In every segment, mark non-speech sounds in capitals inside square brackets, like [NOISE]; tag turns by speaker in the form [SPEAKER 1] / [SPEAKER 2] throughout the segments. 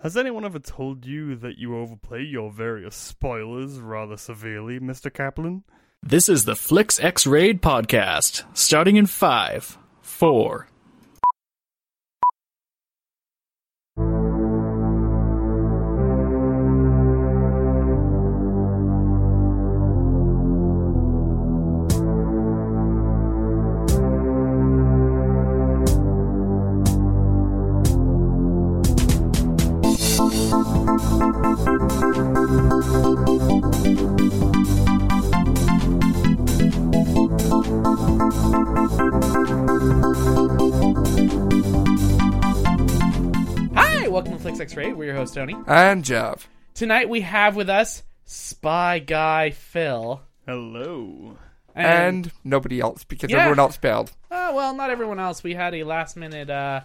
[SPEAKER 1] Has anyone ever told you that you overplay your various spoilers rather severely, Mr. Kaplan?
[SPEAKER 2] This is the Flix X Raid podcast, starting in five, four.
[SPEAKER 3] Hi, welcome to Flix X Ray. We're your host Tony.
[SPEAKER 4] I'm Jav.
[SPEAKER 3] Tonight we have with us Spy Guy Phil
[SPEAKER 1] Hello.
[SPEAKER 4] And, nobody else because
[SPEAKER 3] Yeah.
[SPEAKER 4] everyone else failed.
[SPEAKER 3] uh, well, not everyone else. We had a last minute uh,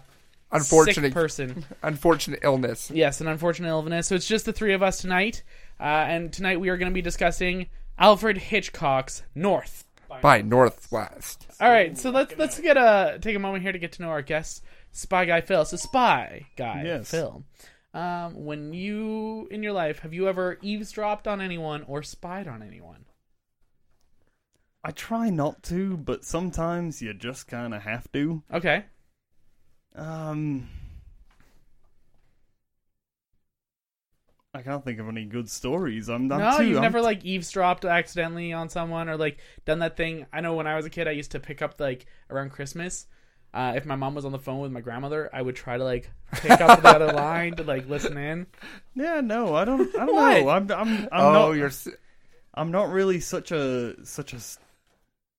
[SPEAKER 4] Unfortunate
[SPEAKER 3] sick person.
[SPEAKER 4] unfortunate illness.
[SPEAKER 3] yes, an unfortunate illness. So it's just the three of us tonight. Uh, and tonight we are going to be discussing Alfred Hitchcock's North.
[SPEAKER 4] By Northwest.
[SPEAKER 3] All right, so let's let's get a take a moment here to get to know our guest, Spy Guy Phil. So Spy Guy
[SPEAKER 1] Yes.
[SPEAKER 3] Phil. Um, when you in your life have you ever eavesdropped on anyone or spied on anyone?
[SPEAKER 1] I try not to, but sometimes you just kind of have to.
[SPEAKER 3] Okay.
[SPEAKER 1] Um. I can't think of any good stories. I'm, I'm
[SPEAKER 3] no,
[SPEAKER 1] too.
[SPEAKER 3] you've
[SPEAKER 1] I'm
[SPEAKER 3] never like eavesdropped accidentally on someone or like done that thing. I know when I was a kid, I used to pick up like around Christmas. Uh, if my mom was on the phone with my grandmother, I would try to like pick up the other line to like listen
[SPEAKER 1] [LAUGHS]
[SPEAKER 3] in.
[SPEAKER 1] Yeah, no, I don't. I don't
[SPEAKER 4] What?
[SPEAKER 1] know. I'm. I'm. I'm
[SPEAKER 4] oh,
[SPEAKER 1] not.
[SPEAKER 4] you're s-
[SPEAKER 1] I'm not really such a such a, s-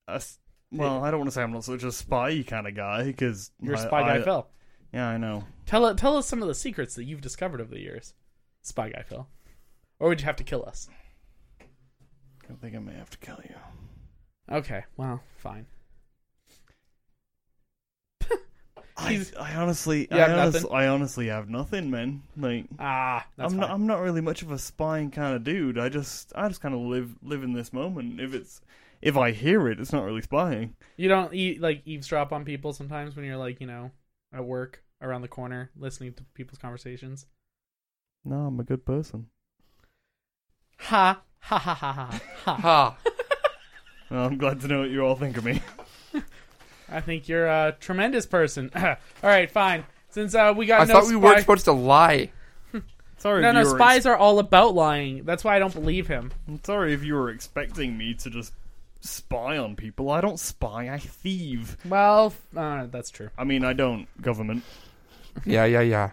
[SPEAKER 1] a s- well. I don't want to say I'm not such a spy kind of guy because
[SPEAKER 3] You're Spy Guy Phil.
[SPEAKER 1] Yeah, I know.
[SPEAKER 3] Tell tell us some of the secrets that you've discovered over the years, Spy Guy Phil. Or would you have to kill us?
[SPEAKER 1] I think I may have to kill you.
[SPEAKER 3] Okay, well, fine.
[SPEAKER 1] I,
[SPEAKER 3] He's-
[SPEAKER 1] I honestly,
[SPEAKER 3] You have
[SPEAKER 1] I, honest,
[SPEAKER 3] nothing?
[SPEAKER 1] I honestly have nothing, man. Like,
[SPEAKER 3] Ah, that's
[SPEAKER 1] I'm
[SPEAKER 3] fine.
[SPEAKER 1] not, I'm not really much of a spying kind of dude. I just, I just kind of live, live in this moment. If it's, if I hear it, it's not really spying.
[SPEAKER 3] You don't e- like eavesdrop on people sometimes when you're like you know at work around the corner listening to people's conversations.
[SPEAKER 1] No, I'm a good person.
[SPEAKER 3] Ha ha ha ha ha. ha.
[SPEAKER 4] ha.
[SPEAKER 1] Well, I'm glad to know what you all think of me. [LAUGHS]
[SPEAKER 3] I think you're a tremendous person. [CLEARS THROAT] All right, fine. Since uh, we got
[SPEAKER 4] I
[SPEAKER 3] no
[SPEAKER 4] thought
[SPEAKER 3] spy,
[SPEAKER 4] we weren't supposed to lie.
[SPEAKER 1] Sorry,
[SPEAKER 3] no
[SPEAKER 1] if
[SPEAKER 3] no
[SPEAKER 1] you were
[SPEAKER 3] spies are all about lying. That's why I don't believe him.
[SPEAKER 1] I'm sorry if you were expecting me to just spy on people. I don't spy. I thieve.
[SPEAKER 3] Well, f- uh, that's true.
[SPEAKER 1] I mean, I don't. Government.
[SPEAKER 4] Yeah, yeah, yeah.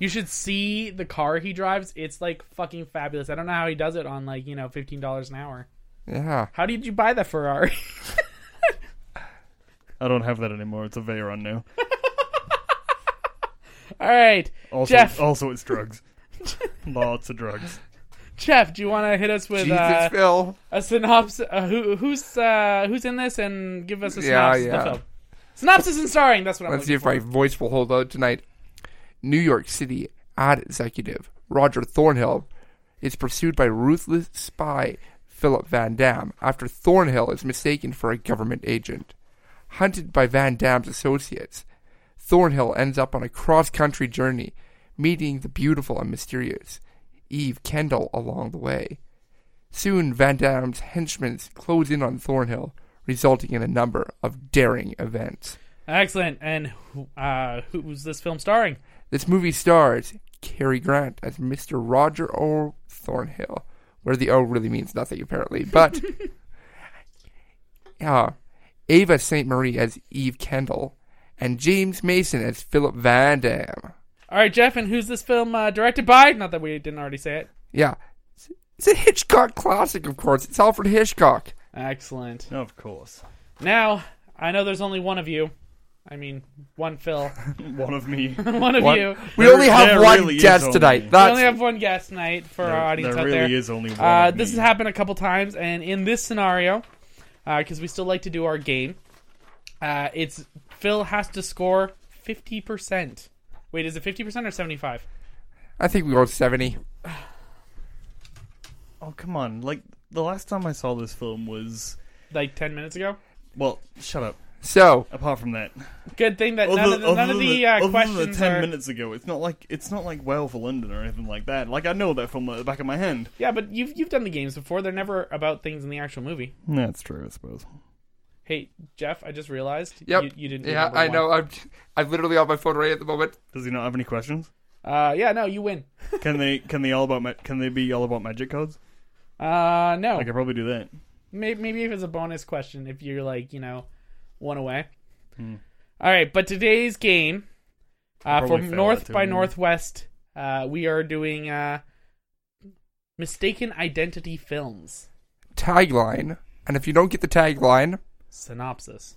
[SPEAKER 3] You should see the car he drives. It's like fucking fabulous. I don't know how he does it on like you know fifteen dollars an hour.
[SPEAKER 4] Yeah.
[SPEAKER 3] How did you buy that Ferrari? [LAUGHS]
[SPEAKER 1] I don't have that anymore. It's a Veyron now.
[SPEAKER 3] [LAUGHS] all right,
[SPEAKER 1] Also,
[SPEAKER 3] Jeff.
[SPEAKER 1] also it's
[SPEAKER 3] [LAUGHS]
[SPEAKER 1] drugs. Lots of drugs.
[SPEAKER 3] Jeff, do you want to hit us with
[SPEAKER 4] Jesus,
[SPEAKER 3] uh,
[SPEAKER 4] Phil.
[SPEAKER 3] a synopsis? Uh, who, who's uh, who's in this? And give us a
[SPEAKER 4] Yeah,
[SPEAKER 3] synopsis. of the
[SPEAKER 4] yeah.
[SPEAKER 3] film. Synopsis and starring. That's what I'm.
[SPEAKER 4] Let's see
[SPEAKER 3] looking
[SPEAKER 4] if
[SPEAKER 3] for.
[SPEAKER 4] my voice will hold out tonight. New York City ad executive Roger Thornhill is pursued by ruthless spy Philip Van Dam after Thornhill is mistaken for a government agent. Hunted by Van Dam's associates, Thornhill ends up on a cross country journey, meeting the beautiful and mysterious Eve Kendall along the way. Soon, Van Dam's henchmen close in on Thornhill, resulting in a number of daring events.
[SPEAKER 3] Excellent. And who- uh, who was this film starring?
[SPEAKER 4] This movie stars Cary Grant as Mr. Roger O. Thornhill, where the O really means nothing apparently, but [LAUGHS] uh, Ava St. Marie as Eve Kendall, and James Mason as Philip Van Dam.
[SPEAKER 3] All right, Jeff. And who's this film uh, directed by? Not that we didn't already say it.
[SPEAKER 4] Yeah, it's- it's a Hitchcock classic, of course. It's Alfred Hitchcock.
[SPEAKER 3] Excellent.
[SPEAKER 1] Of course.
[SPEAKER 3] Now I know there's only one of you. I mean, one Phil, [LAUGHS]
[SPEAKER 1] One of me.
[SPEAKER 3] one of
[SPEAKER 4] One-
[SPEAKER 3] you.
[SPEAKER 4] we
[SPEAKER 1] There-
[SPEAKER 4] only have
[SPEAKER 1] there
[SPEAKER 4] one
[SPEAKER 1] really is
[SPEAKER 4] guest
[SPEAKER 1] only-
[SPEAKER 4] tonight.
[SPEAKER 3] We
[SPEAKER 4] That's
[SPEAKER 3] only have one guest tonight for our
[SPEAKER 1] there
[SPEAKER 3] audience
[SPEAKER 1] really
[SPEAKER 3] out there.
[SPEAKER 1] is only one.
[SPEAKER 3] uh,
[SPEAKER 1] of
[SPEAKER 3] this
[SPEAKER 1] me.
[SPEAKER 3] has happened a couple times, and in this scenario, because we still like to do our game, uh, it's Phil has to score fifty percent. Wait, is it fifty percent or seventy-five?
[SPEAKER 4] I think we go seventy.
[SPEAKER 1] Oh come on! Like the last time I saw this film was
[SPEAKER 3] Like ten minutes ago.
[SPEAKER 1] well, shut up.
[SPEAKER 4] So,
[SPEAKER 1] Apart from that,
[SPEAKER 3] Good thing that
[SPEAKER 1] other,
[SPEAKER 3] none of the,
[SPEAKER 1] other
[SPEAKER 3] none of
[SPEAKER 1] than
[SPEAKER 3] the uh,
[SPEAKER 1] other
[SPEAKER 3] questions
[SPEAKER 1] than the ten
[SPEAKER 3] are.
[SPEAKER 1] minutes ago, it's not like it's not like Well for London or anything like that. Like I know that from the back of my hand.
[SPEAKER 3] Yeah, but you've you've done the games before. They're never about things in the actual movie.
[SPEAKER 1] That's true, I suppose.
[SPEAKER 3] Hey Jeff, I just realized
[SPEAKER 4] yep.
[SPEAKER 3] you, you didn't.
[SPEAKER 4] Yeah,
[SPEAKER 3] remember
[SPEAKER 4] I
[SPEAKER 3] one.
[SPEAKER 4] know. I'm, I'm literally on my phone right at the moment.
[SPEAKER 1] Does he not have any questions?
[SPEAKER 3] Uh, yeah, no, you win.
[SPEAKER 1] Can they can they all about ma- can they be all about magic cards?
[SPEAKER 3] Uh, no,
[SPEAKER 1] I could probably do that.
[SPEAKER 3] maybe, maybe if it's a bonus question, if you're like you know, one away.
[SPEAKER 1] Hmm.
[SPEAKER 3] All right, but today's game uh, for
[SPEAKER 1] Probably fail that
[SPEAKER 3] North
[SPEAKER 1] too,
[SPEAKER 3] by
[SPEAKER 1] yeah.
[SPEAKER 3] Northwest, uh, we are doing uh, mistaken identity films
[SPEAKER 4] Tagline. And if you don't get the tagline,
[SPEAKER 3] synopsis.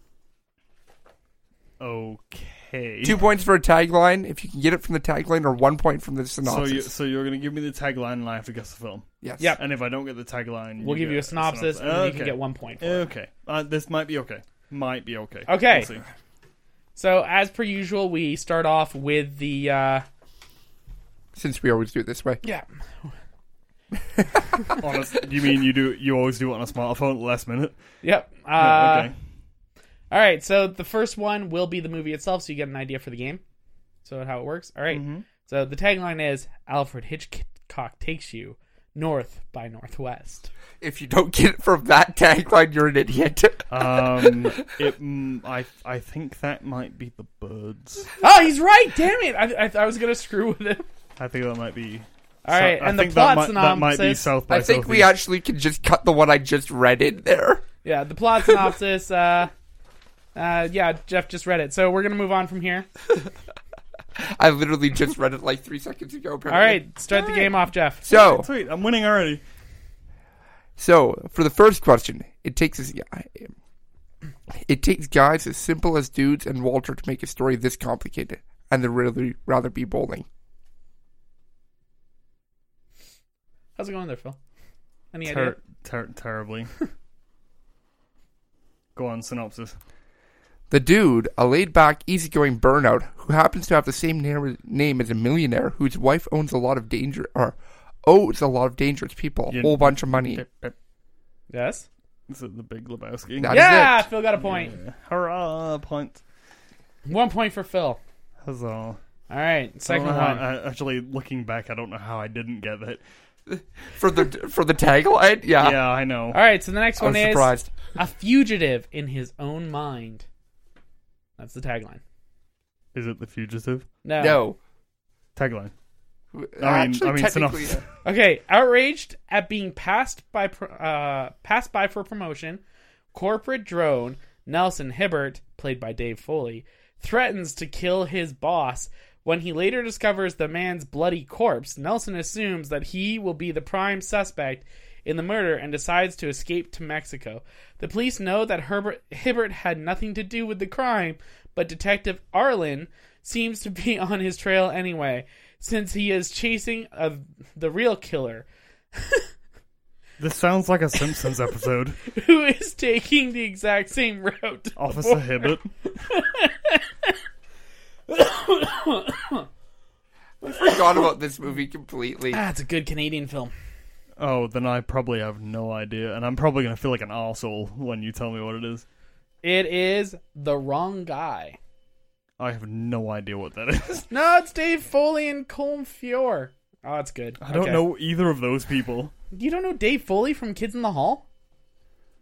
[SPEAKER 1] Okay.
[SPEAKER 4] two points for a tagline. If you can get it from the tagline, or one point from the
[SPEAKER 1] so
[SPEAKER 4] synopsis.
[SPEAKER 1] you so you're gonna give me the tagline and I have to guess the film.
[SPEAKER 4] yes.
[SPEAKER 3] Yep.
[SPEAKER 1] And if I don't get the tagline,
[SPEAKER 3] We'll give
[SPEAKER 1] get
[SPEAKER 3] you a synopsis, and then you can
[SPEAKER 1] Okay.
[SPEAKER 3] get one point. For it.
[SPEAKER 1] Okay. Uh, this might be okay. Might be okay.
[SPEAKER 3] Okay.
[SPEAKER 1] We'll see.
[SPEAKER 3] So as per usual, we start off with the uh,
[SPEAKER 4] Since we always do it this way.
[SPEAKER 3] yeah.
[SPEAKER 1] Honest, you mean you do? You always do it on a smartphone at the last minute?
[SPEAKER 3] Yep. Uh,
[SPEAKER 1] Yeah, okay.
[SPEAKER 3] All right, so the first one will be the movie itself, so you get an idea for the game. So how it works. All right.
[SPEAKER 1] Mm-hmm.
[SPEAKER 3] So the tagline is Alfred Hitchcock takes you north by northwest.
[SPEAKER 4] If you don't get it from that [LAUGHS] tagline, you're an idiot. [LAUGHS]
[SPEAKER 1] Um,
[SPEAKER 3] [LAUGHS]
[SPEAKER 1] it, mm, I, I think that might be the birds.
[SPEAKER 3] Oh, he's right! Damn it! I, I, I was gonna screw with him.
[SPEAKER 1] I think that might be.
[SPEAKER 3] All
[SPEAKER 1] so-
[SPEAKER 3] right,
[SPEAKER 1] I
[SPEAKER 3] and the
[SPEAKER 1] think
[SPEAKER 3] plot
[SPEAKER 1] that might, that might be
[SPEAKER 3] synopsis.
[SPEAKER 1] South by
[SPEAKER 4] I think we
[SPEAKER 1] Southeast.
[SPEAKER 4] actually can just cut the one I just read in there.
[SPEAKER 3] Yeah, the plot synopsis. uh, uh, yeah, Jeff just read it, so we're gonna move on from here.
[SPEAKER 4] I literally just read it like three seconds ago.
[SPEAKER 3] All
[SPEAKER 4] Apparently.
[SPEAKER 3] right, start the game off, Jeff.
[SPEAKER 4] So,
[SPEAKER 1] Sweet, I'm winning already.
[SPEAKER 4] So, for the first question, it takes us, it takes guys as simple as dudes and Walter to make a story this complicated, and they'd really rather be bowling.
[SPEAKER 3] How's it going there, Phil? Any idea?
[SPEAKER 1] Ter- ter-
[SPEAKER 4] [LAUGHS]
[SPEAKER 1] terribly. Go on, synopsis.
[SPEAKER 4] The dude, a laid-back, easygoing burnout who happens to have the same na- name as a millionaire whose wife owns a lot of danger or owes a lot of dangerous people
[SPEAKER 1] You-
[SPEAKER 4] a whole bunch of money.
[SPEAKER 3] Yes.
[SPEAKER 1] Is it the Big Lebowski?
[SPEAKER 4] That is
[SPEAKER 3] Yeah,
[SPEAKER 4] it.
[SPEAKER 3] Phil got a point.
[SPEAKER 1] Hurrah! Point.
[SPEAKER 3] One point for Phil.
[SPEAKER 1] Huzzah.
[SPEAKER 3] All right,
[SPEAKER 1] I don't
[SPEAKER 3] second
[SPEAKER 1] know
[SPEAKER 3] one.
[SPEAKER 1] how, I- actually, looking back, I don't know how I didn't get that.
[SPEAKER 4] For the for the
[SPEAKER 3] [LAUGHS]
[SPEAKER 4] tagline, yeah,
[SPEAKER 1] yeah, I know.
[SPEAKER 3] All right, so the next
[SPEAKER 4] I
[SPEAKER 3] one
[SPEAKER 4] was
[SPEAKER 3] is
[SPEAKER 4] surprised.
[SPEAKER 3] a fugitive in his own mind. That's the tagline.
[SPEAKER 1] Is it The Fugitive?
[SPEAKER 3] No.
[SPEAKER 4] No,
[SPEAKER 1] Tagline.
[SPEAKER 4] actually,
[SPEAKER 1] I mean, it's enough.
[SPEAKER 4] technically, yeah.
[SPEAKER 3] Okay, outraged at being passed by pr- uh, passed by for promotion, corporate drone Nelson Hibbert, played by Dave Foley, threatens to kill his boss. When he later discovers the man's bloody corpse, Nelson assumes that he will be the prime suspect in the murder and decides to escape to Mexico. The police know that Herbert, Hibbert had nothing to do with the crime, but Detective Arlen seems to be [LAUGHS] on his trail anyway, since he is chasing a, the real killer, [LAUGHS]
[SPEAKER 1] This sounds like a Simpsons
[SPEAKER 3] [LAUGHS]
[SPEAKER 1] episode.
[SPEAKER 3] who is taking the exact same route.
[SPEAKER 1] Officer Hibbert.
[SPEAKER 4] forgot about this
[SPEAKER 1] [LAUGHS]
[SPEAKER 4] movie completely.
[SPEAKER 3] Ah, it's a good Canadian film.
[SPEAKER 1] Oh, then I probably have no idea, and I'm probably gonna feel like an arsehole when you tell me what it is.
[SPEAKER 3] It is The Wrong Guy.
[SPEAKER 1] I have no idea what that [LAUGHS] is.
[SPEAKER 3] No, it's Dave Foley and Colm Fiore. Oh, that's good.
[SPEAKER 1] I don't
[SPEAKER 3] Okay.
[SPEAKER 1] know either of those people.
[SPEAKER 3] You don't know Dave Foley from Kids in the Hall?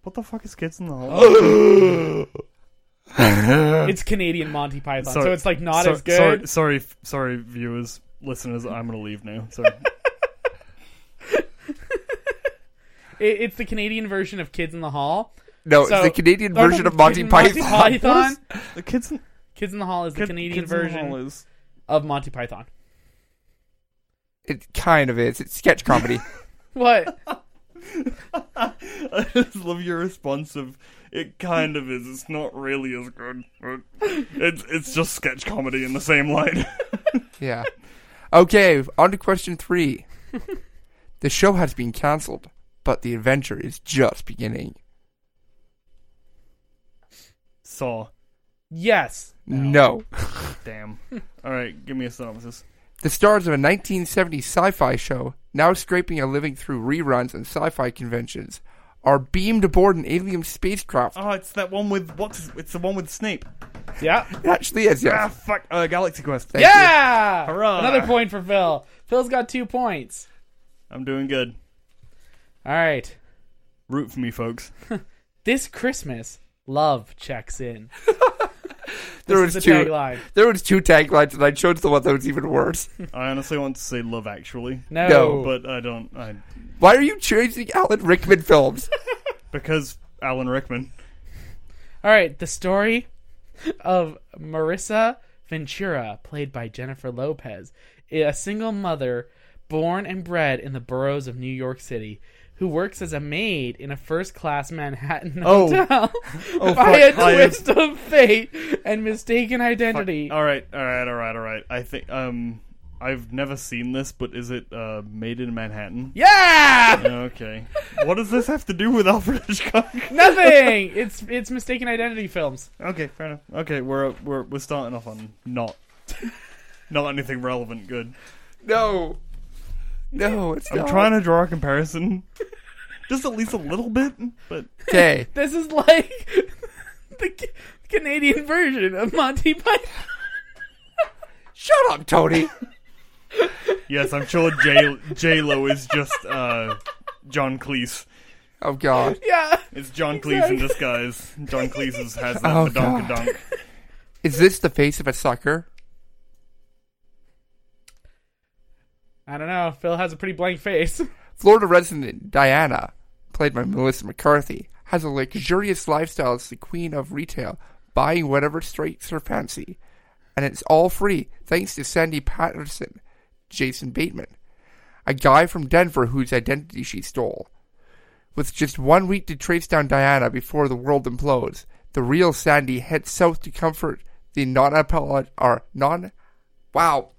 [SPEAKER 1] What the fuck is Kids in the Hall?
[SPEAKER 3] It's Canadian Monty Python,
[SPEAKER 1] Uh, Sorry-
[SPEAKER 3] [GASPS] so it's like not
[SPEAKER 1] so-
[SPEAKER 3] as good.
[SPEAKER 1] Sorry, sorry, f- sorry, viewers, listeners. I'm gonna leave now.
[SPEAKER 3] [LAUGHS]
[SPEAKER 1] Sorry.
[SPEAKER 3] It, it's the Canadian version of Kids in the Hall.
[SPEAKER 4] No,
[SPEAKER 3] So-
[SPEAKER 4] it's the Canadian
[SPEAKER 3] Oh, no,
[SPEAKER 4] version of
[SPEAKER 3] Kid-
[SPEAKER 4] Monty Python.
[SPEAKER 3] Monty Python.
[SPEAKER 1] the Kids in
[SPEAKER 3] Kids in the Hall is the
[SPEAKER 1] Kid-
[SPEAKER 3] Canadian
[SPEAKER 1] Kids in the Hall
[SPEAKER 3] version
[SPEAKER 1] is
[SPEAKER 3] of Monty Python.
[SPEAKER 4] It kind of is. It's sketch
[SPEAKER 1] [LAUGHS]
[SPEAKER 4] comedy.
[SPEAKER 3] What?
[SPEAKER 1] I just [LAUGHS] love your response of it kind of is. It's not really as good. but It's it's just sketch comedy in the same line. [LAUGHS]
[SPEAKER 4] yeah. Okay, on to
[SPEAKER 3] [LAUGHS]
[SPEAKER 4] question three. the show has been cancelled, but the adventure is just beginning.
[SPEAKER 1] Saw.
[SPEAKER 3] yes.
[SPEAKER 4] No.
[SPEAKER 1] Damn. All right, give me a synopsis.
[SPEAKER 4] The stars of a 1970 sci fi show, now scraping a living through reruns and sci fi conventions, are beamed aboard an alien spacecraft.
[SPEAKER 1] Oh, it's that one with what's it's the one with Snape.
[SPEAKER 3] Yeah.
[SPEAKER 4] It actually is,
[SPEAKER 1] Ah,
[SPEAKER 4] yes.
[SPEAKER 1] fuck. Uh, Galaxy Quest.
[SPEAKER 4] Thank you.
[SPEAKER 3] Yeah!
[SPEAKER 1] Hurrah.
[SPEAKER 3] Another point for Phil. Phil's got two points.
[SPEAKER 1] I'm doing good.
[SPEAKER 3] All right.
[SPEAKER 1] Root for me, folks.
[SPEAKER 3] This Christmas, love checks in.
[SPEAKER 4] There
[SPEAKER 3] This
[SPEAKER 4] was
[SPEAKER 3] is the
[SPEAKER 4] two.
[SPEAKER 3] tagline.
[SPEAKER 4] There was two taglines, and I chose the one that was
[SPEAKER 1] [LAUGHS]
[SPEAKER 4] even worse.
[SPEAKER 1] I honestly want to say Love Actually,
[SPEAKER 3] No.
[SPEAKER 4] No,
[SPEAKER 1] but I don't. I
[SPEAKER 4] Why are you choosing Alan Rickman
[SPEAKER 1] [LAUGHS]
[SPEAKER 4] films?
[SPEAKER 1] because Alan Rickman.
[SPEAKER 3] All right. The story of Marissa Ventura, played by Jennifer Lopez, a single mother born and bred in the boroughs of New York City. Who works as a maid in a first-class Manhattan
[SPEAKER 1] Oh.
[SPEAKER 3] hotel [LAUGHS]
[SPEAKER 1] Oh, Oh.
[SPEAKER 3] by a
[SPEAKER 1] fuck, I have-
[SPEAKER 3] twist of fate and mistaken identity?
[SPEAKER 1] All right, all right, all right, all right. I think um, I've never seen this, but is it uh, Made in Manhattan?
[SPEAKER 3] Yeah,
[SPEAKER 1] Okay. What does this have to do with Alfred Hitchcock?
[SPEAKER 3] nothing. it's it's mistaken identity films.
[SPEAKER 1] Okay, fair enough. Okay, we're we're we're starting off on not not anything relevant. Good.
[SPEAKER 4] No, no, it's
[SPEAKER 1] I'm trying to draw a comparison, just at least a little bit. But
[SPEAKER 4] Okay,
[SPEAKER 3] This is like [LAUGHS] the ca- Canadian version of Monty Python.
[SPEAKER 4] shut
[SPEAKER 1] [LAUGHS]
[SPEAKER 4] up, Tony.
[SPEAKER 1] yes, I'm sure J J Lo is just uh, John Cleese.
[SPEAKER 4] Oh God,
[SPEAKER 3] Yeah,
[SPEAKER 1] It's John Cleese in disguise. John Cleese is, has that
[SPEAKER 4] Oh,
[SPEAKER 1] badonkadonk.
[SPEAKER 4] is this the face of a sucker?
[SPEAKER 3] I don't know. Phil has a pretty blank face.
[SPEAKER 4] Florida resident Diana, played by Melissa McCarthy, has a luxurious lifestyle as the queen of retail, buying whatever strikes her fancy. And it's all free thanks to Sandy Patterson, Jason Bateman, a guy from Denver whose identity she stole. With just one week to trace down Diana before the world implodes, the real Sandy heads south to comfort the non apolog or non wow.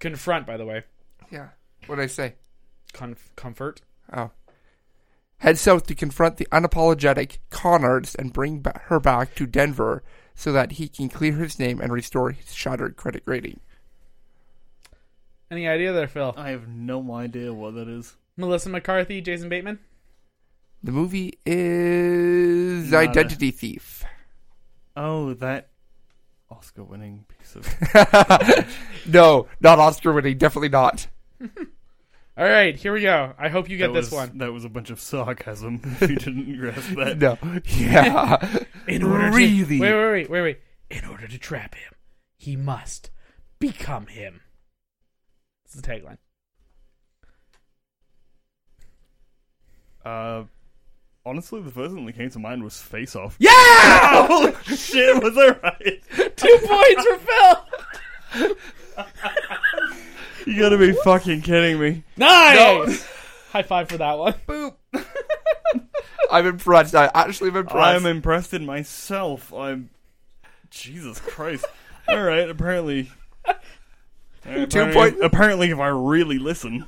[SPEAKER 3] Confront, by the way,
[SPEAKER 4] Yeah. What did I say?
[SPEAKER 3] Conf- comfort.
[SPEAKER 4] Oh. Head south to confront the unapologetic con artist and bring ba- her back to Denver so that he can clear his name and restore his shattered credit rating.
[SPEAKER 3] Any idea there, Phil?
[SPEAKER 1] I have no idea what that is.
[SPEAKER 3] Melissa McCarthy, Jason Bateman.
[SPEAKER 4] The movie is
[SPEAKER 1] Not a-
[SPEAKER 4] Identity Thief.
[SPEAKER 1] Oh, that Oscar-winning piece of.
[SPEAKER 4] No, not Oscar winning, definitely not.
[SPEAKER 3] All right, here we go. I hope you get
[SPEAKER 1] that
[SPEAKER 3] this
[SPEAKER 1] was,
[SPEAKER 3] one.
[SPEAKER 1] That was a bunch of sarcasm. [LAUGHS] If you didn't grasp that.
[SPEAKER 4] No. [LAUGHS] Yeah.
[SPEAKER 3] In order to-
[SPEAKER 4] really?
[SPEAKER 3] wait, wait, wait, wait, wait. In order to trap him, he must become him. This is the tagline.
[SPEAKER 1] Uh, honestly, the first thing that came to mind was Face Off.
[SPEAKER 3] Yeah,
[SPEAKER 1] Holy [LAUGHS] shit, was I right?
[SPEAKER 3] [LAUGHS] two points for Phil.
[SPEAKER 1] You gotta be fucking kidding me.
[SPEAKER 3] Nice. High five for that one.
[SPEAKER 4] Boop. [LAUGHS] I'm impressed. I actually am impressed.
[SPEAKER 1] I'm impressed in myself. I'm. Jesus Christ. Alright, apparently. [LAUGHS] Two
[SPEAKER 4] point-
[SPEAKER 1] Apparently, if I really listen.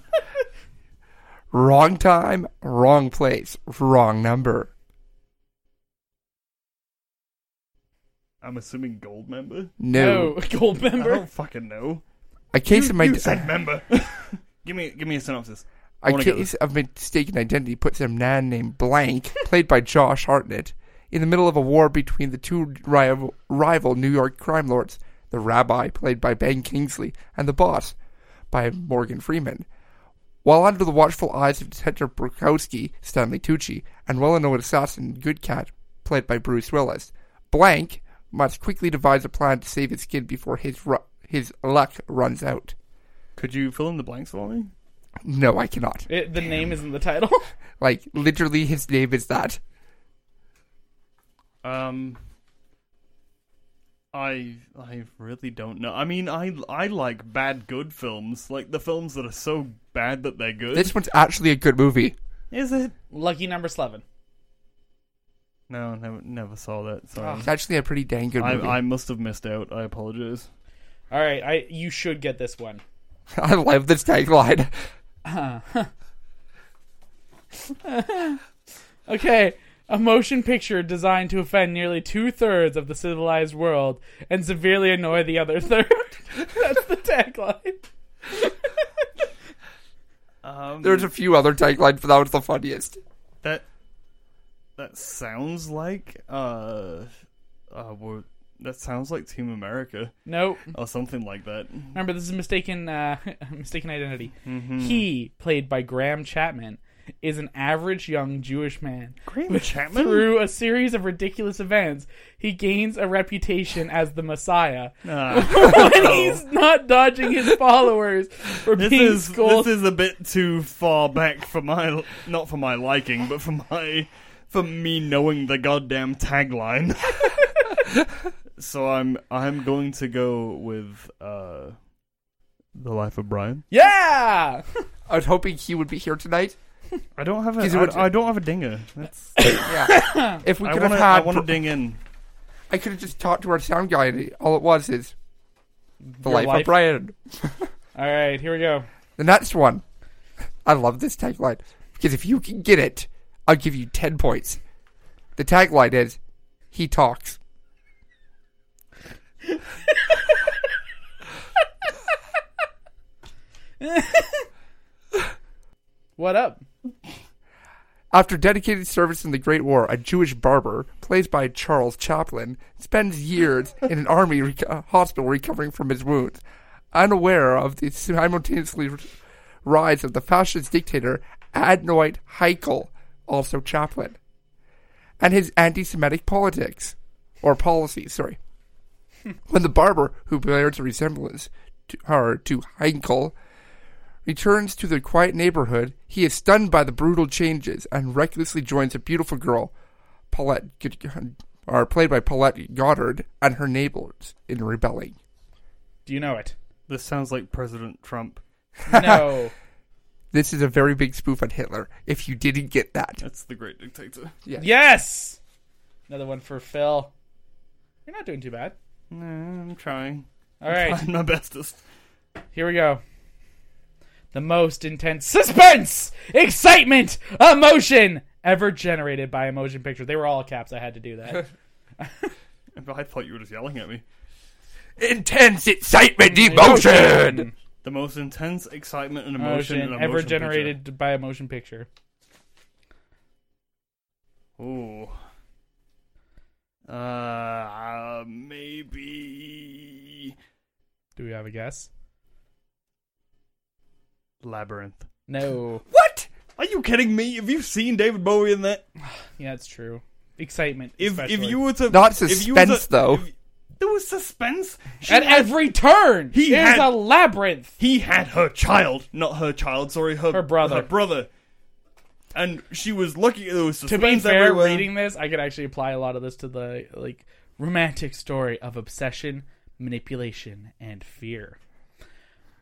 [SPEAKER 4] wrong time, wrong place, wrong number.
[SPEAKER 1] I'm assuming gold member?
[SPEAKER 4] No.
[SPEAKER 3] No, [LAUGHS] gold
[SPEAKER 1] I
[SPEAKER 3] member.
[SPEAKER 1] don't fucking know.
[SPEAKER 4] A case of my.
[SPEAKER 1] You said member. [LAUGHS] give me give me a synopsis. I
[SPEAKER 4] A
[SPEAKER 1] wanna get
[SPEAKER 4] case of mistaken identity puts a man
[SPEAKER 1] [LAUGHS]
[SPEAKER 4] named Blank, played by Josh Hartnett, in the middle of a war between the two rival, rival New York crime lords, the rabbi, played by Ben Kingsley, and the boss, by Morgan Freeman. While under the watchful eyes of Detective Brokowski, Stanley Tucci, and well-known assassin Good Cat, played by Bruce Willis, Blank must quickly devise a plan to save his kid before his ru- his luck runs out.
[SPEAKER 1] Could you fill in the blanks for me?
[SPEAKER 4] No, I cannot.
[SPEAKER 3] It, the name isn't the title. [LAUGHS]
[SPEAKER 4] Like literally, his name is that.
[SPEAKER 1] Um, I I really don't know. I mean, I I like bad good films, like the films that are so bad that they're good.
[SPEAKER 4] This one's actually a good movie.
[SPEAKER 1] Is it?
[SPEAKER 3] Lucky number seven.
[SPEAKER 1] No, never never saw that. Sorry,
[SPEAKER 4] It's actually a pretty dang good
[SPEAKER 1] I
[SPEAKER 4] movie. [LAUGHS]
[SPEAKER 1] I
[SPEAKER 4] i
[SPEAKER 1] must have missed out. I apologize.
[SPEAKER 3] All right, I you should get this one.
[SPEAKER 4] love this tagline.
[SPEAKER 3] Okay, a motion picture designed to offend nearly two thirds of the civilized world and severely annoy the other [LAUGHS] third. That's the tagline.
[SPEAKER 1] Um,
[SPEAKER 4] Um, There's a few other taglines, but that was the funniest.
[SPEAKER 1] that that sounds like uh, uh well, that sounds like Team America
[SPEAKER 3] Nope.
[SPEAKER 1] or something like that.
[SPEAKER 3] Remember, this is mistaken uh, [LAUGHS] mistaken identity.
[SPEAKER 1] Mm-hmm.
[SPEAKER 3] He, played by Graham Chapman, is an average young Jewish man.
[SPEAKER 1] Graham
[SPEAKER 3] But
[SPEAKER 1] Chapman?
[SPEAKER 3] Through a series of ridiculous events, he gains a reputation as
[SPEAKER 1] [LAUGHS]
[SPEAKER 3] the Messiah. [LAUGHS] when he's not dodging his followers for
[SPEAKER 1] This
[SPEAKER 3] being
[SPEAKER 1] is
[SPEAKER 3] scolded.
[SPEAKER 1] this is a bit too far back for my not for my liking, but for my for me knowing the goddamn tagline. [LAUGHS] so I'm I'm going to go with uh the life of Brian.
[SPEAKER 3] [LAUGHS] yeah.
[SPEAKER 4] I was hoping he would be here tonight.
[SPEAKER 1] I don't have a
[SPEAKER 4] He's a witch.
[SPEAKER 1] I, I don't have a dinger. That's, [COUGHS]
[SPEAKER 4] Yeah. if we
[SPEAKER 1] I
[SPEAKER 4] could
[SPEAKER 1] want to
[SPEAKER 4] have had,
[SPEAKER 1] I
[SPEAKER 4] I,
[SPEAKER 1] want to ding in.
[SPEAKER 4] could have just talked to our sound guy. and it- All it was is the
[SPEAKER 3] Your
[SPEAKER 4] life,
[SPEAKER 3] life.
[SPEAKER 4] of Brian.
[SPEAKER 3] All right, here we go.
[SPEAKER 4] The next one. I love this tagline because if you can get it, I'll give you ten points. The tagline is, "He talks."
[SPEAKER 3] What up?
[SPEAKER 4] After dedicated service in the Great War, a Jewish barber, played by Charles Chaplin, spends years in an army rec- uh, hospital recovering from his wounds. Unaware of the simultaneously r- rise of the fascist dictator Adnoit Heichel, also Chaplin, and his anti Semitic politics, or policies, sorry. when the barber, who bears a resemblance to, or to Heichel, returns to the quiet neighborhood, he is stunned by the brutal changes and recklessly joins a beautiful girl, Paulette, G- G- are played by Paulette Goddard, and her neighbors in rebelling.
[SPEAKER 3] Do you know [LAUGHS] it?
[SPEAKER 1] This sounds like President Trump.
[SPEAKER 3] No.
[SPEAKER 4] This is a very big spoof on Hitler. If you didn't get that,
[SPEAKER 1] That's the great dictator.
[SPEAKER 3] yes. Another one for Phil. You're not doing too bad.
[SPEAKER 1] Nah, I'm trying.
[SPEAKER 3] All right, [LAUGHS]
[SPEAKER 1] I'm my bestest.
[SPEAKER 3] here we go. The most intense suspense, excitement, emotion ever generated by a motion picture. They were all caps. I had to do [LAUGHS] that.
[SPEAKER 1] I thought you were just yelling at me.
[SPEAKER 4] intense excitement, emotion.
[SPEAKER 1] The most intense excitement and emotion,
[SPEAKER 3] Motion,
[SPEAKER 1] in a
[SPEAKER 3] ever
[SPEAKER 1] motion picture.
[SPEAKER 3] generated by a motion picture.
[SPEAKER 1] Ooh. Uh, maybe
[SPEAKER 3] Do we have a guess?
[SPEAKER 1] Labyrinth.
[SPEAKER 3] [LAUGHS] No.
[SPEAKER 1] What? Are you kidding me? Have you seen David Bowie in that?
[SPEAKER 3] yeah, it's true. Excitement.
[SPEAKER 1] If
[SPEAKER 3] especially.
[SPEAKER 1] if you were to
[SPEAKER 4] Not
[SPEAKER 1] if you were to-
[SPEAKER 4] suspense, though.
[SPEAKER 1] if- there was suspense. She
[SPEAKER 3] at
[SPEAKER 1] had-
[SPEAKER 3] every turn,
[SPEAKER 1] He
[SPEAKER 3] he
[SPEAKER 1] had-
[SPEAKER 3] is a labyrinth.
[SPEAKER 1] he had her child, not her child. Sorry, her
[SPEAKER 3] Her brother.
[SPEAKER 1] Her brother. And she was lucky there was
[SPEAKER 3] To
[SPEAKER 1] suspense
[SPEAKER 3] be fair,
[SPEAKER 1] everywhere.
[SPEAKER 3] reading this, I could actually apply a lot of this to the like romantic story of obsession, manipulation, and fear.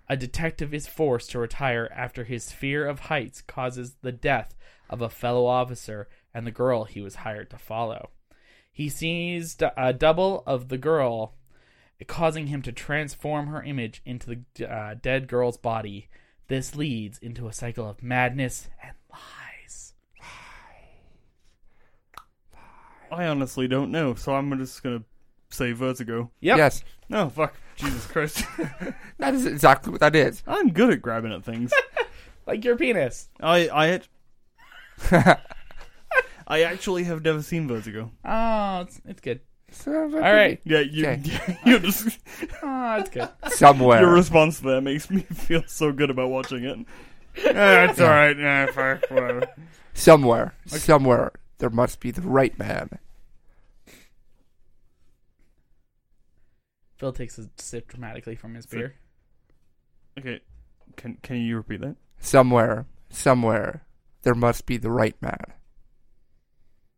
[SPEAKER 3] A detective is forced to retire after his fear of heights causes the death of a fellow officer and the girl he was hired to follow. He sees d- a double of the girl, causing him to transform her image into the uh, dead girl's body. This leads into a cycle of madness and lies.
[SPEAKER 1] I honestly don't know, so I'm just gonna say Vertigo.
[SPEAKER 3] Yep.
[SPEAKER 4] Yes,
[SPEAKER 1] No, fuck, Jesus
[SPEAKER 3] [LAUGHS]
[SPEAKER 1] Christ!
[SPEAKER 4] that is exactly what that is.
[SPEAKER 1] I'm good at grabbing at things.
[SPEAKER 3] Like your penis.
[SPEAKER 1] I I had, [LAUGHS] I actually have never seen Vertigo.
[SPEAKER 3] Oh, it's, it's good.
[SPEAKER 4] All
[SPEAKER 3] All right.
[SPEAKER 1] Yeah, you [LAUGHS]
[SPEAKER 4] Okay.
[SPEAKER 1] you just,
[SPEAKER 3] Oh, it's good. [LAUGHS]
[SPEAKER 4] somewhere.
[SPEAKER 1] your response there makes me [LAUGHS] feel so good about watching it. Eh, it's all right. Nah, fuck, whatever.
[SPEAKER 4] Somewhere, somewhere, there must be the right man.
[SPEAKER 3] Phil takes a sip dramatically from his beer.
[SPEAKER 1] Okay, can can you repeat that?
[SPEAKER 4] Somewhere, somewhere, there must be the right man.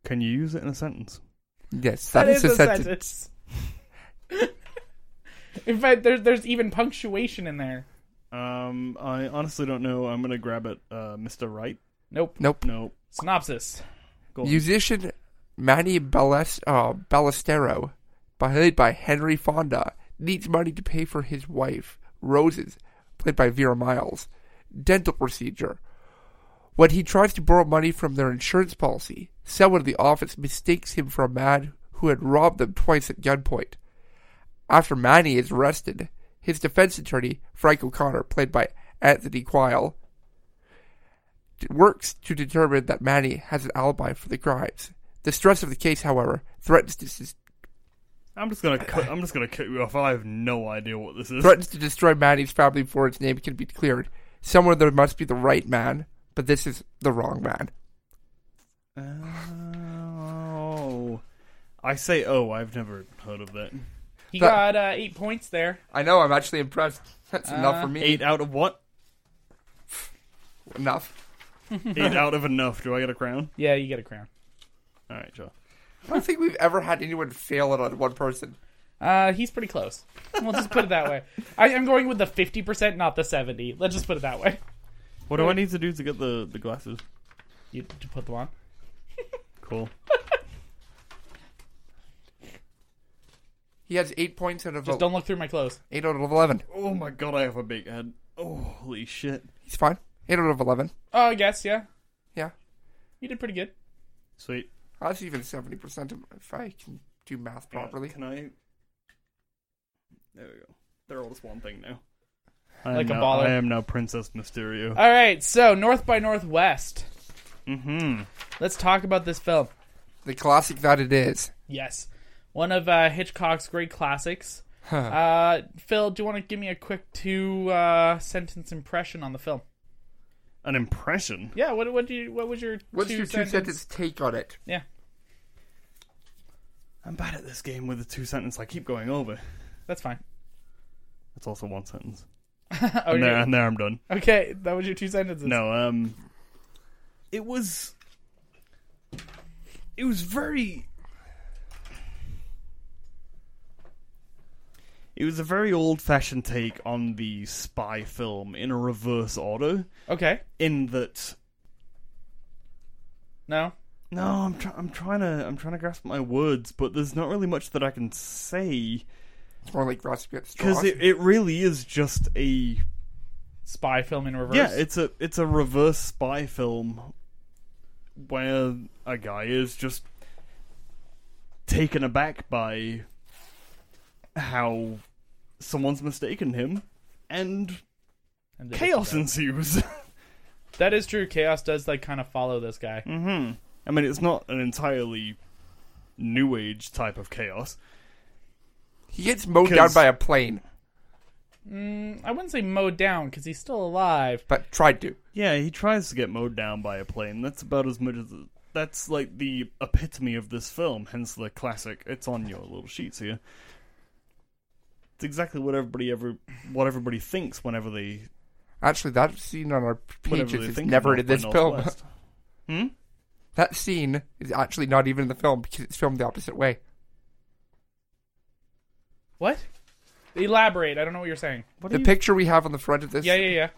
[SPEAKER 1] Can you use it in a sentence?
[SPEAKER 4] Yes, that is, a sentence.
[SPEAKER 3] sentence. [LAUGHS] in fact, there's there's even punctuation in there.
[SPEAKER 1] Um, I honestly don't know. I'm gonna grab it, uh, Mr. Right.
[SPEAKER 3] Nope.
[SPEAKER 4] Nope.
[SPEAKER 1] No,
[SPEAKER 3] Synopsis.
[SPEAKER 1] go on.
[SPEAKER 4] Musician Manny Ballest- uh, Ballestero, played by Henry Fonda, needs money to pay for his wife, Roses, played by Vera Miles, dental procedure. When he tries to borrow money from their insurance policy, someone in the office mistakes him for a man who had robbed them twice at gunpoint. After Manny is arrested, his defense attorney, Frank O'Connor, played by Anthony Quayle, works to determine that Manny has an alibi for the crimes. The stress of the case, however, threatens to, s-
[SPEAKER 1] I'm just gonna cut, I'm just gonna cut you off. I have no idea what this is.
[SPEAKER 4] threatens to destroy Maddie's family before its name can be cleared. Somewhere there must be the right man, but this is the wrong man.
[SPEAKER 1] Oh, I say oh. I've never heard of that.
[SPEAKER 3] He
[SPEAKER 4] That-
[SPEAKER 3] got uh, eight points there.
[SPEAKER 4] I know. I'm actually impressed. That's enough
[SPEAKER 3] Uh,
[SPEAKER 4] for me.
[SPEAKER 1] Eight out of what?
[SPEAKER 4] Enough.
[SPEAKER 1] Eight out of enough. Do I get a crown?
[SPEAKER 3] Yeah, you get a crown.
[SPEAKER 1] All right, sure.
[SPEAKER 4] I don't think we've ever had anyone fail it on one person.
[SPEAKER 3] Uh, he's pretty close. We'll just put it that
[SPEAKER 4] [LAUGHS]
[SPEAKER 3] way. I, I'm going with the 50%, not the 70. Let's just put it that way.
[SPEAKER 1] What do I need to do to get the the glasses?
[SPEAKER 3] You to put them on.
[SPEAKER 1] Cool.
[SPEAKER 4] He has eight points out of
[SPEAKER 3] Just
[SPEAKER 4] a,
[SPEAKER 3] don't look through my clothes.
[SPEAKER 4] eight out of eleven.
[SPEAKER 1] Oh my god, I have a big head. Oh, holy shit.
[SPEAKER 4] He's fine. Eight out of eleven.
[SPEAKER 3] Oh, I guess yeah.
[SPEAKER 4] Yeah,
[SPEAKER 3] You did pretty good.
[SPEAKER 1] Sweet.
[SPEAKER 4] that's even seventy percent if I can do math properly.
[SPEAKER 1] Can I? There we go. They're all just one thing now.
[SPEAKER 3] Like a
[SPEAKER 1] now,
[SPEAKER 3] baller.
[SPEAKER 1] I am now Princess Mysterio.
[SPEAKER 3] All right, so North by Northwest.
[SPEAKER 1] mm-hmm.
[SPEAKER 3] Let's talk about this film.
[SPEAKER 4] The classic that it is.
[SPEAKER 3] Yes, one of uh, Hitchcock's great classics. Uh, Phil, do you want to give me a quick two uh, sentence impression on the film?
[SPEAKER 1] An impression.
[SPEAKER 3] Yeah. What what do you what was your
[SPEAKER 4] What's
[SPEAKER 3] two
[SPEAKER 4] your two
[SPEAKER 3] sentence?
[SPEAKER 4] sentence take on it?
[SPEAKER 3] Yeah.
[SPEAKER 1] I'm bad at this game with the two sentence. I keep going over.
[SPEAKER 3] That's fine. [LAUGHS]
[SPEAKER 1] That's also one sentence.
[SPEAKER 3] Oh,
[SPEAKER 1] And there,
[SPEAKER 3] yeah.
[SPEAKER 1] and there I'm done.
[SPEAKER 3] Okay, that was your two sentences.
[SPEAKER 1] No, um, it was, it was very, it was a very old-fashioned take on the spy film in a reverse order.
[SPEAKER 3] Okay.
[SPEAKER 1] In that,
[SPEAKER 3] No.
[SPEAKER 1] no, I'm try- I'm trying to I'm trying to grasp my words, but there's not really much that I can say
[SPEAKER 4] Or like Ross gets
[SPEAKER 1] [LAUGHS] because
[SPEAKER 4] straws.
[SPEAKER 1] it, it really is just a
[SPEAKER 3] Spy film in reverse.
[SPEAKER 1] Yeah, it's a it's a reverse spy film where a guy is just taken aback by how someone's mistaken him and
[SPEAKER 3] And they
[SPEAKER 1] chaos
[SPEAKER 3] just-
[SPEAKER 1] ensues. [LAUGHS]
[SPEAKER 3] That is true. Chaos does like kind of follow this guy.
[SPEAKER 1] I mean, it's not an entirely new age type of chaos.
[SPEAKER 4] He gets mowed down
[SPEAKER 1] 'Cause-
[SPEAKER 4] by a plane,
[SPEAKER 3] I wouldn't say mowed down because he's still alive.
[SPEAKER 4] but tried to.
[SPEAKER 1] Yeah, he tries to get mowed down by a plane. That's about as much as that's like the epitome of this film, hence the classic. It's on your little sheets here. It's exactly what everybody ever what everybody thinks whenever they
[SPEAKER 4] Actually, that scene on our
[SPEAKER 1] whenever they
[SPEAKER 4] pages is
[SPEAKER 1] think
[SPEAKER 4] never
[SPEAKER 1] of
[SPEAKER 4] in this
[SPEAKER 1] North by
[SPEAKER 4] film.
[SPEAKER 1] Northwest.
[SPEAKER 4] [LAUGHS] that scene is actually not even in the film because it's filmed the opposite way.
[SPEAKER 3] What? Elaborate. I don't know what you're saying. What
[SPEAKER 4] The picture we have on the front of this,
[SPEAKER 3] Yeah, yeah, yeah.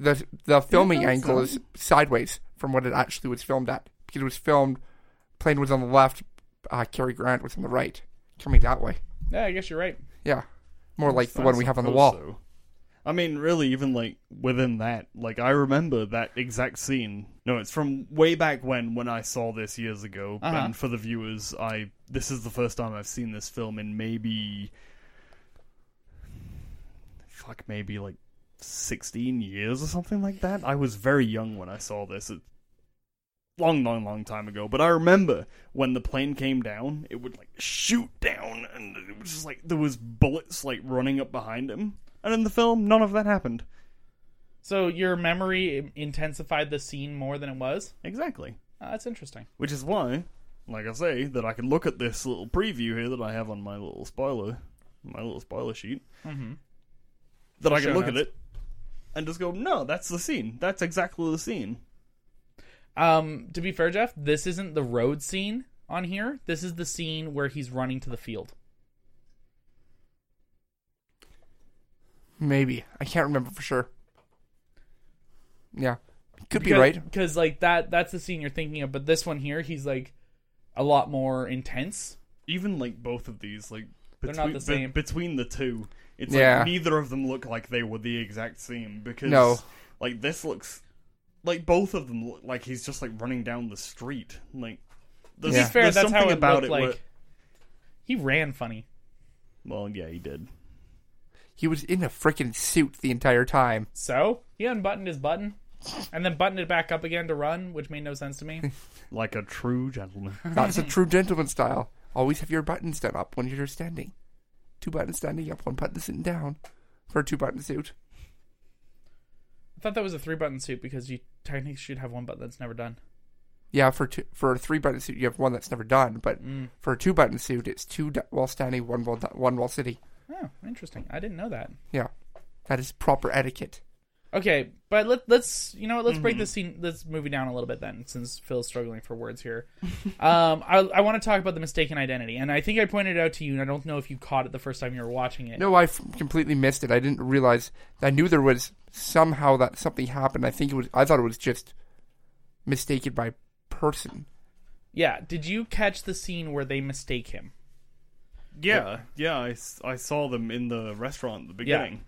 [SPEAKER 4] the the filming
[SPEAKER 1] that's
[SPEAKER 4] angle is sideways from what it actually was filmed at because it was filmed. Plane was on the left. Uh, Cary Grant was on the right, coming that way.
[SPEAKER 3] Yeah, I guess you're right.
[SPEAKER 4] Yeah, more like the
[SPEAKER 1] I
[SPEAKER 4] one we have on the
[SPEAKER 1] suppose
[SPEAKER 4] wall.
[SPEAKER 1] so. I mean, really, even like within that, like I remember that exact scene. No, it's from way back when when I saw this years ago.
[SPEAKER 4] Uh-huh.
[SPEAKER 1] And for the viewers, I this is the first time I've seen this film in maybe fuck maybe like sixteen years or something like that. I was very young when I saw this. It, long, long, long time ago. But I remember when the plane came down, it would like shoot down, and it was just like there was bullets like running up behind him. And in the film, none of that happened.
[SPEAKER 3] So your memory i- intensified the scene more than it was.
[SPEAKER 1] Exactly.
[SPEAKER 3] Uh, that's interesting.
[SPEAKER 1] Which is why, like I say, that I can look at this little preview here that I have on my little spoiler, my little spoiler sheet. Mm-hmm. That I can
[SPEAKER 3] Show
[SPEAKER 1] look at
[SPEAKER 3] notes.
[SPEAKER 1] it and just go, no, that's the scene. That's exactly the scene.
[SPEAKER 3] Um, to be fair, Jeff, this isn't the road scene on here. This is the scene where he's running to the field.
[SPEAKER 4] Maybe I can't remember for sure. Yeah, could be right.
[SPEAKER 3] Because like that, that's the scene you're thinking of. But this one here, he's like a lot more intense.
[SPEAKER 1] even like both of these, like
[SPEAKER 3] They're
[SPEAKER 1] between,
[SPEAKER 3] not the
[SPEAKER 1] be-
[SPEAKER 3] same.
[SPEAKER 1] between the two, it's
[SPEAKER 4] Yeah.
[SPEAKER 1] like neither of them look like they were the exact same because
[SPEAKER 4] No.
[SPEAKER 1] like this looks like both of them look like he's just like running down the street. Like there's,
[SPEAKER 4] Yeah.
[SPEAKER 3] To be fair,
[SPEAKER 1] there's
[SPEAKER 3] that's
[SPEAKER 1] something
[SPEAKER 3] how it
[SPEAKER 1] about
[SPEAKER 3] looked
[SPEAKER 1] it
[SPEAKER 3] like.
[SPEAKER 1] where-
[SPEAKER 3] He ran funny.
[SPEAKER 1] well, yeah, he did.
[SPEAKER 4] He was in a freaking suit the entire time.
[SPEAKER 3] So he unbuttoned his button. and then buttoned it back up again to run, which made no sense to
[SPEAKER 4] [LAUGHS]
[SPEAKER 3] me.
[SPEAKER 1] like a true
[SPEAKER 3] [LAUGHS]
[SPEAKER 1] gentleman.
[SPEAKER 4] That's a true gentleman style. Always have your buttons done up when you're standing. Two buttons standing up, one button sitting down for a two button suit.
[SPEAKER 3] I thought that was a three button suit because you technically should have one button that's never done.
[SPEAKER 4] Yeah, for two, for a three button suit, you have one that's never done, but for a two button suit, it's two du- while standing, one while, do- one while sitting.
[SPEAKER 3] Oh, interesting. I didn't know that.
[SPEAKER 4] Yeah, that is proper etiquette.
[SPEAKER 3] Okay, but let, let's you know what, let's break
[SPEAKER 1] Mm-hmm.
[SPEAKER 3] this scene this movie down a little bit then, since Phil's struggling for words here. [LAUGHS] um, I, I want to talk about the mistaken identity, and I think I pointed it out to you, and I don't know if you caught it the first time you were watching it.
[SPEAKER 4] No, I f- completely missed it. I didn't realize. I knew there was somehow that something happened. I think it was. I thought it was just mistaken by person.
[SPEAKER 3] Yeah, did you catch the scene where they mistake him?
[SPEAKER 1] Yeah, yeah. I, s- I saw them in the restaurant at the
[SPEAKER 3] Yeah.
[SPEAKER 1] beginning.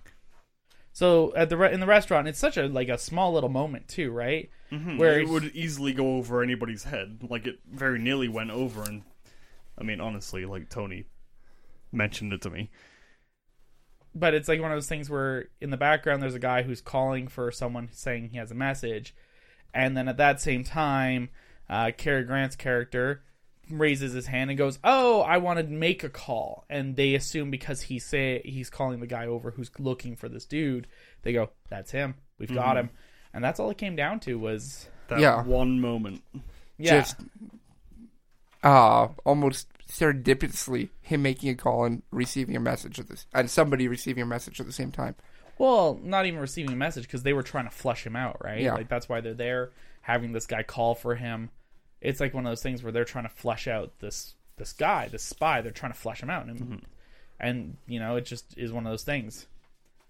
[SPEAKER 3] So at the re- in the restaurant, it's such a like a small little moment too, right? Mm-hmm. Where
[SPEAKER 1] It would easily go over anybody's head. Like it very nearly went over, and I mean, honestly, like Tony mentioned it to me.
[SPEAKER 3] but it's like one of those things where in the background there's a guy who's calling for someone saying he has a message, and then at that same time, uh, Cary Grant's character raises his hand and goes, "Oh, I want to make a call," and they assume because he say he's calling the guy over who's looking for this dude, they go, "That's him. We've got him," and that's all it came down to was
[SPEAKER 1] That
[SPEAKER 4] Yeah.
[SPEAKER 1] one moment.
[SPEAKER 3] yeah,
[SPEAKER 4] Just uh almost serendipitously him making a call and receiving a message at this and somebody receiving a message at the same time.
[SPEAKER 3] Well, not even receiving a message because they were trying to flush him out, right?
[SPEAKER 4] Yeah.
[SPEAKER 3] Like that's why they're there, having this guy call for him. It's like one of those things where they're trying to flush out this this guy, this spy. They're trying to flush him out, and
[SPEAKER 4] Mm-hmm.
[SPEAKER 3] and you know it just is one of those things.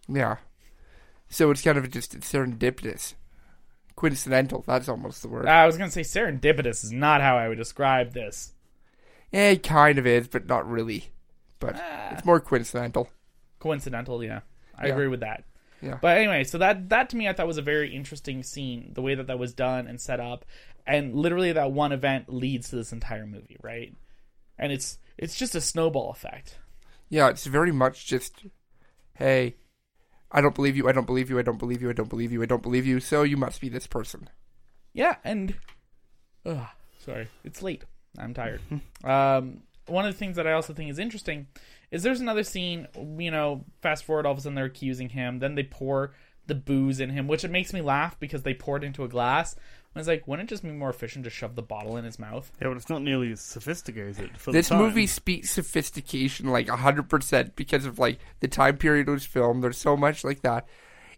[SPEAKER 4] Yeah. So it's kind of just serendipitous. Coincidental, that's almost the word.
[SPEAKER 3] I was gonna say serendipitous is not how I would describe this.
[SPEAKER 4] Yeah, it Eh, kind of is, but not really. But
[SPEAKER 3] uh,
[SPEAKER 4] it's more coincidental.
[SPEAKER 3] Coincidental, yeah, I
[SPEAKER 4] Yeah.
[SPEAKER 3] agree with that.
[SPEAKER 4] Yeah.
[SPEAKER 3] But anyway, so that that to me I thought was a very interesting scene, the way that that was done and set up, and literally that one event leads to this entire movie, right? And it's it's just a snowball effect.
[SPEAKER 4] Yeah, it's very much just, hey, I don't believe you, I don't believe you, I don't believe you, I don't believe you, I don't believe you, so you must be this person.
[SPEAKER 3] Yeah, and ugh, sorry, it's late. I'm tired. um, one of the things that I also think is interesting is there's another scene. You know, fast forward, all of a sudden they're accusing him. Then they pour the booze in him, which it makes me laugh because they poured into a glass. I was like, wouldn't it just be more efficient to shove the bottle in his mouth?
[SPEAKER 1] Yeah, but it's not nearly as sophisticated for
[SPEAKER 4] This
[SPEAKER 1] the time.
[SPEAKER 4] movie speaks sophistication like 100% because of like the time period it was filmed. There's so much like that.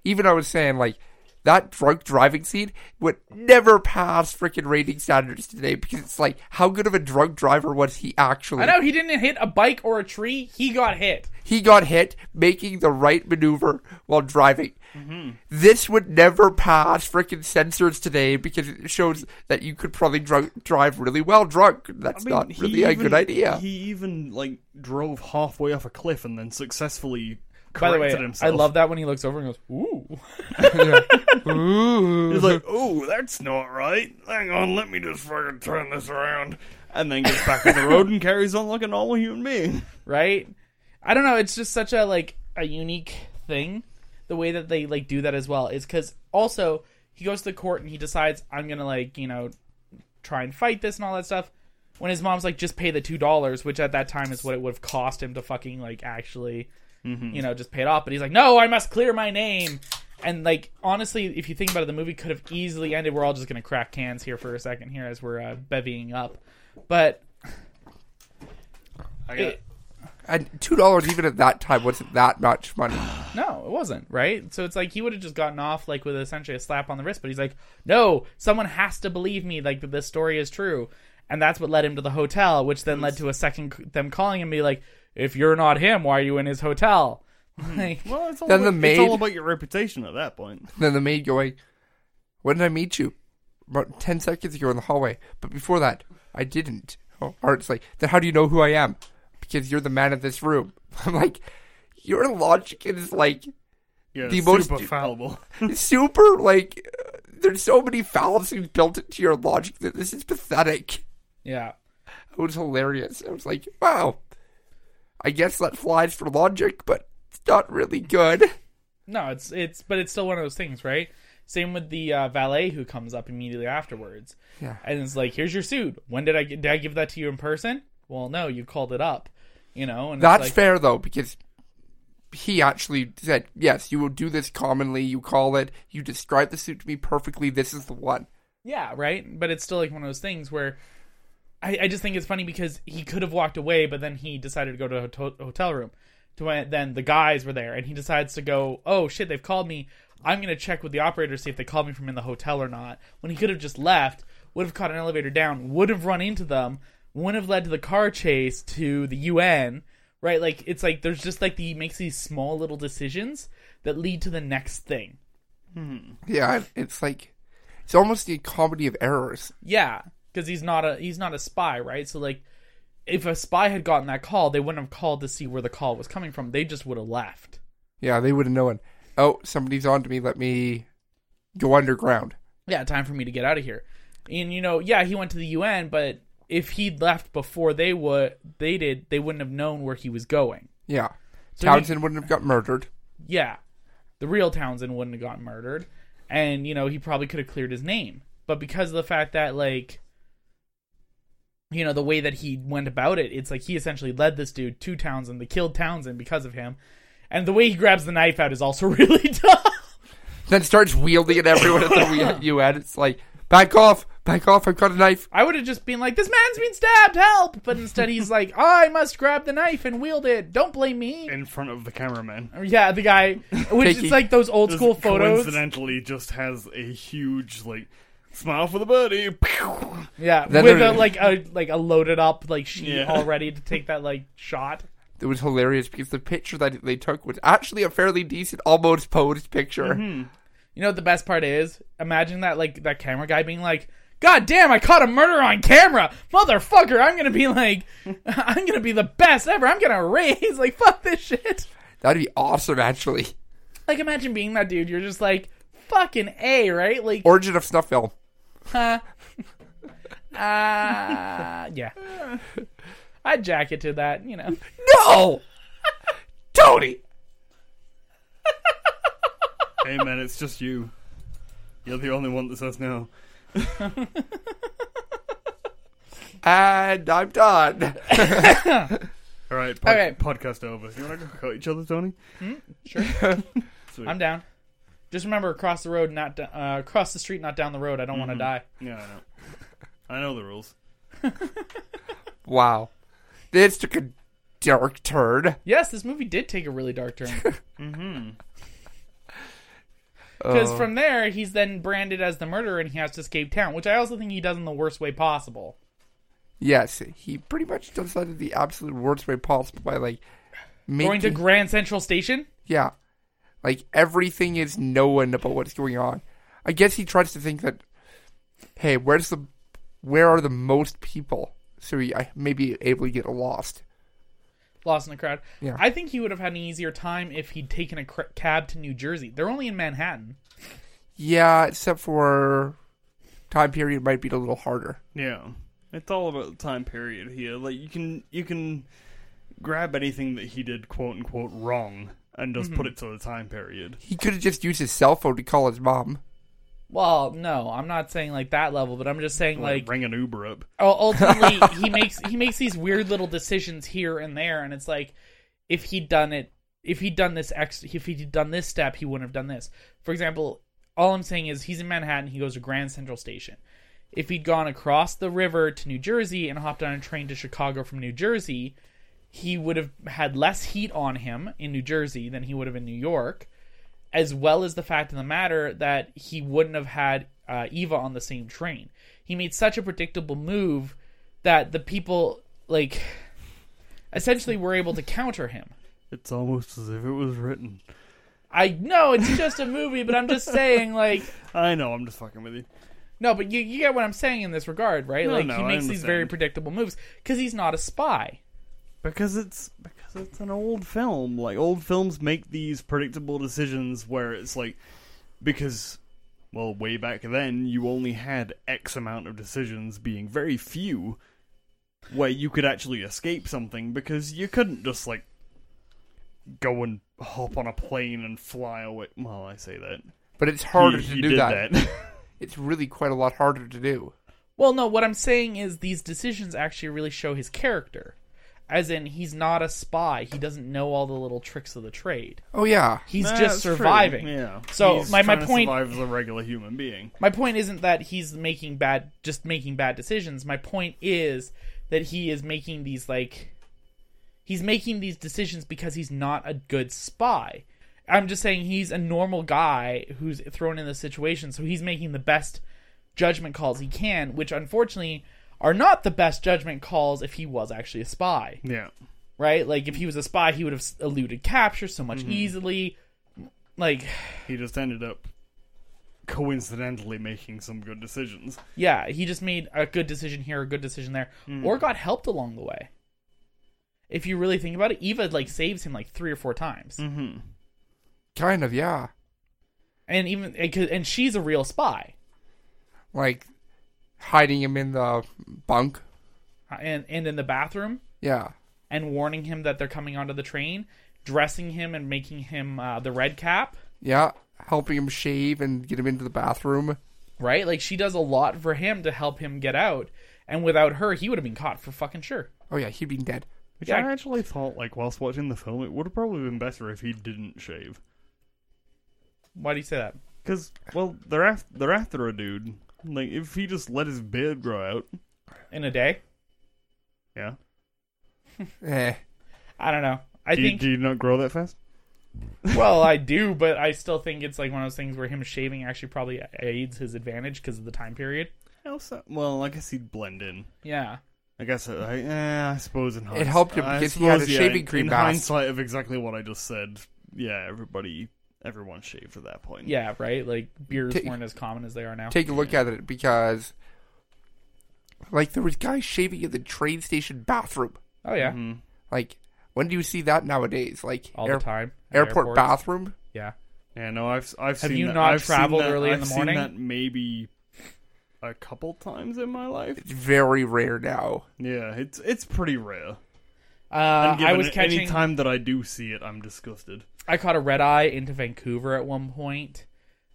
[SPEAKER 4] Even I was saying like that drunk driving scene would never pass freaking rating standards today because it's like how good of a drunk driver was he actually?
[SPEAKER 3] I know he didn't hit a bike or a tree. He got hit.
[SPEAKER 4] He got hit making the right maneuver while driving.
[SPEAKER 1] Mm-hmm.
[SPEAKER 4] This would never pass freaking censors today because it shows that you could probably drunk, drive really well drunk.
[SPEAKER 1] I
[SPEAKER 4] That's
[SPEAKER 1] mean,
[SPEAKER 4] not
[SPEAKER 1] he
[SPEAKER 4] really a
[SPEAKER 1] even-
[SPEAKER 4] good idea.
[SPEAKER 1] He even like drove halfway off a cliff and then successfully corrected
[SPEAKER 3] By the way,
[SPEAKER 1] himself.
[SPEAKER 3] I love that when he looks over and goes, "Ooh."
[SPEAKER 1] He's like, "Oh, that's not right. Hang on, let me just fucking turn this around." And then gets back on the road and carries on like a normal human being.
[SPEAKER 3] right? I don't know. It's just such a like a unique thing. The way that they like do that as well is because also he goes to the court and he decides I'm gonna like you know try and fight this and all that stuff. When his mom's like, just pay the two dollars, which at that time is what it would have cost him to fucking like actually, you know, just pay it off. But he's like, no, I must clear my name. And like honestly, if you think about it, the movie could have easily ended. We're all just gonna crack cans here for a second here as we're uh, bevying up, but
[SPEAKER 1] I
[SPEAKER 3] it,
[SPEAKER 4] And two dollars even at that time wasn't that much money.
[SPEAKER 3] No, it wasn't, right? So it's like he would have just gotten off like with essentially a slap on the wrist, but he's like, "No, someone has to believe me like that this story is true." And that's what led him to the hotel, which then led to a second c- them calling him be like, "If you're not him, why are you in his hotel?" [LAUGHS]
[SPEAKER 4] Hmm.
[SPEAKER 3] Like,
[SPEAKER 1] Well, it's all,
[SPEAKER 4] Then
[SPEAKER 1] about,
[SPEAKER 4] the
[SPEAKER 1] it's all
[SPEAKER 4] maid-
[SPEAKER 1] about your reputation at that point.
[SPEAKER 4] Then the maid going, "When did I meet you? About ten seconds ago in the hallway. But before that, I didn't." Oh, Or it's like, "Then how do you know who I am? Because you're the man of this room." [LAUGHS] I'm like, "Your logic is like."
[SPEAKER 1] Yeah,
[SPEAKER 4] The
[SPEAKER 1] super
[SPEAKER 4] most-
[SPEAKER 1] fallible. [LAUGHS]
[SPEAKER 4] super like uh, there's so many fallacies built into your logic that this is pathetic.
[SPEAKER 3] yeah.
[SPEAKER 4] It was hilarious. I was like, wow. I guess that flies for logic, but it's not really good. [LAUGHS]
[SPEAKER 3] No, it's it's but it's still one of those things, right? Same with the uh, valet who comes up immediately afterwards.
[SPEAKER 4] Yeah.
[SPEAKER 3] And it's like, here's your suit. When did I get, did I give that to you in person? Well, no, you called it up. You know, and
[SPEAKER 4] That's
[SPEAKER 3] it's like,
[SPEAKER 4] fair though, because he actually said, "Yes, you will do this commonly. You call it. You describe the suit to me perfectly. This is the one."
[SPEAKER 3] yeah, right. But it's still like one of those things where I, I just think it's funny because he could have walked away, but then he decided to go to a hotel, hotel room. To when then the guys were there, and he decides to go. Oh shit, they've called me. I'm gonna check with the operator to see if they called me from in the hotel or not. When he could have just left, would have caught an elevator down, would have run into them, would have led to the car chase to the UN. Right, like it's like there's just like the he makes these small little decisions that lead to the next thing.
[SPEAKER 4] Yeah, it's like it's almost a comedy of errors.
[SPEAKER 3] Yeah, because he's not a he's not a spy, right? So like, if a spy had gotten that call, they wouldn't have called to see where the call was coming from. They just would have left.
[SPEAKER 4] Yeah, they would have known. Oh, somebody's on to me. Let me go underground.
[SPEAKER 3] Yeah, time for me to get out of here. And you know, yeah, he went to the UN, but if he'd left before they would they did, they wouldn't have known where he was going.
[SPEAKER 4] Yeah,
[SPEAKER 3] So
[SPEAKER 4] Townsend wouldn't have got murdered.
[SPEAKER 3] yeah, the real Townsend wouldn't have gotten murdered, and you know he probably could have cleared his name, but because of the fact that like, you know the way that he went about it, it's like he essentially led this dude to Townsend, they killed Townsend because of him, and the way he grabs the knife out is also [LAUGHS] really tough.
[SPEAKER 4] Then starts wielding it everyone
[SPEAKER 3] [LAUGHS]
[SPEAKER 4] at the UN. It's like, back off, back off. I've got a knife.
[SPEAKER 3] I would have just been like, "This man's been stabbed, help!" But instead, he's like, "I must grab the knife and wield it. Don't blame me."
[SPEAKER 1] in front of the cameraman.
[SPEAKER 3] Yeah, the guy, which
[SPEAKER 4] Taking-
[SPEAKER 3] is like those old school
[SPEAKER 1] Just
[SPEAKER 3] photos.
[SPEAKER 1] Coincidentally, just has a huge like smile for the birdie. [LAUGHS] Pew!
[SPEAKER 3] Yeah,
[SPEAKER 4] Then
[SPEAKER 3] with a,
[SPEAKER 4] there-
[SPEAKER 3] like a like a loaded up like sheet
[SPEAKER 1] Yeah.
[SPEAKER 3] all ready to take that like shot.
[SPEAKER 4] It was hilarious because the picture that they took was actually a fairly decent, almost posed picture.
[SPEAKER 3] Mm-hmm. You know what the best part is? Imagine that like that camera guy being like, "God damn, I caught a murder on camera, motherfucker! I'm gonna be like, [LAUGHS] I'm gonna be the best ever. I'm gonna raise like [LAUGHS] fuck this shit."
[SPEAKER 4] That'd be awesome, actually.
[SPEAKER 3] Like imagine being that dude. You're just like fucking a right like
[SPEAKER 4] Origin of snuff film.
[SPEAKER 3] uh, uh, yeah. I'd jack it to that, you know.
[SPEAKER 4] No, [LAUGHS] Tony.
[SPEAKER 1] hey man, it's just you. You're the only one that says no.
[SPEAKER 4] And I'm done.
[SPEAKER 1] All right, pod-
[SPEAKER 3] Okay.
[SPEAKER 1] podcast over. You want to go cut each other, Tony?
[SPEAKER 3] Sure.
[SPEAKER 1] Sweet.
[SPEAKER 3] I'm down. Just remember, across the road, not do- uh, across the street, not down the road. I don't want to die.
[SPEAKER 1] Yeah, I know. I know the rules.
[SPEAKER 4] Wow, this took a dark turn.
[SPEAKER 3] Yes, this movie did take a really dark
[SPEAKER 4] [LAUGHS]
[SPEAKER 3] turn. Because
[SPEAKER 4] Oh.
[SPEAKER 3] from there, he's then branded as the murderer and he has to escape town, which I also think he does in the worst way possible.
[SPEAKER 4] Yes, he pretty much does that in the absolute worst way possible by like making
[SPEAKER 3] Going to Grand Central Station?
[SPEAKER 4] yeah, like everything is known about what's going on. I guess he tries to think that, hey, where's the, where are the most people? So he I may be able to get lost.
[SPEAKER 3] Lost in the crowd.
[SPEAKER 4] Yeah.
[SPEAKER 3] I think he would have had an easier time if he'd taken a cr- cab to New Jersey. They're only in Manhattan.
[SPEAKER 4] Yeah, except for time period might be a little harder.
[SPEAKER 1] Yeah, it's all about the time period here. Like you can you can grab anything that he did quote unquote wrong and just put it to the time period.
[SPEAKER 4] He could have just used his cell phone to call his mom.
[SPEAKER 3] Well, no, I'm not saying like that level, but I'm just saying like
[SPEAKER 1] Like, ring an Uber up.
[SPEAKER 3] u- ultimately he makes he makes these weird little decisions here and there, and it's like if he'd done it, if he'd done this ex, if he'd done this step, he wouldn't have done this. For example, all I'm saying is he's in Manhattan, he goes to Grand Central Station. If he'd gone across the river to New Jersey and hopped on a train to Chicago from New Jersey, he would have had less heat on him in New Jersey than he would have in New York, as well as the fact of the matter that he wouldn't have had uh, Eva on the same train. He made such a predictable move that the people, like, essentially were able to counter him.
[SPEAKER 1] It's almost as if it was written.
[SPEAKER 3] I know it's just a movie, but I'm just saying, like,
[SPEAKER 1] I know. I'm just fucking with you.
[SPEAKER 3] no, but you, you get what I'm saying in this regard, right?
[SPEAKER 1] No,
[SPEAKER 3] like,
[SPEAKER 1] no,
[SPEAKER 3] he
[SPEAKER 1] I
[SPEAKER 3] makes these very
[SPEAKER 1] understand.
[SPEAKER 3] predictable moves because he's not a spy.
[SPEAKER 1] Because it's because it's an old film. Like old films make these predictable decisions where it's like because well, way back then you only had X amount of decisions being very few where you could actually escape something because you couldn't just like go and hop on a plane and fly away. Well, I say that.
[SPEAKER 4] But it's harder
[SPEAKER 1] He-
[SPEAKER 4] to
[SPEAKER 1] he
[SPEAKER 4] do
[SPEAKER 1] did
[SPEAKER 4] that. It's really quite a lot harder to do.
[SPEAKER 3] Well, no, what I'm saying is these decisions actually really show his character. As in, he's not a spy. He doesn't know all the little tricks of the trade.
[SPEAKER 4] Oh yeah,
[SPEAKER 3] [LAUGHS] He's
[SPEAKER 1] Nah,
[SPEAKER 3] just
[SPEAKER 1] that's true.
[SPEAKER 3] surviving.
[SPEAKER 1] Yeah.
[SPEAKER 3] So
[SPEAKER 1] He's
[SPEAKER 3] my, my
[SPEAKER 1] trying to
[SPEAKER 3] point
[SPEAKER 1] survive as a regular human being.
[SPEAKER 3] my point isn't that he's making bad just making bad decisions. My point is that he is making these like he's making these decisions because he's not a good spy. I'm just saying he's a normal guy who's thrown in this situation, so he's making the best judgment calls he can, which unfortunately are not the best judgment calls if he was actually a spy
[SPEAKER 1] Yeah.
[SPEAKER 3] right? Like if he was a spy, he would have s- eluded capture so
[SPEAKER 1] Mm-hmm.
[SPEAKER 3] much easily. Like,
[SPEAKER 1] He just ended up coincidentally making some good decisions.
[SPEAKER 3] yeah, he just made a good decision here, a good decision there, or got helped along the way. If you really think about it, Eva like saves him like three or four times,
[SPEAKER 1] Mm-hmm.
[SPEAKER 4] kind of yeah.
[SPEAKER 3] and even and 'cause- and she's a real spy,
[SPEAKER 4] Like hiding him in the bunk.
[SPEAKER 3] Uh, and and in the bathroom
[SPEAKER 4] Yeah,
[SPEAKER 3] and warning him that they're coming onto the train, dressing him and making him uh, the red cap,
[SPEAKER 4] yeah. Helping him shave and get him into the bathroom.
[SPEAKER 3] right? Like she does a lot for him to help him get out, and without her, he would have been caught for fucking sure.
[SPEAKER 4] Oh yeah, he'd been dead.
[SPEAKER 1] Which
[SPEAKER 3] Yeah, I-
[SPEAKER 1] I actually thought, like, whilst watching the film, it would have probably been better if he didn't shave.
[SPEAKER 3] Why do you say that?
[SPEAKER 1] Because, well, they're, af- they're after a dude. Like, if he just let his beard grow out.
[SPEAKER 3] In a day.
[SPEAKER 1] Yeah.
[SPEAKER 4] Eh.
[SPEAKER 3] I don't know. I
[SPEAKER 1] do, you,
[SPEAKER 3] think
[SPEAKER 1] do you not grow that fast?
[SPEAKER 3] well, I do, but I still think it's like one of those things where him shaving actually probably aids his advantage because of the time period.
[SPEAKER 1] Also, well, I guess he'd blend in.
[SPEAKER 3] Yeah,
[SPEAKER 1] I guess I, I, eh, I suppose in hindsight,
[SPEAKER 4] It helped him
[SPEAKER 1] I
[SPEAKER 4] because he had
[SPEAKER 1] suppose,
[SPEAKER 4] a
[SPEAKER 1] yeah,
[SPEAKER 4] shaving
[SPEAKER 1] in-
[SPEAKER 4] cream
[SPEAKER 1] In
[SPEAKER 4] mask.
[SPEAKER 1] hindsight of exactly what I just said, yeah, everybody, everyone shaved at that point.
[SPEAKER 3] yeah, right. Like beards
[SPEAKER 4] Take-
[SPEAKER 3] weren't as common as they are now.
[SPEAKER 4] take a look at it because like there was guys shaving in the train station bathroom
[SPEAKER 3] oh yeah,
[SPEAKER 1] Mhm.
[SPEAKER 4] like when do you see that nowadays like
[SPEAKER 3] all
[SPEAKER 4] air-
[SPEAKER 3] the time. at
[SPEAKER 4] airport
[SPEAKER 3] airports.
[SPEAKER 4] bathroom
[SPEAKER 3] Yeah,
[SPEAKER 1] Yeah, no, I've I've
[SPEAKER 3] Have
[SPEAKER 1] seen
[SPEAKER 3] you
[SPEAKER 1] that.
[SPEAKER 3] not
[SPEAKER 1] I've seen
[SPEAKER 3] traveled
[SPEAKER 1] that-
[SPEAKER 3] early in
[SPEAKER 1] I've
[SPEAKER 3] the
[SPEAKER 1] seen
[SPEAKER 3] morning?
[SPEAKER 1] that maybe a couple times in my life.
[SPEAKER 4] it's very rare now
[SPEAKER 1] Yeah, it's it's pretty rare.
[SPEAKER 3] uh,
[SPEAKER 1] And
[SPEAKER 3] I
[SPEAKER 1] given
[SPEAKER 3] was
[SPEAKER 1] it-
[SPEAKER 3] catching.
[SPEAKER 1] any time that I do see it, I'm disgusted.
[SPEAKER 3] I caught a red eye into Vancouver at one point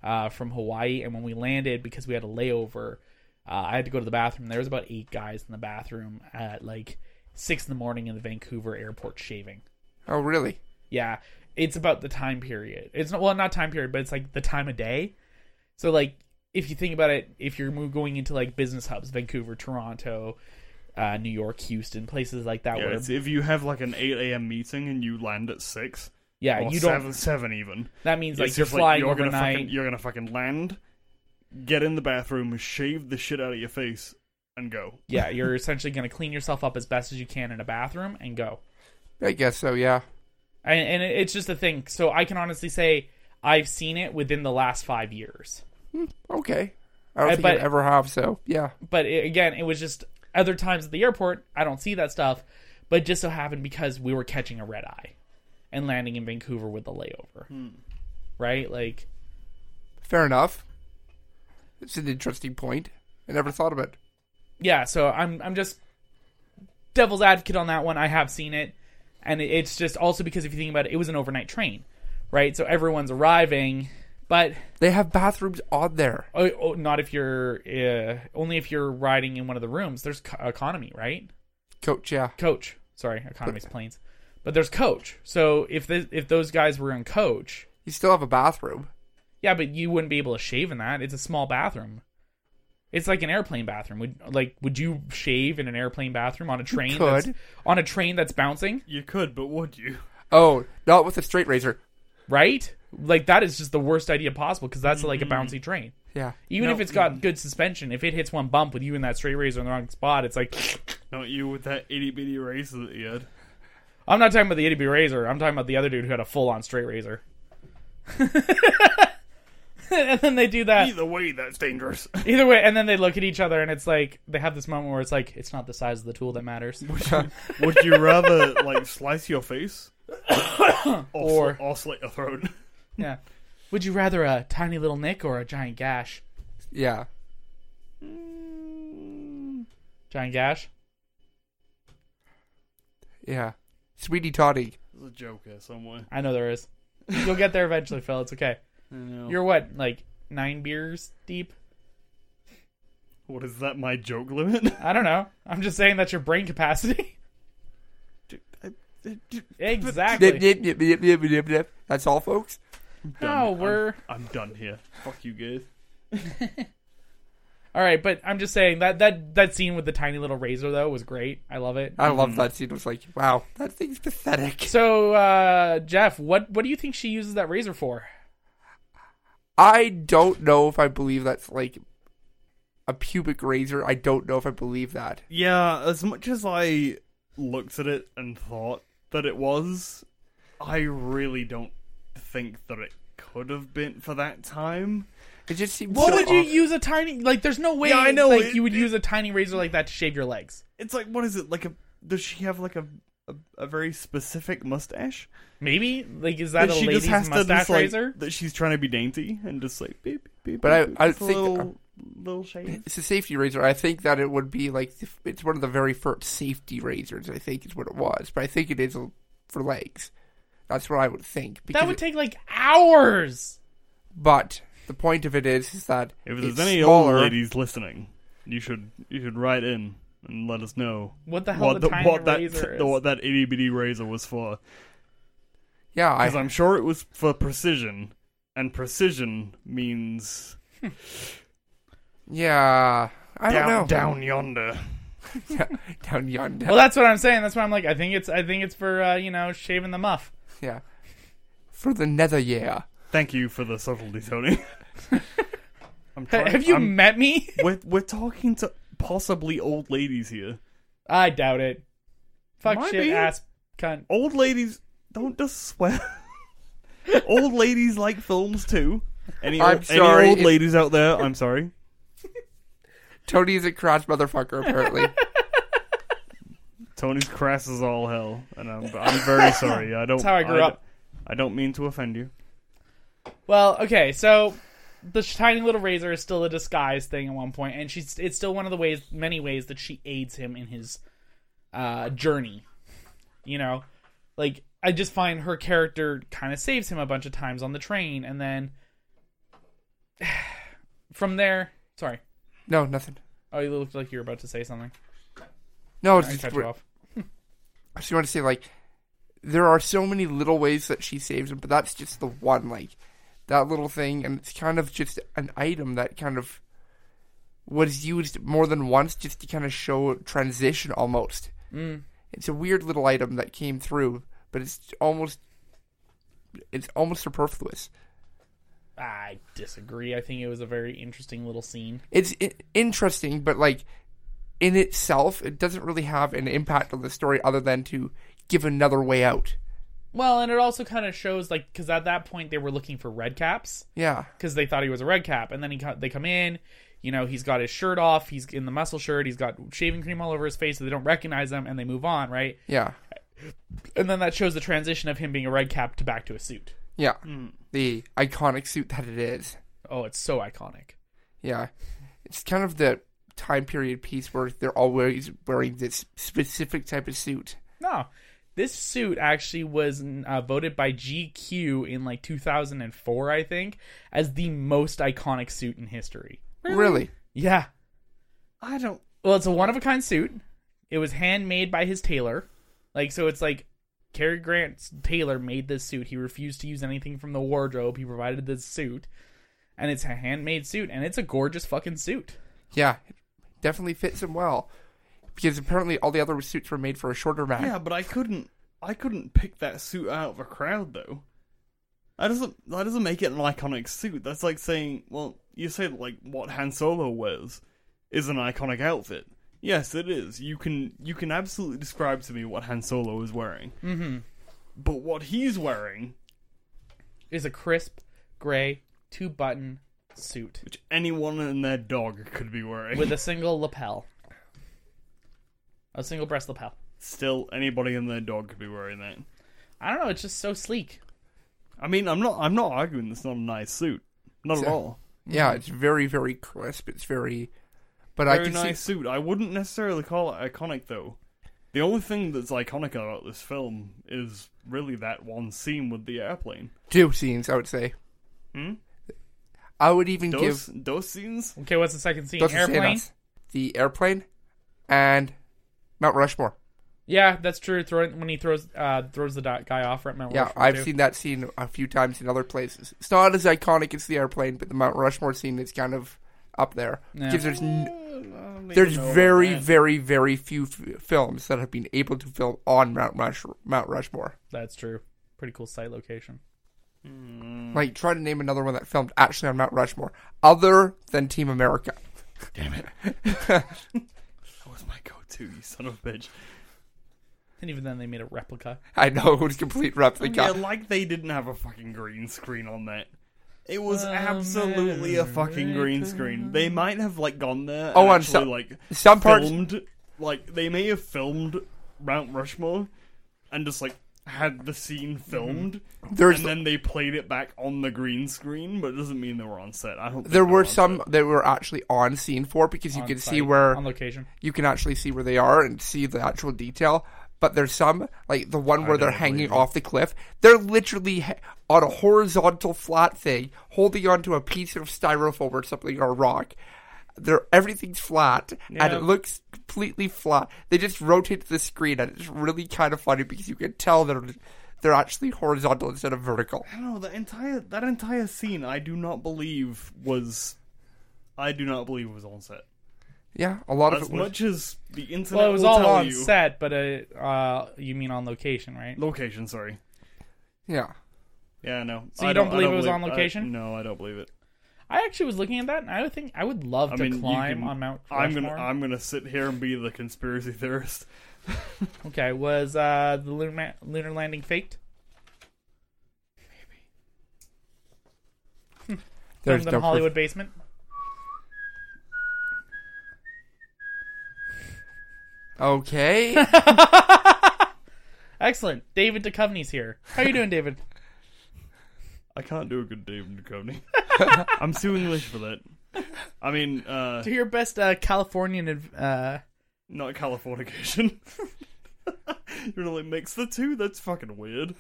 [SPEAKER 3] uh, from Hawaii, and when we landed because we had a layover, uh, I had to go to the bathroom. There was about eight guys in the bathroom at like six in the morning in the Vancouver airport shaving.
[SPEAKER 4] oh really
[SPEAKER 3] Yeah, it's about the time period. It's not well, not time period, but it's like the time of day. So like, if you think about it, if you're move- going into like business hubs, Vancouver, Toronto, uh, New York, Houston, places like that,
[SPEAKER 1] Yeah,
[SPEAKER 3] where
[SPEAKER 1] it's, if you have like an 8 a.m. meeting and you land at six
[SPEAKER 3] yeah,
[SPEAKER 1] or
[SPEAKER 3] you don't.
[SPEAKER 1] seven, seven even.
[SPEAKER 3] That means like
[SPEAKER 1] it's
[SPEAKER 3] you're
[SPEAKER 1] just
[SPEAKER 3] flying
[SPEAKER 1] you're gonna
[SPEAKER 3] overnight.
[SPEAKER 1] Fucking, you're gonna fucking land, get in the bathroom, shave the shit out of your face, and go.
[SPEAKER 3] yeah, you're [LAUGHS] essentially going to clean yourself up as best as you can in a bathroom and go.
[SPEAKER 4] i guess so yeah
[SPEAKER 3] And, and it- it's just a thing. So I can honestly say I've seen it within the last five years.
[SPEAKER 4] okay i don't
[SPEAKER 3] I
[SPEAKER 4] think
[SPEAKER 3] bet-
[SPEAKER 4] i ever have so yeah
[SPEAKER 3] but it, again, it was just other times at the airport. I don't see that stuff, but it just so happened because we were catching a red eye and landing in Vancouver with a layover, right? Like,
[SPEAKER 4] fair enough it's an interesting point i never thought of it
[SPEAKER 3] yeah. So I'm I'm just devil's advocate on that one. I have seen it, and it- it's just also because if you think about it, it was an overnight train, right? So everyone's arriving, but
[SPEAKER 4] they have bathrooms on there
[SPEAKER 3] oh, oh, not if you're uh, only if you're riding in one of the rooms. There's co- economy, right?
[SPEAKER 4] coach yeah
[SPEAKER 3] coach. Sorry, economy's planes. But there's coach. So if th if those guys were in coach,
[SPEAKER 4] you still have a bathroom
[SPEAKER 3] yeah, but you wouldn't be able to shave in that. It's a small bathroom. It's like an airplane bathroom. Would like would you shave in an airplane bathroom on a train?
[SPEAKER 4] could.
[SPEAKER 3] That's, on a train that's bouncing,
[SPEAKER 1] You could, but would you?
[SPEAKER 4] oh not with a straight razor
[SPEAKER 3] right? Like that is just the worst idea possible because that's like a bouncy train.
[SPEAKER 4] yeah
[SPEAKER 3] Even
[SPEAKER 1] No,
[SPEAKER 3] if it's got good suspension, if it hits one bump with you in that straight razor in the wrong spot, it's like
[SPEAKER 1] Not you with that itty bitty razor that you had.
[SPEAKER 3] I'm not talking about the ADB razor. I'm talking about the other dude who had a full on straight razor. [LAUGHS] and then they do that
[SPEAKER 1] Either way, that's dangerous.
[SPEAKER 3] either way, and then they look at each other, and it's like they have this moment where it's like it's not the size of the tool that matters. [LAUGHS]
[SPEAKER 1] would you rather like slice your [COUGHS] face, or
[SPEAKER 3] Or-
[SPEAKER 1] sl- or slit your throat?
[SPEAKER 3] yeah. Would you rather a tiny little nick or a giant gash?
[SPEAKER 4] yeah
[SPEAKER 3] Giant gash.
[SPEAKER 4] yeah sweetie toddy
[SPEAKER 1] There's a Joker somewhere.
[SPEAKER 3] I know there is. You'll get there eventually, Phil. It's okay.
[SPEAKER 1] I know.
[SPEAKER 3] You're what, like nine beers deep?
[SPEAKER 1] What is that? My joke [LAUGHS] limit?
[SPEAKER 3] I don't know. I'm just saying that's your brain capacity. [LAUGHS]
[SPEAKER 4] Yep,
[SPEAKER 3] exactly.
[SPEAKER 4] yep, yep, yep, yep, yep, yep. That's all, folks.
[SPEAKER 1] Oh,
[SPEAKER 3] No, we're
[SPEAKER 1] I'm done here. Fuck you guys.
[SPEAKER 3] all right, but I'm just saying that that that scene with the tiny little razor though was great. I love it.
[SPEAKER 1] Uh,
[SPEAKER 4] I love that scene. It was like, wow, that thing's pathetic.
[SPEAKER 3] So, uh, Jeff, what what do you think she uses that razor for?
[SPEAKER 4] I don't know if I believe that's like a pubic razor. I don't know if I believe that.
[SPEAKER 1] Yeah, as much as I looked at it and thought that it was, I really don't think that it could have been for that time.
[SPEAKER 4] It just seems.
[SPEAKER 3] What
[SPEAKER 4] so
[SPEAKER 3] would you
[SPEAKER 4] off.
[SPEAKER 3] use a tiny like? There's no way
[SPEAKER 1] Uh, Yeah, I know,
[SPEAKER 3] like,
[SPEAKER 1] it-
[SPEAKER 3] you would
[SPEAKER 1] it-
[SPEAKER 3] use a tiny razor like that to shave your legs.
[SPEAKER 1] It's like, what is it? Like a. Does she have like a. A, a very specific mustache
[SPEAKER 3] Maybe like is that a
[SPEAKER 1] she
[SPEAKER 3] lady's
[SPEAKER 1] just has to
[SPEAKER 3] mustache
[SPEAKER 1] just like
[SPEAKER 3] razor?
[SPEAKER 1] that she's trying to be dainty and just like beep beep beep.
[SPEAKER 4] But I-
[SPEAKER 1] beep,
[SPEAKER 4] I
[SPEAKER 1] just a
[SPEAKER 4] think-
[SPEAKER 1] little, little shave.
[SPEAKER 4] It's a safety razor. I think that it would be like if- it's one of the very first safety razors. I think is what it was, but I think it is for legs. That's what I would think. Because
[SPEAKER 3] That would
[SPEAKER 4] it-
[SPEAKER 3] take like hours.
[SPEAKER 4] but the point of it is, is that
[SPEAKER 1] If
[SPEAKER 4] it's
[SPEAKER 1] there's any
[SPEAKER 4] smaller.
[SPEAKER 1] old ladies listening, you should you should write in and let us know
[SPEAKER 3] What the hell
[SPEAKER 1] what
[SPEAKER 3] the,
[SPEAKER 1] the,
[SPEAKER 3] tiny
[SPEAKER 1] what that
[SPEAKER 3] razor is?
[SPEAKER 1] what that itty bitty razor was for.
[SPEAKER 4] yeah, I,
[SPEAKER 1] Because I'm sure it was for precision, and precision means
[SPEAKER 4] yeah, I don't
[SPEAKER 1] down,
[SPEAKER 4] know
[SPEAKER 1] down yonder.
[SPEAKER 4] [LAUGHS] down yonder.
[SPEAKER 3] Well, that's what I'm saying. That's why I'm like, I think it's, I think it's for, uh, you know, shaving the muff.
[SPEAKER 4] yeah, for the nether yeah.
[SPEAKER 1] Thank you for the subtlety,
[SPEAKER 3] [LAUGHS]
[SPEAKER 1] Tony. [LAUGHS] I'm
[SPEAKER 3] Ha-
[SPEAKER 1] trying,
[SPEAKER 3] [LAUGHS] Have you
[SPEAKER 1] I'm-
[SPEAKER 3] met me?
[SPEAKER 1] we're, we're talking to possibly old ladies here.
[SPEAKER 3] I doubt it. Fuck
[SPEAKER 1] Might
[SPEAKER 3] shit,
[SPEAKER 1] be.
[SPEAKER 3] ass cunt.
[SPEAKER 1] Old ladies don't just swear. [LAUGHS] old ladies like films too. Any,
[SPEAKER 4] I'm
[SPEAKER 1] old-
[SPEAKER 4] sorry,
[SPEAKER 1] any old
[SPEAKER 4] it-
[SPEAKER 1] ladies out there? I'm sorry.
[SPEAKER 4] Tony's a crass motherfucker apparently.
[SPEAKER 3] [LAUGHS]
[SPEAKER 1] Tony's crass as all hell, and I'm, I'm very sorry. I don't.
[SPEAKER 3] That's how I grew up.
[SPEAKER 1] I don't mean to offend you.
[SPEAKER 3] Well, okay, so the sh- tiny little razor is still a disguise thing at one point, and she's it's still one of the ways, many ways that she aids him in his uh, journey. You know, like I just find her character kind of saves him a bunch of times on the train, and then [SIGHS] from there, sorry.
[SPEAKER 4] no, nothing.
[SPEAKER 3] Oh, you looked like you were about to say something.
[SPEAKER 4] No, it's
[SPEAKER 3] I
[SPEAKER 4] just
[SPEAKER 3] cut you off.
[SPEAKER 4] I just want to say, like, there are so many little ways that she saves him, but that's just the one, like, that little thing, and it's kind of just an item that kind of was used more than once just to kind of show transition almost. Mm. It's a weird little item that came through, but it's almost it's almost superfluous.
[SPEAKER 3] I disagree. I think it was a very interesting little scene.
[SPEAKER 4] It's i- interesting, but like in itself, it doesn't really have an impact on the story other than to give another way out.
[SPEAKER 3] Well, and it also kind of shows like because at that point they were looking for red caps
[SPEAKER 4] Yeah.
[SPEAKER 3] because they thought he was a red cap, and then he co- they come in, you know, he's got his shirt off, he's in the muscle shirt, he's got shaving cream all over his face, so they don't recognize him, and they move on, right?
[SPEAKER 4] Yeah.
[SPEAKER 3] And then that shows the transition of him being a red cap to back to a suit.
[SPEAKER 4] Yeah.
[SPEAKER 1] Mm.
[SPEAKER 4] The iconic suit that it is.
[SPEAKER 3] Oh, it's so iconic.
[SPEAKER 4] Yeah. It's kind of the time period piece where they're always wearing this specific type of suit.
[SPEAKER 3] No, this suit actually was uh, voted by GQ in like 2004, I think, as the most iconic suit in history.
[SPEAKER 4] Really?
[SPEAKER 3] Yeah.
[SPEAKER 1] I don't.
[SPEAKER 3] Well, it's a one of a kind suit. It was handmade by his tailor. Like so it's like Cary Grant's tailor made this suit. He refused to use anything from the wardrobe. He provided this suit. And it's a handmade suit and it's a gorgeous fucking suit.
[SPEAKER 4] Yeah. It definitely fits him well. Because apparently all the other suits were made for a shorter man.
[SPEAKER 1] Yeah, but I couldn't. I couldn't pick that suit out of a crowd though. That doesn't. That doesn't make it an iconic suit. That's like saying, well, you say like what Han Solo wears is an iconic outfit. Yes, it is. You can you can absolutely describe to me what Han Solo is wearing. Mm-hmm. But what he's wearing,
[SPEAKER 3] It's a crisp gray two button suit
[SPEAKER 1] which anyone and their dog could be wearing,
[SPEAKER 3] with a single lapel. A single breast lapel.
[SPEAKER 1] [LAUGHS] still anybody and their dog could be wearing that.
[SPEAKER 3] I don't know, it's just so sleek.
[SPEAKER 1] I mean, I'm not. I'm not arguing. It's not a nice suit. Not at
[SPEAKER 4] So-
[SPEAKER 1] all.
[SPEAKER 4] Yeah, it's very, very crisp. It's very but I
[SPEAKER 1] Very
[SPEAKER 4] can
[SPEAKER 1] nice
[SPEAKER 4] see
[SPEAKER 1] suit. I wouldn't necessarily call it iconic though. The only thing that's iconic about this film is really that one scene with the airplane.
[SPEAKER 4] Two scenes, I would say.
[SPEAKER 1] Hmm?
[SPEAKER 4] I would even
[SPEAKER 1] Those
[SPEAKER 4] give
[SPEAKER 1] those scenes.
[SPEAKER 3] Okay, what's the second scene?
[SPEAKER 4] those are
[SPEAKER 3] Airplane.
[SPEAKER 4] standouts. the airplane and Mount Rushmore.
[SPEAKER 3] Yeah, that's true. Throwing when he throws uh throws the di- guy off right Mount
[SPEAKER 4] Yeah,
[SPEAKER 3] Rushmore,
[SPEAKER 4] I've
[SPEAKER 3] too.
[SPEAKER 4] seen that scene a few times in other places. It's not as iconic as the airplane, but the Mount Rushmore scene is kind of up there.
[SPEAKER 3] Yeah.
[SPEAKER 4] Because there's n-
[SPEAKER 1] Uh,
[SPEAKER 4] there's
[SPEAKER 1] no,
[SPEAKER 4] very,
[SPEAKER 1] man.
[SPEAKER 4] very, very few f- films that have been able to film on Mount Rush Mount Rushmore.
[SPEAKER 3] That's true. Pretty cool site location. Mm.
[SPEAKER 4] Like, try to name another one that filmed actually on Mount Rushmore, other than Team America. [LAUGHS]
[SPEAKER 1] Damn [LAUGHS] it. that was my go-to, you son of a bitch.
[SPEAKER 3] And even then, they made a replica.
[SPEAKER 4] I know it was complete replica.
[SPEAKER 1] Yeah, like they didn't have a fucking green screen on that. It was
[SPEAKER 4] Oh,
[SPEAKER 1] absolutely a fucking green screen. They might have like gone there. And
[SPEAKER 4] Oh, and
[SPEAKER 1] actually,
[SPEAKER 4] some-
[SPEAKER 1] like
[SPEAKER 4] some parts-
[SPEAKER 1] filmed, like they may have filmed Mount Rushmore, and just like had the scene filmed,
[SPEAKER 4] Mm-hmm. There's
[SPEAKER 1] and then they played it back on the green screen. But it doesn't mean they were on set. I don't. Think
[SPEAKER 4] there
[SPEAKER 1] they
[SPEAKER 4] were
[SPEAKER 1] on
[SPEAKER 4] some
[SPEAKER 1] set.
[SPEAKER 4] that were actually on scene for because you
[SPEAKER 3] on
[SPEAKER 4] can see
[SPEAKER 3] site,
[SPEAKER 4] where
[SPEAKER 3] on location.
[SPEAKER 4] you can actually see where they are and see the actual detail. But there's some like the one where they're
[SPEAKER 1] don't believe
[SPEAKER 4] hanging
[SPEAKER 1] you.
[SPEAKER 4] off the cliff. They're literally ha- on a horizontal flat thing, holding onto a piece of styrofoam or something or a rock. They're everything's flat and
[SPEAKER 1] Yeah.
[SPEAKER 4] it looks completely flat. They just rotate the screen and it's really kind of funny because you can tell they're they're actually horizontal instead of vertical.
[SPEAKER 1] I don't know the entire that entire scene. I do not believe was. I do not believe was on set.
[SPEAKER 4] Yeah, a lot of
[SPEAKER 1] As
[SPEAKER 4] it was.
[SPEAKER 1] much as the internet
[SPEAKER 3] Well, it was
[SPEAKER 1] will
[SPEAKER 3] all
[SPEAKER 1] tell
[SPEAKER 3] on
[SPEAKER 1] you,
[SPEAKER 3] set, but uh, uh, you mean on location, right?
[SPEAKER 1] Location, sorry.
[SPEAKER 4] yeah.
[SPEAKER 1] Yeah, no.
[SPEAKER 3] So you don't believe it was on location?
[SPEAKER 1] I, no, I don't believe it.
[SPEAKER 3] I actually was looking at that, and I would think I would love
[SPEAKER 1] I
[SPEAKER 3] to
[SPEAKER 1] mean, you
[SPEAKER 3] climb
[SPEAKER 1] can-
[SPEAKER 3] on Mount
[SPEAKER 1] I'm
[SPEAKER 3] Rushmore.
[SPEAKER 1] gonna I'm gonna sit here and be the conspiracy theorist.
[SPEAKER 3] Okay, was uh, the lunar, ma- lunar landing faked?
[SPEAKER 4] There's
[SPEAKER 3] Filmed in
[SPEAKER 4] no
[SPEAKER 3] a
[SPEAKER 4] proof.
[SPEAKER 3] Hollywood basement. [LAUGHS]
[SPEAKER 4] Okay.
[SPEAKER 3] Excellent. David Duchovny's here. How you doing, David?
[SPEAKER 1] I can't do a good David
[SPEAKER 3] [LAUGHS]
[SPEAKER 1] Duchovny. I'm too English for that. I mean, uh,
[SPEAKER 3] Do your best uh, Californian. Uh,
[SPEAKER 1] not Californication. [LAUGHS] You're gonna like mix the two? That's fucking weird.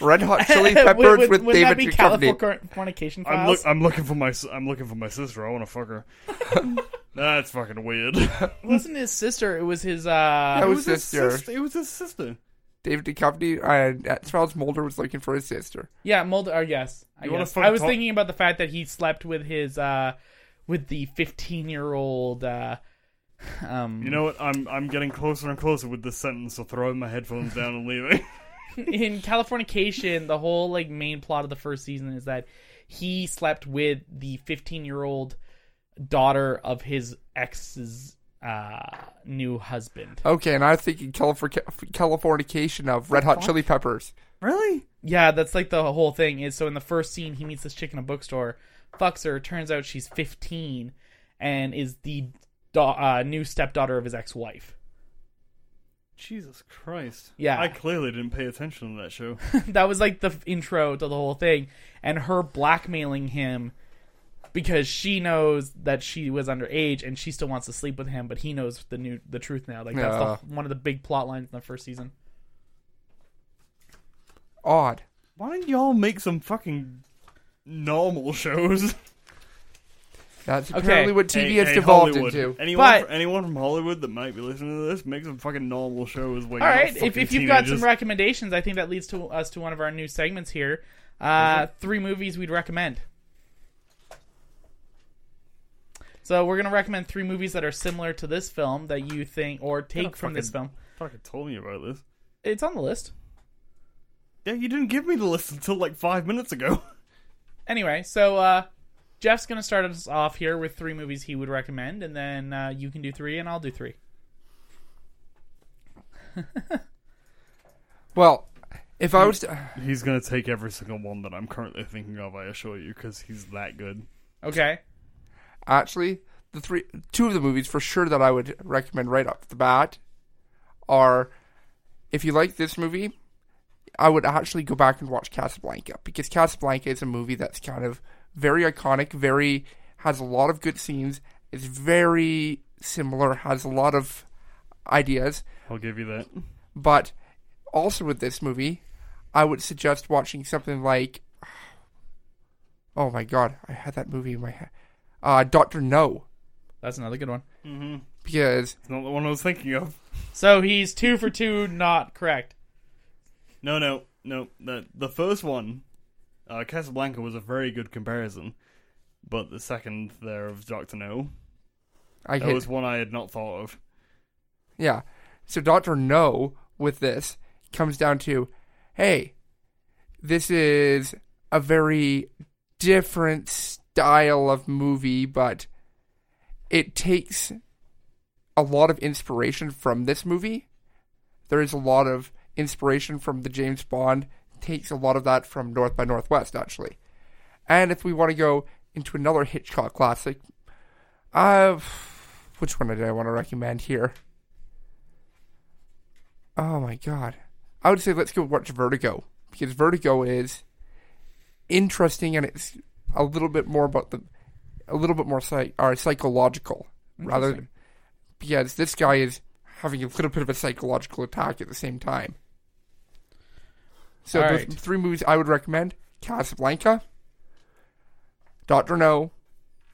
[SPEAKER 4] Red Hot
[SPEAKER 3] [LAUGHS] [LAUGHS]
[SPEAKER 4] Chili
[SPEAKER 3] would-
[SPEAKER 4] Peppers
[SPEAKER 3] would-
[SPEAKER 4] with
[SPEAKER 3] would that
[SPEAKER 4] David
[SPEAKER 3] be
[SPEAKER 4] Duchovny.
[SPEAKER 3] Californication
[SPEAKER 1] I'm
[SPEAKER 3] files?
[SPEAKER 1] look I'm looking for my s- I'm looking for my sister. I want to
[SPEAKER 3] [LAUGHS]
[SPEAKER 1] fuck her. That's fucking weird. It
[SPEAKER 3] wasn't his sister. It was his. Uh,
[SPEAKER 4] was
[SPEAKER 1] his
[SPEAKER 4] sister.
[SPEAKER 1] sis- It was his sister.
[SPEAKER 4] David Duchovny and uh, Charles Mulder was looking for his sister.
[SPEAKER 3] yeah, Mulder. Or yes, I,
[SPEAKER 1] You wanna
[SPEAKER 3] guess.
[SPEAKER 1] fuck
[SPEAKER 3] I was
[SPEAKER 1] Tom-
[SPEAKER 3] thinking about the fact that he slept with his, uh, with the fifteen-year-old. Uh, um,
[SPEAKER 1] You know what? I'm I'm getting closer and closer with this sentence. So throwing my headphones down and leaving. [LAUGHS]
[SPEAKER 3] in Californication, the whole like main plot of the first season is that he slept with the 15 year old daughter of his ex's uh, new husband.
[SPEAKER 4] Okay, and I was thinking Califor- Californication of Red Hot Chili Peppers.
[SPEAKER 1] really?
[SPEAKER 3] Yeah, that's like the whole thing. Is so in the first scene, he meets this chick in a bookstore, fucks her. Turns out she's 15 and is the da- uh, new stepdaughter of his ex wife.
[SPEAKER 1] Jesus Christ.
[SPEAKER 3] Yeah.
[SPEAKER 1] I clearly didn't pay attention to that show.
[SPEAKER 3] that was like the f- intro to the whole thing and her blackmailing him because she knows that she was underage and she still wants to sleep with him but he knows the new the truth now like that's
[SPEAKER 4] Yeah.
[SPEAKER 3] the, one of the big plot lines in the first season
[SPEAKER 4] Odd.
[SPEAKER 1] [LAUGHS] Why don't y'all make some fucking normal
[SPEAKER 3] [LAUGHS]
[SPEAKER 1] shows?
[SPEAKER 4] That's
[SPEAKER 3] Okay.
[SPEAKER 4] apparently what TV
[SPEAKER 1] Hey-
[SPEAKER 4] has
[SPEAKER 1] hey,
[SPEAKER 4] devolved
[SPEAKER 1] Hollywood.
[SPEAKER 4] into.
[SPEAKER 1] Anyone,
[SPEAKER 3] But-
[SPEAKER 1] fr- anyone from Hollywood that might be listening to this, make some fucking normal shows. All
[SPEAKER 3] all right if, if you've got some recommendations i think that leads to us to one of our new segments here uh, three movies we'd recommend so we're gonna recommend three movies that are similar to this film that you think or take from this film
[SPEAKER 1] fucking- fucking told me about this.
[SPEAKER 3] it's on the list
[SPEAKER 1] Yeah, you didn't give me the list until like five minutes ago. [LAUGHS]
[SPEAKER 3] anyway, so uh, Jeff's gonna start us off here with three movies he would recommend, and then uh, you can do three, and I'll do three.
[SPEAKER 4] Well, if I was to,
[SPEAKER 1] He's gonna take every single one that I'm currently thinking of. I assure you, because he's that good.
[SPEAKER 3] Okay.
[SPEAKER 4] actually the three, two of the movies for sure that I would recommend right off the bat are, if you like this movie, I would actually go back and watch Casablanca because Casablanca is a movie that's kind of very iconic, very has a lot of good scenes. It's very similar, has a lot of ideas.
[SPEAKER 1] I'll give you that.
[SPEAKER 4] But also with this movie, I would suggest watching something like, oh my god, I had that movie in my head, uh, Doctor No,
[SPEAKER 3] That's another good one.
[SPEAKER 4] because
[SPEAKER 1] It's not the one I was thinking of.
[SPEAKER 3] So he's two for two, not correct.
[SPEAKER 1] No, no, no. The the first one, uh, Casablanca was a very good comparison, but the second there of Doctor No,
[SPEAKER 4] I
[SPEAKER 1] that
[SPEAKER 4] hit,
[SPEAKER 1] was one I had not thought of.
[SPEAKER 4] yeah. So Doctor No with this comes down to, hey, this is a very different style of movie, but it takes a lot of inspiration from this movie. There is a lot of inspiration from the James Bond, takes a lot of that from North by Northwest, actually. And if we want to go into another Hitchcock classic, uh, which one did I want to recommend here? Oh my god. I would say let's go watch Vertigo, because Vertigo is interesting and it's a little bit more about the, a little bit more psych, or psychological rather than because this guy is having a little bit of a psychological attack at the same time. So
[SPEAKER 3] All
[SPEAKER 4] those
[SPEAKER 3] right.
[SPEAKER 4] three movies I would recommend: Casablanca, Doctor No,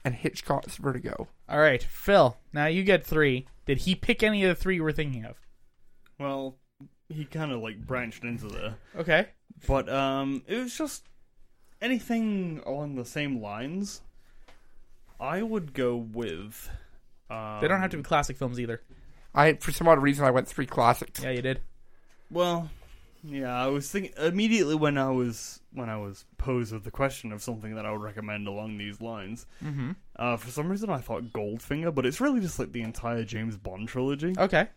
[SPEAKER 4] and Hitchcock's Vertigo.
[SPEAKER 3] All right, Phil. Now you get three. Did he pick any of the three you were thinking of?
[SPEAKER 1] Well, he kind of like branched into there,
[SPEAKER 3] Okay.
[SPEAKER 1] but um, it was just anything along the same lines. I would go with. Um,
[SPEAKER 3] They don't have to be classic films either.
[SPEAKER 4] I for some odd reason I went three classics.
[SPEAKER 3] Yeah, you did.
[SPEAKER 1] Well, yeah, I was thinking immediately when I was when I was posed with the question of something that I would recommend along these lines.
[SPEAKER 3] Mm-hmm.
[SPEAKER 1] Uh, for some reason, I thought Goldfinger, but it's really just like the entire James Bond trilogy
[SPEAKER 3] Okay.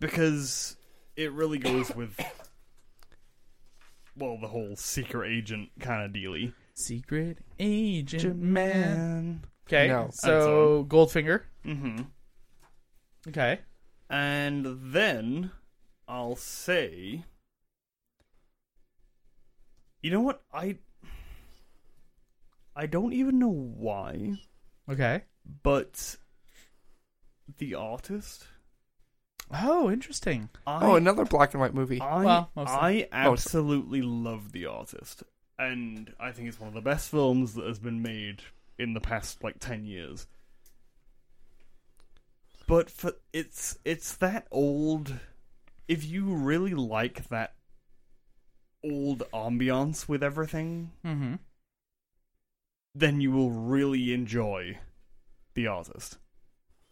[SPEAKER 1] because it really goes with well the whole secret agent kind of dealy.
[SPEAKER 3] Secret Agent Man. Okay.
[SPEAKER 4] No.
[SPEAKER 3] So Goldfinger.
[SPEAKER 1] Mm-hmm.
[SPEAKER 3] Okay.
[SPEAKER 1] And then I'll say, you know what? I I don't even know why,
[SPEAKER 3] Okay.
[SPEAKER 1] but the artist.
[SPEAKER 3] Oh, interesting.
[SPEAKER 1] I,
[SPEAKER 4] Oh, another black and white movie.
[SPEAKER 1] I,
[SPEAKER 3] Well, Oh, mostly.
[SPEAKER 1] I
[SPEAKER 4] Most.
[SPEAKER 1] absolutely love the artist, and I think it's one of the best films that has been made in the past like ten years. But for it's it's that old. If you really like that old ambiance with everything,
[SPEAKER 3] Mm-hmm.
[SPEAKER 1] then you will really enjoy the artist.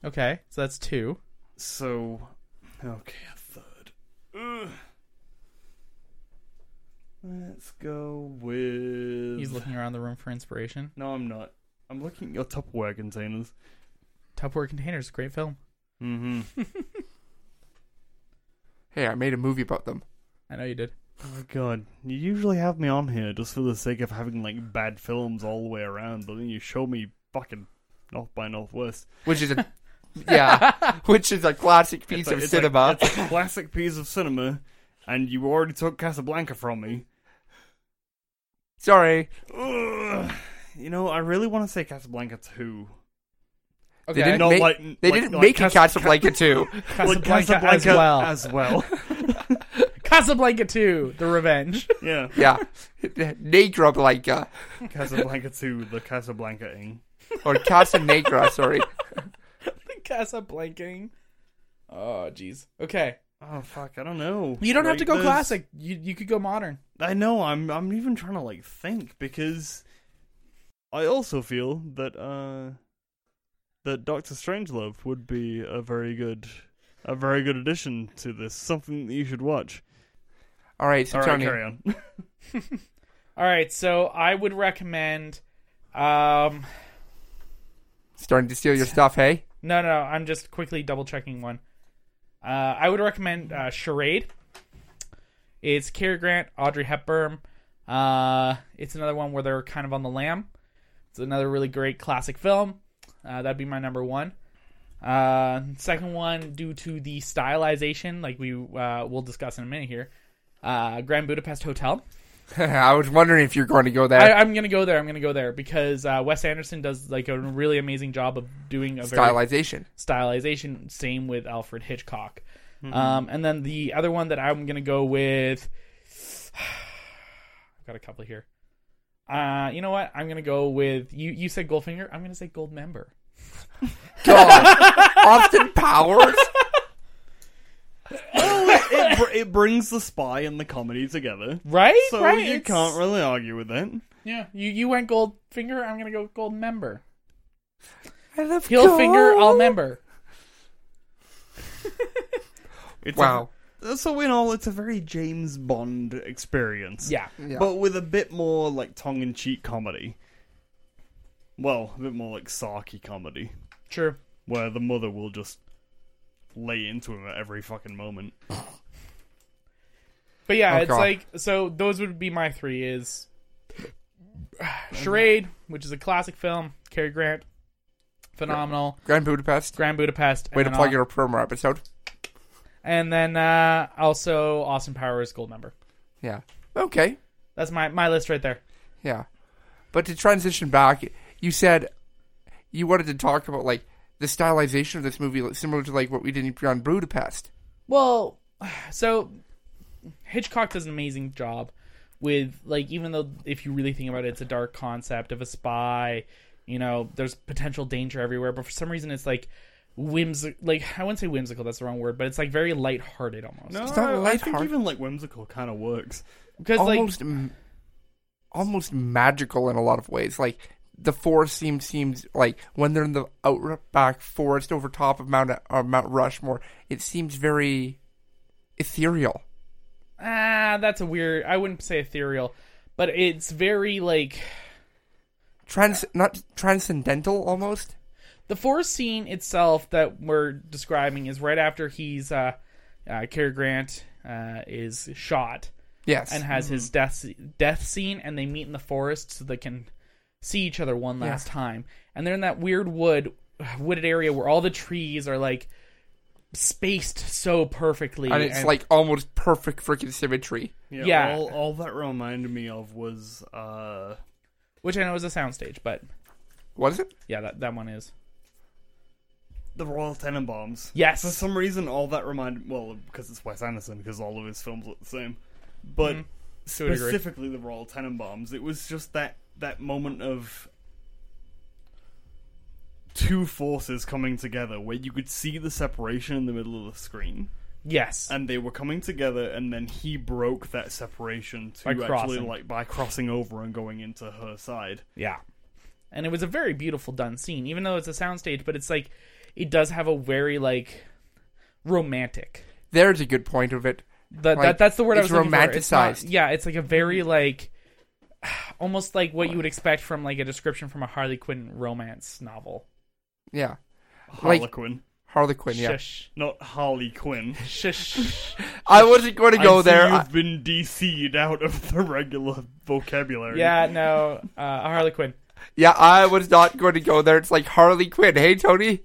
[SPEAKER 3] Okay. So that's two.
[SPEAKER 1] So, okay, a third. Ugh. Let's go with.
[SPEAKER 3] He's looking around the room for inspiration.
[SPEAKER 1] No, I'm not. I'm looking at your Tupperware containers.
[SPEAKER 3] Tupperware Containers, great film.
[SPEAKER 1] Mm-hmm.
[SPEAKER 4] Hey, I made a movie about them.
[SPEAKER 3] I know you did.
[SPEAKER 1] oh god, you usually have me on here just for the sake of having like bad films all the way around, but then you show me fucking North by Northwest.
[SPEAKER 4] which is
[SPEAKER 1] [LAUGHS]
[SPEAKER 4] a yeah, which is a classic piece
[SPEAKER 1] It's a-
[SPEAKER 4] of
[SPEAKER 1] it's a-
[SPEAKER 4] cinema.
[SPEAKER 1] it's
[SPEAKER 4] [LAUGHS]
[SPEAKER 1] a classic piece of cinema, and you already took Casablanca from me.
[SPEAKER 4] Sorry,
[SPEAKER 1] Ugh. You know, I really want to say Casablanca too.
[SPEAKER 3] Okay.
[SPEAKER 4] didn't
[SPEAKER 1] Not
[SPEAKER 4] make-
[SPEAKER 1] like
[SPEAKER 4] they
[SPEAKER 1] like-
[SPEAKER 4] didn't
[SPEAKER 1] like
[SPEAKER 4] make
[SPEAKER 1] Cas-
[SPEAKER 4] a Casablanca too.
[SPEAKER 1] like
[SPEAKER 3] Casablanca, as well.
[SPEAKER 1] As
[SPEAKER 3] [LAUGHS]
[SPEAKER 1] well.
[SPEAKER 3] Casablanca 2, The Revenge.
[SPEAKER 1] yeah,
[SPEAKER 4] Yeah, Negra Blanca
[SPEAKER 1] Casablanca two, the Casablanca ing.
[SPEAKER 4] [LAUGHS] or Casa
[SPEAKER 3] [LAUGHS]
[SPEAKER 4] Negra. Sorry,
[SPEAKER 3] Casablancaing. Oh, jeez. Okay.
[SPEAKER 1] Oh fuck, I don't know.
[SPEAKER 3] You don't have
[SPEAKER 1] Like,
[SPEAKER 3] to go
[SPEAKER 1] there's-
[SPEAKER 3] classic. You you could go modern.
[SPEAKER 1] I know. I'm I'm even trying to like think because I also feel that uh that Doctor Strangelove would be a very good a very good addition to this. Something that you should watch.
[SPEAKER 4] all right, so
[SPEAKER 1] All right,
[SPEAKER 4] Tony,
[SPEAKER 1] carry on. [LAUGHS]
[SPEAKER 3] All right, so I would recommend um
[SPEAKER 4] starting to steal your stuff. Hey, [LAUGHS]
[SPEAKER 3] no, no, I'm just quickly double checking one. Uh, I would recommend uh, Charade. It's Cary Grant, Audrey Hepburn. Uh, it's another one where they're kind of on the lam. It's another really great classic film. Uh, that'd be my number one. Uh, second one, due to the stylization, like we uh, will discuss in a minute here, uh, Grand Budapest Hotel.
[SPEAKER 4] I was wondering if you're going to go
[SPEAKER 3] I,
[SPEAKER 4] there.
[SPEAKER 3] I'm gonna go there. I'm gonna go there because uh, Wes Anderson does like a really amazing job of doing a
[SPEAKER 1] [LAUGHS]
[SPEAKER 3] very
[SPEAKER 4] Stylization.
[SPEAKER 3] stylization. Same with Alfred Hitchcock.
[SPEAKER 1] Mm-hmm.
[SPEAKER 3] Um, and then the other one that I'm gonna go with, [SIGHS] I've got a couple here. Uh, you know what? I'm gonna go with you. You said Goldfinger. I'm gonna say Goldmember.
[SPEAKER 4] God. [LAUGHS] Austin Powers.
[SPEAKER 1] it, br- it brings the spy and the comedy together.
[SPEAKER 3] Right?
[SPEAKER 1] So
[SPEAKER 3] right.
[SPEAKER 1] you
[SPEAKER 3] It's-
[SPEAKER 1] can't really argue with that.
[SPEAKER 3] Yeah. You you went Goldfinger. I'm gonna go Goldmember.
[SPEAKER 4] I love
[SPEAKER 3] Heel finger.
[SPEAKER 4] Gold.
[SPEAKER 3] I'll member.
[SPEAKER 1] It's a-
[SPEAKER 4] Wow.
[SPEAKER 1] so in all, it's a very James Bond experience.
[SPEAKER 3] Yeah.
[SPEAKER 4] Yeah.
[SPEAKER 1] But with a bit more like tongue in cheek comedy. Well, a bit more like sarky comedy,
[SPEAKER 3] True.
[SPEAKER 1] where the mother will just lay into him at every fucking moment.
[SPEAKER 3] But yeah,
[SPEAKER 4] Oh,
[SPEAKER 3] it's
[SPEAKER 4] God.
[SPEAKER 3] like so. Those would be my three: is [SIGHS] Charade, which is a classic film, Cary Grant, phenomenal,
[SPEAKER 4] Grand Budapest.
[SPEAKER 3] Grand Budapest,
[SPEAKER 4] Way
[SPEAKER 3] and
[SPEAKER 4] to
[SPEAKER 3] then
[SPEAKER 4] plug
[SPEAKER 3] al-
[SPEAKER 4] your promo episode.
[SPEAKER 3] and then uh, also Austin Powers, Gold Member.
[SPEAKER 4] Yeah. Okay.
[SPEAKER 3] That's my my list right there.
[SPEAKER 4] Yeah. But to transition back, you said you wanted to talk about like the stylization of this movie, like, similar to like what we did in Grand Budapest.
[SPEAKER 3] Well, [SIGHS] so Hitchcock does an amazing job with like even though if you really think about it, it's a dark concept of a spy. You know, there's potential danger everywhere, but for some reason, it's like whimsical. Like I wouldn't say whimsical; that's the wrong word, but it's like very lighthearted almost.
[SPEAKER 1] No,
[SPEAKER 4] It's not
[SPEAKER 1] I- I think
[SPEAKER 4] lighthearted.
[SPEAKER 1] even like whimsical kind of works.
[SPEAKER 3] because like
[SPEAKER 4] almost, m- almost magical in a lot of ways. Like the forest seems seems like when they're in the outback forest over top of Mount uh, Mount Rushmore, it seems very ethereal.
[SPEAKER 3] ah, that's a weird. I wouldn't say ethereal, but it's very like
[SPEAKER 4] Trans not transcendental almost.
[SPEAKER 3] the forest scene itself that we're describing is right after he's uh, uh Cary Grant uh is shot
[SPEAKER 4] Yes.
[SPEAKER 3] and has his
[SPEAKER 4] Hmm.
[SPEAKER 3] death death scene, and they meet in the forest so they can see each other one last time. And they're in that weird wood wooded area where all the trees are like spaced so perfectly.
[SPEAKER 4] and it's
[SPEAKER 3] and-
[SPEAKER 4] like almost perfect freaking symmetry.
[SPEAKER 1] Yeah.
[SPEAKER 3] Yeah.
[SPEAKER 1] All, all that reminded me of was uh,
[SPEAKER 3] which I know is a soundstage, but
[SPEAKER 4] What is it?
[SPEAKER 3] yeah, that that one is.
[SPEAKER 1] the Royal Tenenbaums.
[SPEAKER 3] Yes.
[SPEAKER 1] For some reason, all that reminded well because it's Wes Anderson because all of his films look the same, but
[SPEAKER 3] Mm-hmm. To a degree.
[SPEAKER 1] specifically the Royal Tenenbaums, it was just that that moment of two forces coming together where you could see the separation in the middle of the screen
[SPEAKER 3] Yes.
[SPEAKER 1] and they were coming together and then he broke that separation to
[SPEAKER 3] By
[SPEAKER 1] actually
[SPEAKER 3] crossing.
[SPEAKER 1] like by crossing over and going into her side
[SPEAKER 3] Yeah. And it was a very beautiful done scene, even though it's a soundstage, but it's like it does have a very like romantic.
[SPEAKER 4] There's a good point of it.
[SPEAKER 3] That,
[SPEAKER 4] Like,
[SPEAKER 3] that that's the word
[SPEAKER 4] it's
[SPEAKER 3] I was looking for. not-
[SPEAKER 4] romanticized.
[SPEAKER 3] yeah, it's like a very like [SIGHS] almost like what you would expect from like a description from a Harley Quinn romance novel.
[SPEAKER 4] Yeah. Like-
[SPEAKER 1] harlequin
[SPEAKER 4] Harlequin, yeah.
[SPEAKER 3] Shush.
[SPEAKER 1] not harley
[SPEAKER 3] [LAUGHS]
[SPEAKER 1] quinn
[SPEAKER 4] [LAUGHS]
[SPEAKER 3] Shush.
[SPEAKER 4] I wasn't going to go
[SPEAKER 1] I see
[SPEAKER 4] there.
[SPEAKER 1] you've been dc'd out of the regular vocabulary
[SPEAKER 3] yeah, no. Uh, a Harley Quinn.
[SPEAKER 4] Yeah, I was not going to go there. It's like Harley Quinn. Hey, Tony.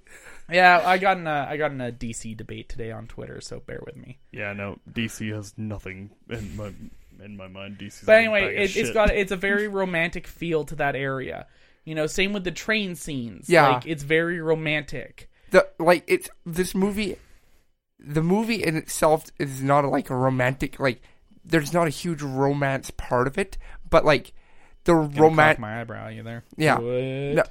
[SPEAKER 3] Yeah, I got in a I got in a DC debate today on Twitter, so bear with me.
[SPEAKER 1] yeah no dc has nothing in my in my mind dc's
[SPEAKER 3] But anyway, it, it's got it's a very romantic feel to that area. You know, same with the train scenes.
[SPEAKER 4] Yeah.
[SPEAKER 3] like it's very romantic.
[SPEAKER 4] The like it's this movie. The movie in itself is not like a romantic. Like there's not a huge romance part of it, but like the
[SPEAKER 3] Romantic.
[SPEAKER 4] romance.
[SPEAKER 3] My eyebrow, you there?
[SPEAKER 4] Yeah.
[SPEAKER 3] What?
[SPEAKER 4] No,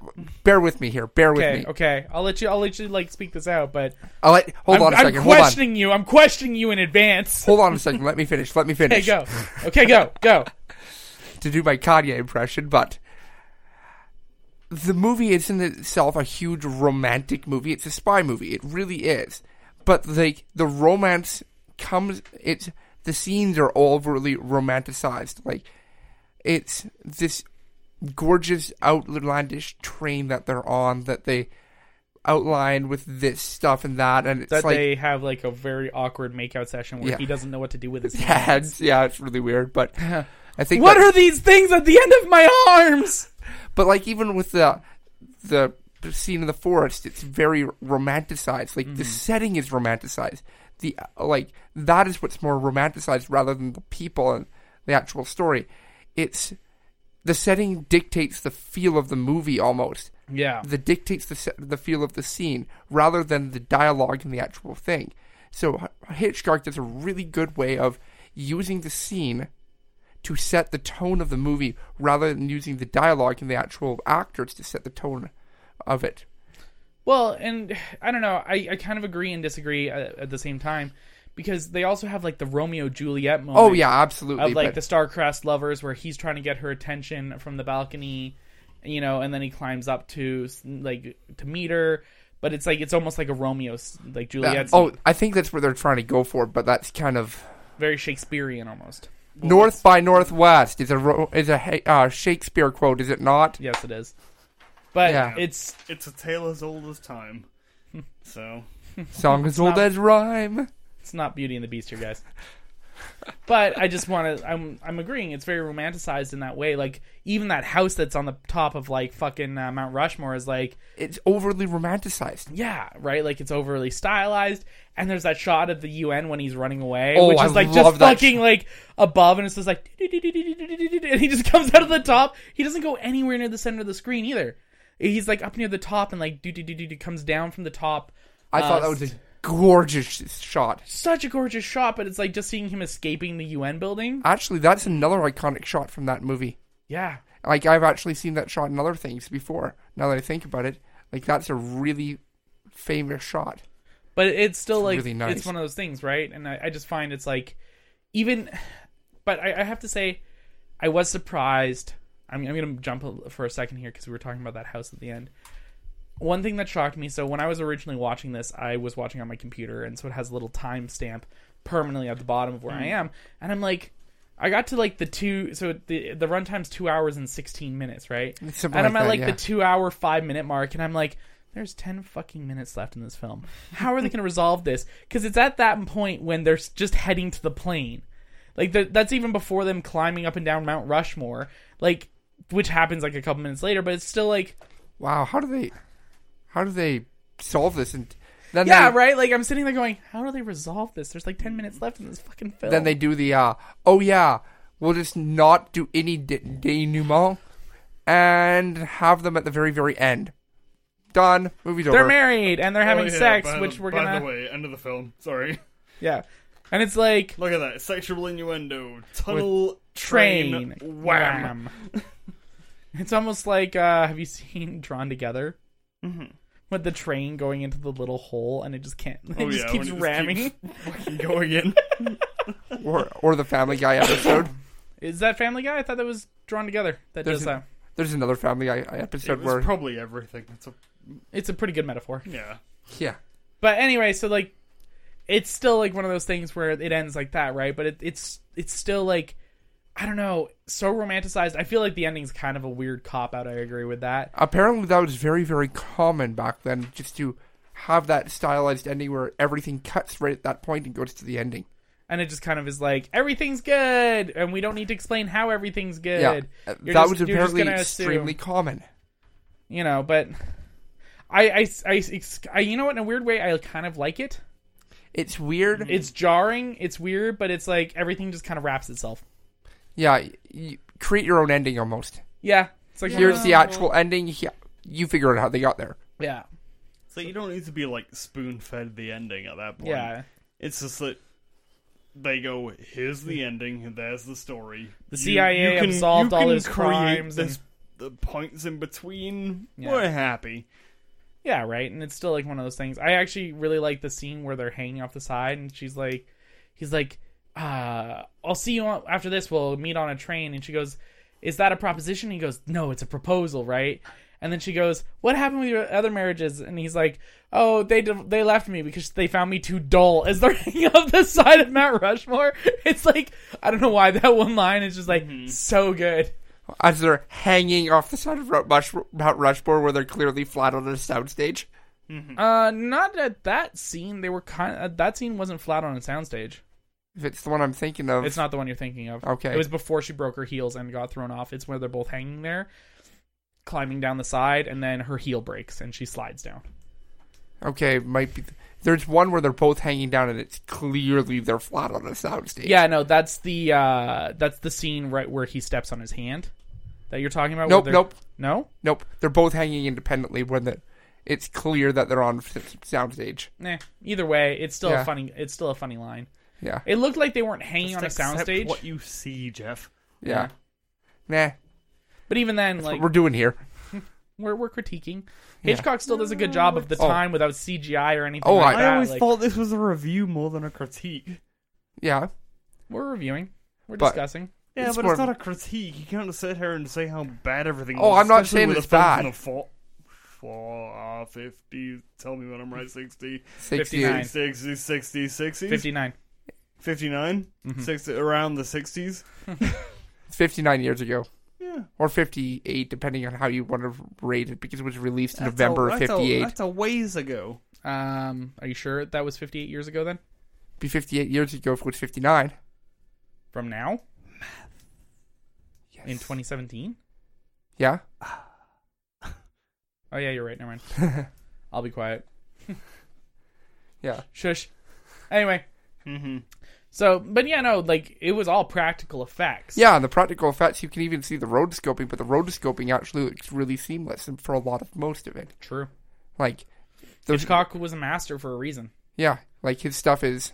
[SPEAKER 4] bear with me here. Bear with
[SPEAKER 3] okay,
[SPEAKER 4] me.
[SPEAKER 3] okay. I'll let you. I'll let you like speak this out, but
[SPEAKER 4] I'll let, hold
[SPEAKER 3] I'm,
[SPEAKER 4] on a
[SPEAKER 3] I'm
[SPEAKER 4] second. Hold on.
[SPEAKER 3] questioning you. I'm questioning you in advance.
[SPEAKER 4] Hold on a second. Let me
[SPEAKER 3] [LAUGHS]
[SPEAKER 4] finish. Let me
[SPEAKER 3] Okay,
[SPEAKER 4] finish.
[SPEAKER 3] go. Okay, go.
[SPEAKER 4] [LAUGHS]
[SPEAKER 3] Go.
[SPEAKER 4] to do my Kanye impression, but the movie is in itself a huge romantic movie. It's a spy movie. It really is. But like the romance comes it's the scenes are all really romanticized. Like it's this gorgeous outlandish train that they're on that they outline with this stuff and that and it's
[SPEAKER 3] That
[SPEAKER 4] like
[SPEAKER 3] they have like a very awkward makeout session where
[SPEAKER 4] Yeah.
[SPEAKER 3] he doesn't know what to do
[SPEAKER 4] [LAUGHS]
[SPEAKER 3] with his
[SPEAKER 4] [LAUGHS] yeah,
[SPEAKER 3] hands.
[SPEAKER 4] it's, yeah, it's really weird, but
[SPEAKER 3] [LAUGHS]
[SPEAKER 4] I think
[SPEAKER 3] What
[SPEAKER 4] that-
[SPEAKER 3] are these things at the end of my arms?
[SPEAKER 4] But like even with the the scene in the forest, it's very romanticized. Like the setting is romanticized. The uh, like that is what's more romanticized rather than the people and the actual story. It's the setting dictates the feel of the movie almost.
[SPEAKER 3] Yeah.
[SPEAKER 4] The dictates the se- the feel of the scene rather than the dialogue and the actual thing. So H- Hitchcock does a really good way of using the scene to set the tone of the movie rather than using the dialogue and the actual actors to set the tone of it.
[SPEAKER 3] Well, and I don't know. I, I kind of agree and disagree uh, at, at the same time because they also have like the Romeo Juliet moment.
[SPEAKER 4] Oh yeah, absolutely.
[SPEAKER 3] Of like
[SPEAKER 4] but-
[SPEAKER 3] the star-crossed lovers where he's trying to get her attention from the balcony, you know, and then he climbs up to like to meet her. But it's like it's almost like a Romeo like
[SPEAKER 4] that-
[SPEAKER 3] Juliet.
[SPEAKER 4] oh, I think that's what they're trying to go for, but that's kind of
[SPEAKER 3] very Shakespearean almost.
[SPEAKER 4] North by Northwest is a ro- is a he- uh, Shakespeare quote, is it not?
[SPEAKER 3] Yes, it is. But
[SPEAKER 4] Yeah.
[SPEAKER 3] it's
[SPEAKER 1] It's a tale as old as
[SPEAKER 3] [LAUGHS]
[SPEAKER 1] time. So
[SPEAKER 4] Song as old
[SPEAKER 3] not-
[SPEAKER 4] as rhyme.
[SPEAKER 3] It's not Beauty and the Beast here, guys. but I just want to. I'm I'm agreeing. It's very romanticized in that way. Like even that house that's on the top of like fucking uh, Mount Rushmore is like
[SPEAKER 4] It's overly romanticized.
[SPEAKER 3] yeah right. Like it's overly stylized. And there's that shot of the UN when he's running away,
[SPEAKER 4] Oh,
[SPEAKER 3] which
[SPEAKER 4] I
[SPEAKER 3] is like
[SPEAKER 4] love
[SPEAKER 3] just
[SPEAKER 4] that
[SPEAKER 3] fucking
[SPEAKER 4] shot.
[SPEAKER 3] like above, and it's just like and he just comes out of the top. He doesn't go anywhere near the center of the screen either. He's like up near the top and like do do do do do comes down from the top.
[SPEAKER 4] I thought that
[SPEAKER 3] Uh,
[SPEAKER 4] was a gorgeous sh- shot.
[SPEAKER 3] such a gorgeous shot, but it's like just seeing him escaping the UN building.
[SPEAKER 4] Actually, that's another iconic shot from that movie.
[SPEAKER 3] Yeah.
[SPEAKER 4] Like I've actually seen that shot in other things before. Now that I think about it, like that's a really famous shot.
[SPEAKER 3] but it's still like
[SPEAKER 4] really nice.
[SPEAKER 3] it's one of those things right and i, I just find it's like even [SIGHS] but I, I have to say i was surprised i'm, I'm gonna jump a- for a second here because we were talking about that house at the end one thing that shocked me so when i was originally watching this i was watching on my computer and so it has a little timestamp permanently at the bottom of where
[SPEAKER 4] Mm.
[SPEAKER 3] i am and i'm like i got to like the two so the the runtime's two hours and 16 minutes right
[SPEAKER 4] Something
[SPEAKER 3] and I'm at
[SPEAKER 4] like that,
[SPEAKER 3] like
[SPEAKER 4] yeah.
[SPEAKER 3] the two hour, five minute mark, and I'm like, there's 10 fucking minutes left in this film. How are they
[SPEAKER 4] [LAUGHS]
[SPEAKER 3] going to resolve this? Because it's at that point when they're s- just heading to the plane. Like, th- that's even before them climbing up and down Mount Rushmore, like, which happens like a couple minutes later, but it's still like,
[SPEAKER 4] Wow, how do they, how do they solve this? And then
[SPEAKER 3] yeah,
[SPEAKER 4] they,
[SPEAKER 3] right? Like, I'm sitting there going, how do they resolve this? There's like 10 minutes left in this fucking film.
[SPEAKER 4] Then they do the uh, oh yeah, we'll just not do any de- denouement and have them at the very very end. Done. Movie's
[SPEAKER 3] They're
[SPEAKER 4] over.
[SPEAKER 3] married and they're having
[SPEAKER 1] Oh, yeah,
[SPEAKER 3] sex,
[SPEAKER 1] by
[SPEAKER 3] which
[SPEAKER 1] the,
[SPEAKER 3] we're
[SPEAKER 1] by
[SPEAKER 3] gonna.
[SPEAKER 1] the way, end of the film. Sorry. [LAUGHS]
[SPEAKER 3] Yeah. And it's like,
[SPEAKER 1] Look at that sexual innuendo, tunnel,
[SPEAKER 3] train,
[SPEAKER 1] wham.
[SPEAKER 3] wham. [LAUGHS] it's almost like uh, have you seen Drawn Together? Mm-hmm. With the train going into the little hole and it just can't, [LAUGHS] it
[SPEAKER 1] Oh,
[SPEAKER 3] just
[SPEAKER 1] yeah,
[SPEAKER 3] keeps
[SPEAKER 1] when it just
[SPEAKER 3] ramming.
[SPEAKER 1] [LAUGHS] keeps going in.
[SPEAKER 4] Or or the Family Guy episode. [COUGHS]
[SPEAKER 3] Is that Family Guy? I thought that was Drawn Together. That
[SPEAKER 4] There's
[SPEAKER 3] does
[SPEAKER 4] a-
[SPEAKER 3] that.
[SPEAKER 4] There's another Family Guy
[SPEAKER 1] It
[SPEAKER 4] episode where
[SPEAKER 1] was probably everything. It's a
[SPEAKER 3] It's a pretty good metaphor.
[SPEAKER 1] yeah.
[SPEAKER 4] yeah,
[SPEAKER 3] But anyway, so like, it's still like one of those things where it ends like that, right? But it, it's it's still like, I don't know, so romanticized. I feel like the ending's kind of a weird cop out. I agree with that.
[SPEAKER 4] apparently that was very very common back then, just to have that stylized ending where everything cuts right at that point and goes to the ending.
[SPEAKER 3] and it just kind of is like everything's good, and we don't need to explain how everything's good.
[SPEAKER 4] Yeah, Uh,
[SPEAKER 3] You're
[SPEAKER 4] that
[SPEAKER 3] just- you're
[SPEAKER 4] was
[SPEAKER 3] just
[SPEAKER 4] apparently
[SPEAKER 3] gonna
[SPEAKER 4] extremely
[SPEAKER 3] assume,
[SPEAKER 4] common.
[SPEAKER 3] you know. But I, I, I, I, you know what? In a weird way, I kind of like it.
[SPEAKER 4] Mm-hmm. It's weird.
[SPEAKER 3] It's jarring, it's weird, but it's like everything just kind of wraps itself.
[SPEAKER 4] yeah, y y- create your own ending almost.
[SPEAKER 3] Yeah, it's like
[SPEAKER 4] Here's the actual ending. Yeah, you figure out how they got there.
[SPEAKER 3] yeah,
[SPEAKER 1] So you don't need to be like spoon fed the ending at that point.
[SPEAKER 3] yeah.
[SPEAKER 1] It's just that they go, here's the ending, there's the story. The
[SPEAKER 3] CIA absolved all his crimes
[SPEAKER 1] There's the points in between.
[SPEAKER 3] Yeah.
[SPEAKER 1] We're happy.
[SPEAKER 3] Yeah, right. And it's still like one of those things. I actually really like the scene where they're hanging off the side, and she's like, he's like, uh, I'll see you on, after this. We'll meet on a train. And she goes, Is that a proposition? he goes, No, it's a proposal, right? And then she goes, What happened with your other marriages? And he's like, Oh, they div- they left me because they found me too dull. As they're [LAUGHS] hanging off the side of Mount Rushmore, it's like I don't know why that one line is just like so good.
[SPEAKER 4] As they're hanging off the side of Ru- Rush- Mount Rushmore, where they're clearly flat on a soundstage.
[SPEAKER 3] Uh, not at that scene. They were kind of, that scene wasn't flat on a soundstage.
[SPEAKER 4] If it's the one I'm thinking of,
[SPEAKER 3] It's not the one you're thinking of.
[SPEAKER 4] Okay.
[SPEAKER 3] It was before she broke her heels and got thrown off. It's where they're both hanging there, climbing down the side, and then her heel breaks and she slides down.
[SPEAKER 4] Okay, might be. There's one where they're both hanging down, and it's clearly they're flat on a soundstage.
[SPEAKER 3] Yeah, no, that's the uh, that's the scene right where he steps on his hand that you're talking about. where
[SPEAKER 4] Nope,
[SPEAKER 3] they're-
[SPEAKER 4] nope,
[SPEAKER 3] no,
[SPEAKER 4] nope. They're both hanging independently when the, it's clear that they're on s- soundstage.
[SPEAKER 3] nah. Either way, it's still
[SPEAKER 4] Yeah.
[SPEAKER 3] a funny. It's still a funny line.
[SPEAKER 4] Yeah,
[SPEAKER 3] It looked like they weren't hanging
[SPEAKER 1] Just
[SPEAKER 3] on a
[SPEAKER 1] accept
[SPEAKER 3] soundstage,
[SPEAKER 1] What you see, Jeff.
[SPEAKER 4] yeah. Nah,
[SPEAKER 3] but even then,
[SPEAKER 4] what
[SPEAKER 3] like
[SPEAKER 4] we're doing here.
[SPEAKER 3] we're we're critiquing.
[SPEAKER 4] Yeah.
[SPEAKER 3] Hitchcock still does a good job of the
[SPEAKER 4] Oh.
[SPEAKER 3] time without CGI or anything.
[SPEAKER 4] Oh,
[SPEAKER 3] like
[SPEAKER 4] I
[SPEAKER 1] I
[SPEAKER 3] that.
[SPEAKER 1] always
[SPEAKER 3] like,
[SPEAKER 1] thought this was a review more than a critique.
[SPEAKER 4] Yeah,
[SPEAKER 3] we're reviewing, we're
[SPEAKER 4] But-
[SPEAKER 3] discussing.
[SPEAKER 1] Yeah,
[SPEAKER 4] It's
[SPEAKER 1] but
[SPEAKER 4] more
[SPEAKER 1] it's
[SPEAKER 4] of-
[SPEAKER 1] not a critique. You can't sit here and say how bad everything.
[SPEAKER 4] Oh,
[SPEAKER 1] was,
[SPEAKER 4] I'm not
[SPEAKER 1] especially
[SPEAKER 4] saying
[SPEAKER 1] with
[SPEAKER 4] it's
[SPEAKER 1] a film from
[SPEAKER 4] bad.
[SPEAKER 1] the Four, four, uh, 50, tell me when I'm right, 60,
[SPEAKER 4] 68.
[SPEAKER 3] 59.
[SPEAKER 1] 60, 60, 60,
[SPEAKER 3] Fifty Mm-hmm. nine.
[SPEAKER 1] 59, 60, around the 60s.
[SPEAKER 4] It's 59 years ago.
[SPEAKER 1] Yeah.
[SPEAKER 4] Or 58, depending on how you want to rate it, because it was released in November of
[SPEAKER 1] That's a-
[SPEAKER 4] 58.
[SPEAKER 1] That's a ways ago.
[SPEAKER 3] Um, are you sure that was fifty eight years ago then?
[SPEAKER 4] be 58 years ago if it was 59.
[SPEAKER 3] From now
[SPEAKER 4] Yes.
[SPEAKER 3] in twenty seventeen?
[SPEAKER 4] Yeah.
[SPEAKER 3] Oh yeah, you're right. Never mind.
[SPEAKER 4] [LAUGHS]
[SPEAKER 3] I'll be quiet.
[SPEAKER 4] Yeah.
[SPEAKER 3] Shush. Anyway,
[SPEAKER 1] Mm-hmm.
[SPEAKER 3] so but yeah, no, like it was all practical effects.
[SPEAKER 4] Yeah, and the practical effects, you can even see the road scoping, but the road scoping actually looks really seamless and for a lot of most of it.
[SPEAKER 3] true.
[SPEAKER 4] Like, there's-
[SPEAKER 3] Hitchcock was a master for a reason.
[SPEAKER 4] Yeah, like his stuff is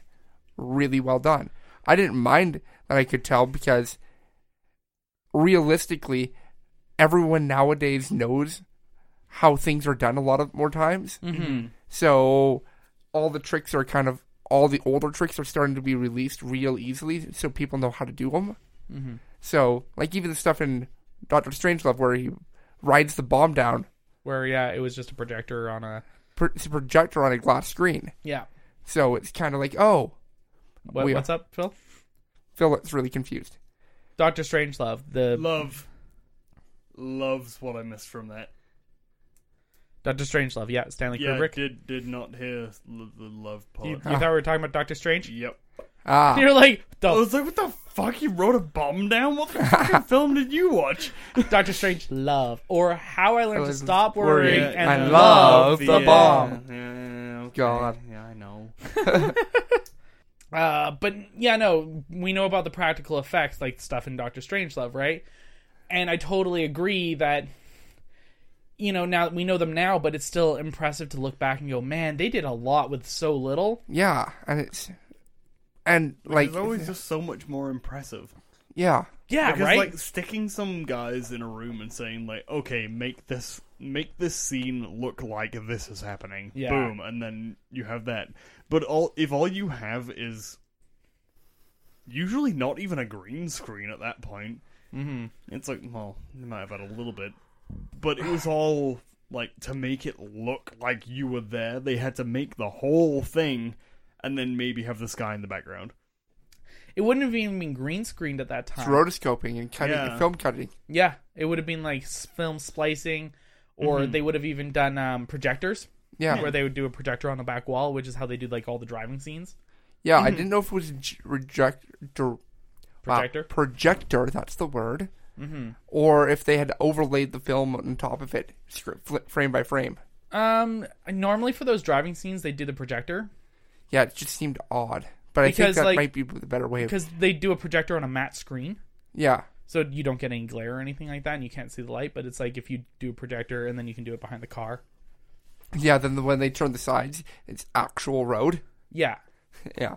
[SPEAKER 4] really well done. I didn't mind that I could tell because realistically, everyone nowadays knows how things are done a lot of more times.
[SPEAKER 3] Mm-hmm.
[SPEAKER 4] So all the tricks are kind of all the older tricks are starting to be released real easily, so people know how to do them.
[SPEAKER 3] Mhm.
[SPEAKER 4] So like even the stuff in Doctor Strangelove where he rides the bomb down,
[SPEAKER 3] Where yeah, it was just a projector on a
[SPEAKER 4] pro- it's a projector on a glass screen.
[SPEAKER 3] yeah.
[SPEAKER 4] So it's kind of like, oh,
[SPEAKER 3] What,
[SPEAKER 4] We-
[SPEAKER 3] what's up, Phil?
[SPEAKER 4] Philip's really confused.
[SPEAKER 3] Doctor Strangelove, the
[SPEAKER 1] Love. Loves what I missed from that.
[SPEAKER 3] Doctor Strangelove, yeah, Stanley
[SPEAKER 1] yeah,
[SPEAKER 3] Kubrick.
[SPEAKER 1] did did not hear l- the love part.
[SPEAKER 3] You, you thought we were talking about Doctor Strange?
[SPEAKER 1] Yep.
[SPEAKER 4] Ah,
[SPEAKER 3] You're like
[SPEAKER 1] I
[SPEAKER 3] the
[SPEAKER 1] was like, what the fuck? You wrote a bomb down? What
[SPEAKER 4] [LAUGHS]
[SPEAKER 1] the fucking film did you watch?
[SPEAKER 3] Doctor Strange love, or how I learned to
[SPEAKER 4] was
[SPEAKER 3] stop
[SPEAKER 4] worrying
[SPEAKER 3] worrying
[SPEAKER 4] and
[SPEAKER 3] and,
[SPEAKER 4] love. the
[SPEAKER 1] yeah,
[SPEAKER 4] bomb.
[SPEAKER 1] Yeah, yeah, okay.
[SPEAKER 4] God.
[SPEAKER 1] Yeah, I know.
[SPEAKER 3] Uh, but yeah, no, we know about the practical effects, like stuff in Doctor Strangelove, right? And I totally agree that, you know, now we know them now, but it's still impressive to look back and go, man, they did a lot with so little.
[SPEAKER 4] yeah, and it's and like
[SPEAKER 1] it's always just so much more impressive.
[SPEAKER 4] yeah,
[SPEAKER 3] Yeah,
[SPEAKER 1] Because
[SPEAKER 3] right.
[SPEAKER 1] like sticking some guys in a room and saying like, okay, make this make this scene look like this is happening.
[SPEAKER 3] Yeah.
[SPEAKER 1] Boom, and then you have that. But all if all you have is usually not even a green screen at that point. Mm-hmm. It's like, well, you might have had a little bit, but it was all like to make it look like you were there. They had to make the whole thing, and then maybe have this guy in the background.
[SPEAKER 3] it wouldn't have even been green screened at that time.
[SPEAKER 4] it's rotoscoping and cutting
[SPEAKER 1] Yeah.
[SPEAKER 4] film cutting.
[SPEAKER 3] yeah, it would have been like s- film splicing, or they would have even done um, projectors,
[SPEAKER 4] Yeah,
[SPEAKER 3] where they would do a projector on the back wall, which is how they do like all the driving scenes.
[SPEAKER 4] Yeah,
[SPEAKER 3] Mm-hmm.
[SPEAKER 4] I didn't know if it was j- reject, dir- wow,
[SPEAKER 3] Projector.
[SPEAKER 4] projector, that's the word. Mm-hmm. Or if they had overlaid the film on top of it, script, fl- frame by frame.
[SPEAKER 3] Um, normally for those driving scenes, they do the projector
[SPEAKER 4] Yeah, it just seemed odd. But I think
[SPEAKER 3] Because,
[SPEAKER 4] that
[SPEAKER 3] like-
[SPEAKER 4] might be the better way. Of,
[SPEAKER 3] because they do a projector on a matte screen.
[SPEAKER 4] yeah,
[SPEAKER 3] so you don't get any glare or anything like that and you can't see the light but it's like if you do a projector and then you can do it behind the car
[SPEAKER 4] yeah. Then the, when they turn the sides, it's actual road.
[SPEAKER 3] yeah
[SPEAKER 4] Yeah,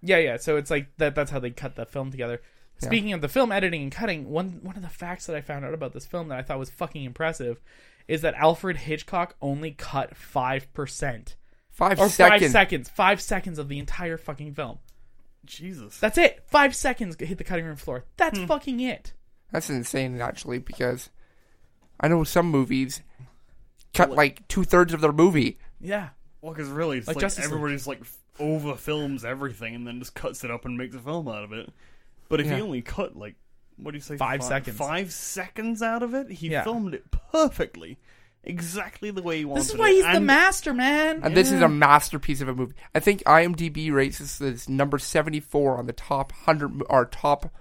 [SPEAKER 3] yeah yeah so it's like that that's how they cut the film together speaking of the film editing and cutting one one of the facts that i found out about this film that i thought was fucking impressive is that alfred hitchcock only cut 5%
[SPEAKER 4] five
[SPEAKER 3] or
[SPEAKER 4] second-
[SPEAKER 3] 5 seconds 5 seconds of the entire fucking film
[SPEAKER 1] Jesus.
[SPEAKER 3] that's it 5 seconds hit the cutting room floor that's
[SPEAKER 4] Hmm.
[SPEAKER 3] fucking it
[SPEAKER 4] That's insane, actually, because I know some movies cut like two thirds of their movie.
[SPEAKER 3] yeah
[SPEAKER 1] Well, because really, it's
[SPEAKER 3] Like
[SPEAKER 1] like,
[SPEAKER 3] Justice League.
[SPEAKER 1] everybody's like f- over films everything and then just cuts it up and makes a film out of it. But if
[SPEAKER 4] Yeah.
[SPEAKER 1] he only cut like what do you say
[SPEAKER 3] Five
[SPEAKER 1] fi-
[SPEAKER 3] seconds.
[SPEAKER 1] five seconds out of it, he
[SPEAKER 3] Yeah.
[SPEAKER 1] filmed it perfectly, exactly the way he wanted.
[SPEAKER 3] this is why
[SPEAKER 1] it.
[SPEAKER 3] he's the
[SPEAKER 1] And-
[SPEAKER 3] master man
[SPEAKER 4] And this is a masterpiece of a movie. I think IMDb rates this as number 74 on the top 100 mo- or top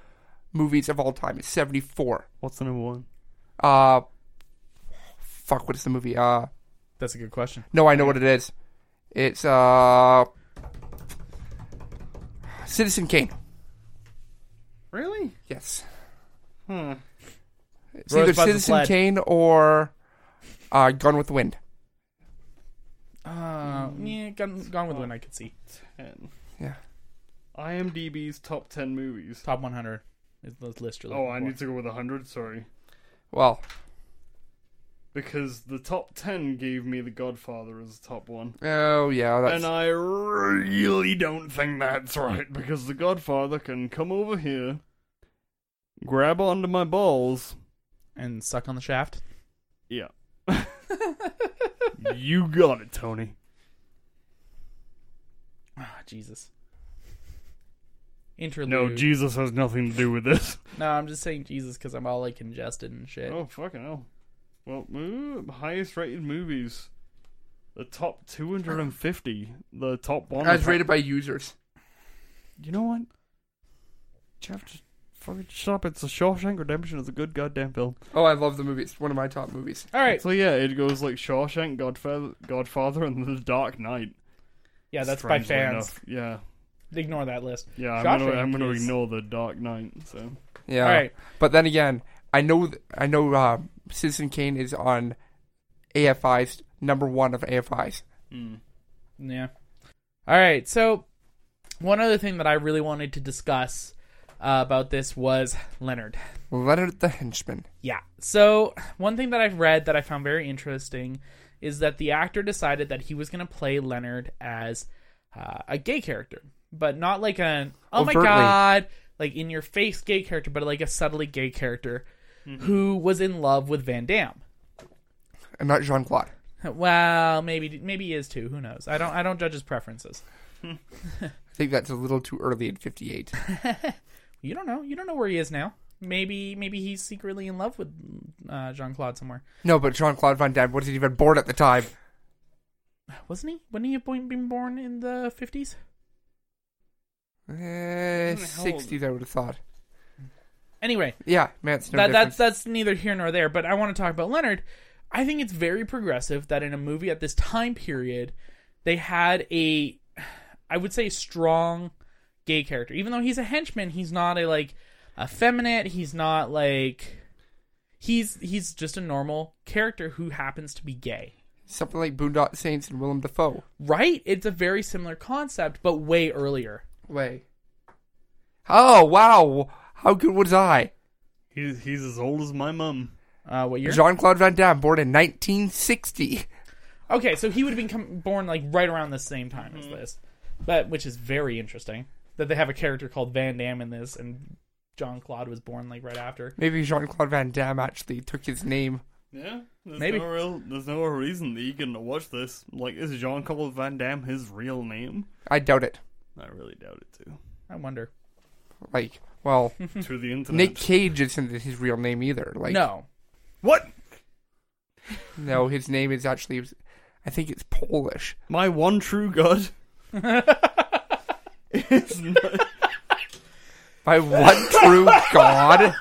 [SPEAKER 4] movies of all time. It's 74.
[SPEAKER 1] What's the number one?
[SPEAKER 4] Uh fuck what is the movie? Uh
[SPEAKER 3] that's a good question
[SPEAKER 4] no, I know what it is. It's uh Citizen Kane.
[SPEAKER 1] Really?
[SPEAKER 4] Yes.
[SPEAKER 1] Hmm.
[SPEAKER 4] It's either
[SPEAKER 3] Rose by the
[SPEAKER 4] Citizen
[SPEAKER 3] sled.
[SPEAKER 4] Kane or uh, Gone with the Wind.
[SPEAKER 3] Uh, yeah, gone, gone with the Wind. I could see
[SPEAKER 1] Ten.
[SPEAKER 4] Yeah.
[SPEAKER 1] IMDb's top ten movies.
[SPEAKER 3] top 100 is the list. You're
[SPEAKER 1] Oh,
[SPEAKER 3] looking
[SPEAKER 1] I
[SPEAKER 3] for.
[SPEAKER 1] need to go with hundred. Sorry,
[SPEAKER 4] Well,
[SPEAKER 1] because the top ten gave me The Godfather as the top one,
[SPEAKER 4] oh yeah, that's
[SPEAKER 1] and I really don't think that's right because The Godfather can come over here, grab onto my balls.
[SPEAKER 3] and suck on the shaft.
[SPEAKER 1] Yeah. you got it, Tony.
[SPEAKER 3] Ah, Jesus. Interlude.
[SPEAKER 1] No, Jesus has nothing to do with this.
[SPEAKER 3] no, I'm just saying Jesus because I'm all like congested and shit.
[SPEAKER 1] Oh fucking hell! Well, ooh, highest rated movies, the top two hundred and fifty, the top one.
[SPEAKER 4] as rated by users.
[SPEAKER 1] You know what? You have to fucking shut up. It's a Shawshank Redemption. It's a good goddamn film.
[SPEAKER 4] Oh, I love the movie. It's one of my top movies.
[SPEAKER 3] All right.
[SPEAKER 1] So yeah, it goes like Shawshank, Godfather, Godfather, and The Dark Knight.
[SPEAKER 3] Yeah, that's by
[SPEAKER 1] strangely
[SPEAKER 3] fans.
[SPEAKER 1] enough. Yeah,
[SPEAKER 3] Ignore that list.
[SPEAKER 1] yeah. I'm gonna, I'm
[SPEAKER 3] Shawshank
[SPEAKER 1] gonna
[SPEAKER 3] is-
[SPEAKER 1] ignore The Dark Knight. So
[SPEAKER 4] Yeah.
[SPEAKER 3] All right.
[SPEAKER 4] But then again, I know th- I know uh, Citizen Kane is on AFI's number one of AFI's.
[SPEAKER 3] Yeah. All right. So, one other thing that I really wanted to discuss uh, about this was Leonard.
[SPEAKER 4] Leonard the Henchman.
[SPEAKER 3] Yeah. So, one thing that I've read that I found very interesting is that the actor decided that he was going to play Leonard as uh, a gay character, but not like an, oh my
[SPEAKER 4] Overtly.
[SPEAKER 3] God, like in your face gay character, but like a subtly gay character who was in love with Van Damme.
[SPEAKER 4] And not Jean Claude.
[SPEAKER 3] Well, maybe maybe he is too. Who knows? I don't I don't judge his preferences. [LAUGHS]
[SPEAKER 4] I think that's a little too early at 58.
[SPEAKER 3] You don't know. You don't know where he is now. Maybe maybe he's secretly in love with uh, Jean Claude somewhere.
[SPEAKER 4] no, but Jean Claude Van Damme wasn't even born at the time.
[SPEAKER 3] Wasn't he? Wouldn't he have been been born in the fifties?
[SPEAKER 4] Eh,
[SPEAKER 1] How old-
[SPEAKER 4] 60s, I would have thought.
[SPEAKER 3] Anyway,
[SPEAKER 4] Yeah, man, it's no
[SPEAKER 3] that,
[SPEAKER 4] difference.
[SPEAKER 3] that's that's neither here nor there. But I want to talk about Leonard. I think it's very progressive that in a movie at this time period, they had a, I would say, strong gay character. Even though he's a henchman, he's not a like effeminate. He's not like, he's he's just a normal character who happens to be gay.
[SPEAKER 4] Something like Boondock Saints and Willem Dafoe.
[SPEAKER 3] Right? It's a very similar concept, but way earlier.
[SPEAKER 4] Way. Oh, wow. How good was I?
[SPEAKER 1] he's he's as old as my mum.
[SPEAKER 3] Uh, what year?
[SPEAKER 4] Jean Claude Van Damme, born in 1960.
[SPEAKER 3] Okay, so he would have been come, born like right around the same time as this, but which is very interesting that they have a character called Van Damme in this, and John Claude was born like right after.
[SPEAKER 4] Maybe Jean Claude Van Damme actually took his name.
[SPEAKER 1] Yeah, there's
[SPEAKER 3] Maybe.
[SPEAKER 1] no real, there's no real reason that you can watch this. Like, is Jean Claude Van Damme his real name?
[SPEAKER 4] I doubt it.
[SPEAKER 1] I really doubt it too.
[SPEAKER 3] I wonder.
[SPEAKER 4] Like,
[SPEAKER 3] [LAUGHS]
[SPEAKER 4] well,
[SPEAKER 3] Hmm.
[SPEAKER 1] to the internet.
[SPEAKER 4] Nick Cage isn't his real name either. Like,
[SPEAKER 3] No,
[SPEAKER 1] what?
[SPEAKER 4] no, his name is actually, I think it's Polish.
[SPEAKER 1] My one true god. it's not,
[SPEAKER 4] My one
[SPEAKER 3] [LAUGHS]
[SPEAKER 4] true god.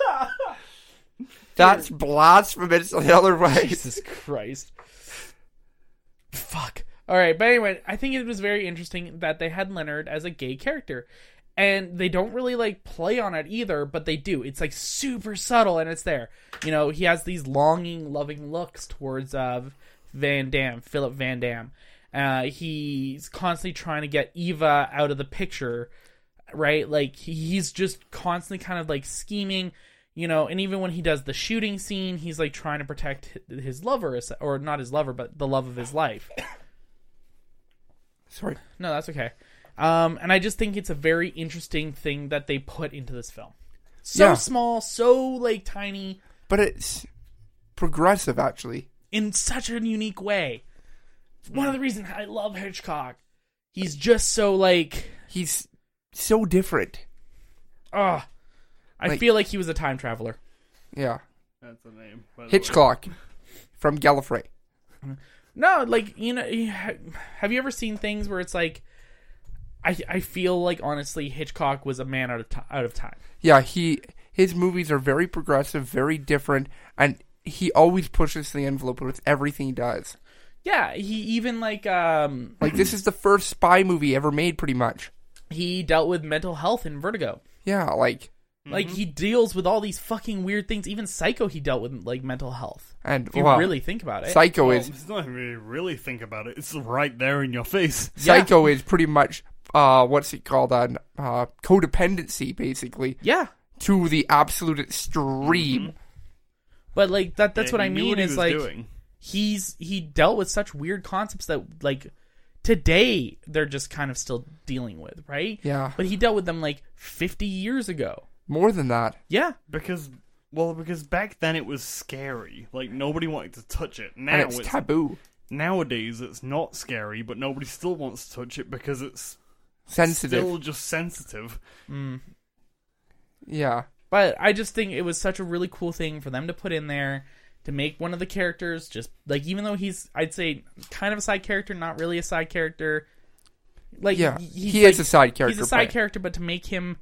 [SPEAKER 4] That's blasphemous the other way.
[SPEAKER 3] Jesus Christ. Fuck. All right, but anyway, I think it was very interesting that they had Leonard as a gay character. And they don't really like play on it either, but they do. It's like super subtle and it's there. You know, he has these longing, loving looks towards uh, Van Damme, Philip Van Damme. Uh, he's constantly trying to get Eva out of the picture right? Like he- he's just constantly kind of like scheming, you know. And even when he does the shooting scene, he's like trying to protect hi- his lover, es- or not his lover, but the love of his life. [COUGHS]
[SPEAKER 4] Sorry.
[SPEAKER 3] No, that's okay. Um, and I just think it's a very interesting thing that they put into this film. So
[SPEAKER 4] Yeah.
[SPEAKER 3] small, so like tiny,
[SPEAKER 4] But it's progressive, actually.
[SPEAKER 3] in such a unique way. It's one of the reasons I love Hitchcock. He's just so like,
[SPEAKER 4] He's so different.
[SPEAKER 3] ah. I
[SPEAKER 4] Like-
[SPEAKER 3] feel like he was a time traveler.
[SPEAKER 4] Yeah.
[SPEAKER 1] that's a name. by the way.
[SPEAKER 4] Hitchcock from Gallifrey.
[SPEAKER 3] No, like you know, you ha- have you ever seen things where it's like, I I feel like honestly Hitchcock was a man out of ti out of time.
[SPEAKER 4] Yeah, he his movies are very progressive, very different, and he always pushes the envelope with everything he does.
[SPEAKER 3] Yeah, he even like um
[SPEAKER 4] Like this is the first spy movie ever made, pretty much.
[SPEAKER 3] he dealt with mental health in Vertigo.
[SPEAKER 4] Yeah, like
[SPEAKER 1] Mm-hmm.
[SPEAKER 3] Like he deals with all these fucking weird things. Even Psycho, he dealt with like mental health.
[SPEAKER 4] and
[SPEAKER 3] If you
[SPEAKER 4] well,
[SPEAKER 3] really think about it,
[SPEAKER 4] Psycho
[SPEAKER 1] Well,
[SPEAKER 4] is
[SPEAKER 1] it's not even really- really think about it. It's right there in your face.
[SPEAKER 3] Yeah.
[SPEAKER 4] Psycho is pretty much uh what's it called on uh codependency basically
[SPEAKER 3] yeah.
[SPEAKER 4] to the absolute
[SPEAKER 1] Mm-hmm.
[SPEAKER 4] extreme.
[SPEAKER 3] But like that—that's
[SPEAKER 1] Yeah,
[SPEAKER 3] what I
[SPEAKER 1] he knew
[SPEAKER 3] mean.
[SPEAKER 1] he
[SPEAKER 3] Is
[SPEAKER 1] was
[SPEAKER 3] like
[SPEAKER 1] doing.
[SPEAKER 3] he's he dealt with such weird concepts that like today they're just kind of still dealing with, right?
[SPEAKER 4] Yeah.
[SPEAKER 3] But he dealt with them like 50 years ago.
[SPEAKER 4] More than that.
[SPEAKER 3] Yeah.
[SPEAKER 1] because well, because back then it was scary. Like nobody wanted to touch it. Now
[SPEAKER 4] and it's,
[SPEAKER 1] it's,
[SPEAKER 4] taboo.
[SPEAKER 1] nowadays it's not scary, but nobody still wants to touch it because it's
[SPEAKER 4] Sensitive.
[SPEAKER 1] still just sensitive.
[SPEAKER 4] Yeah.
[SPEAKER 3] But I just think it was such a really cool thing for them to put in there to make one of the characters just like even though he's I'd say kind of a side character, not really a side character. Like
[SPEAKER 4] Yeah.
[SPEAKER 3] he's
[SPEAKER 4] He is
[SPEAKER 3] like-
[SPEAKER 4] a side character.
[SPEAKER 3] He's a side
[SPEAKER 4] but
[SPEAKER 3] character, but to make him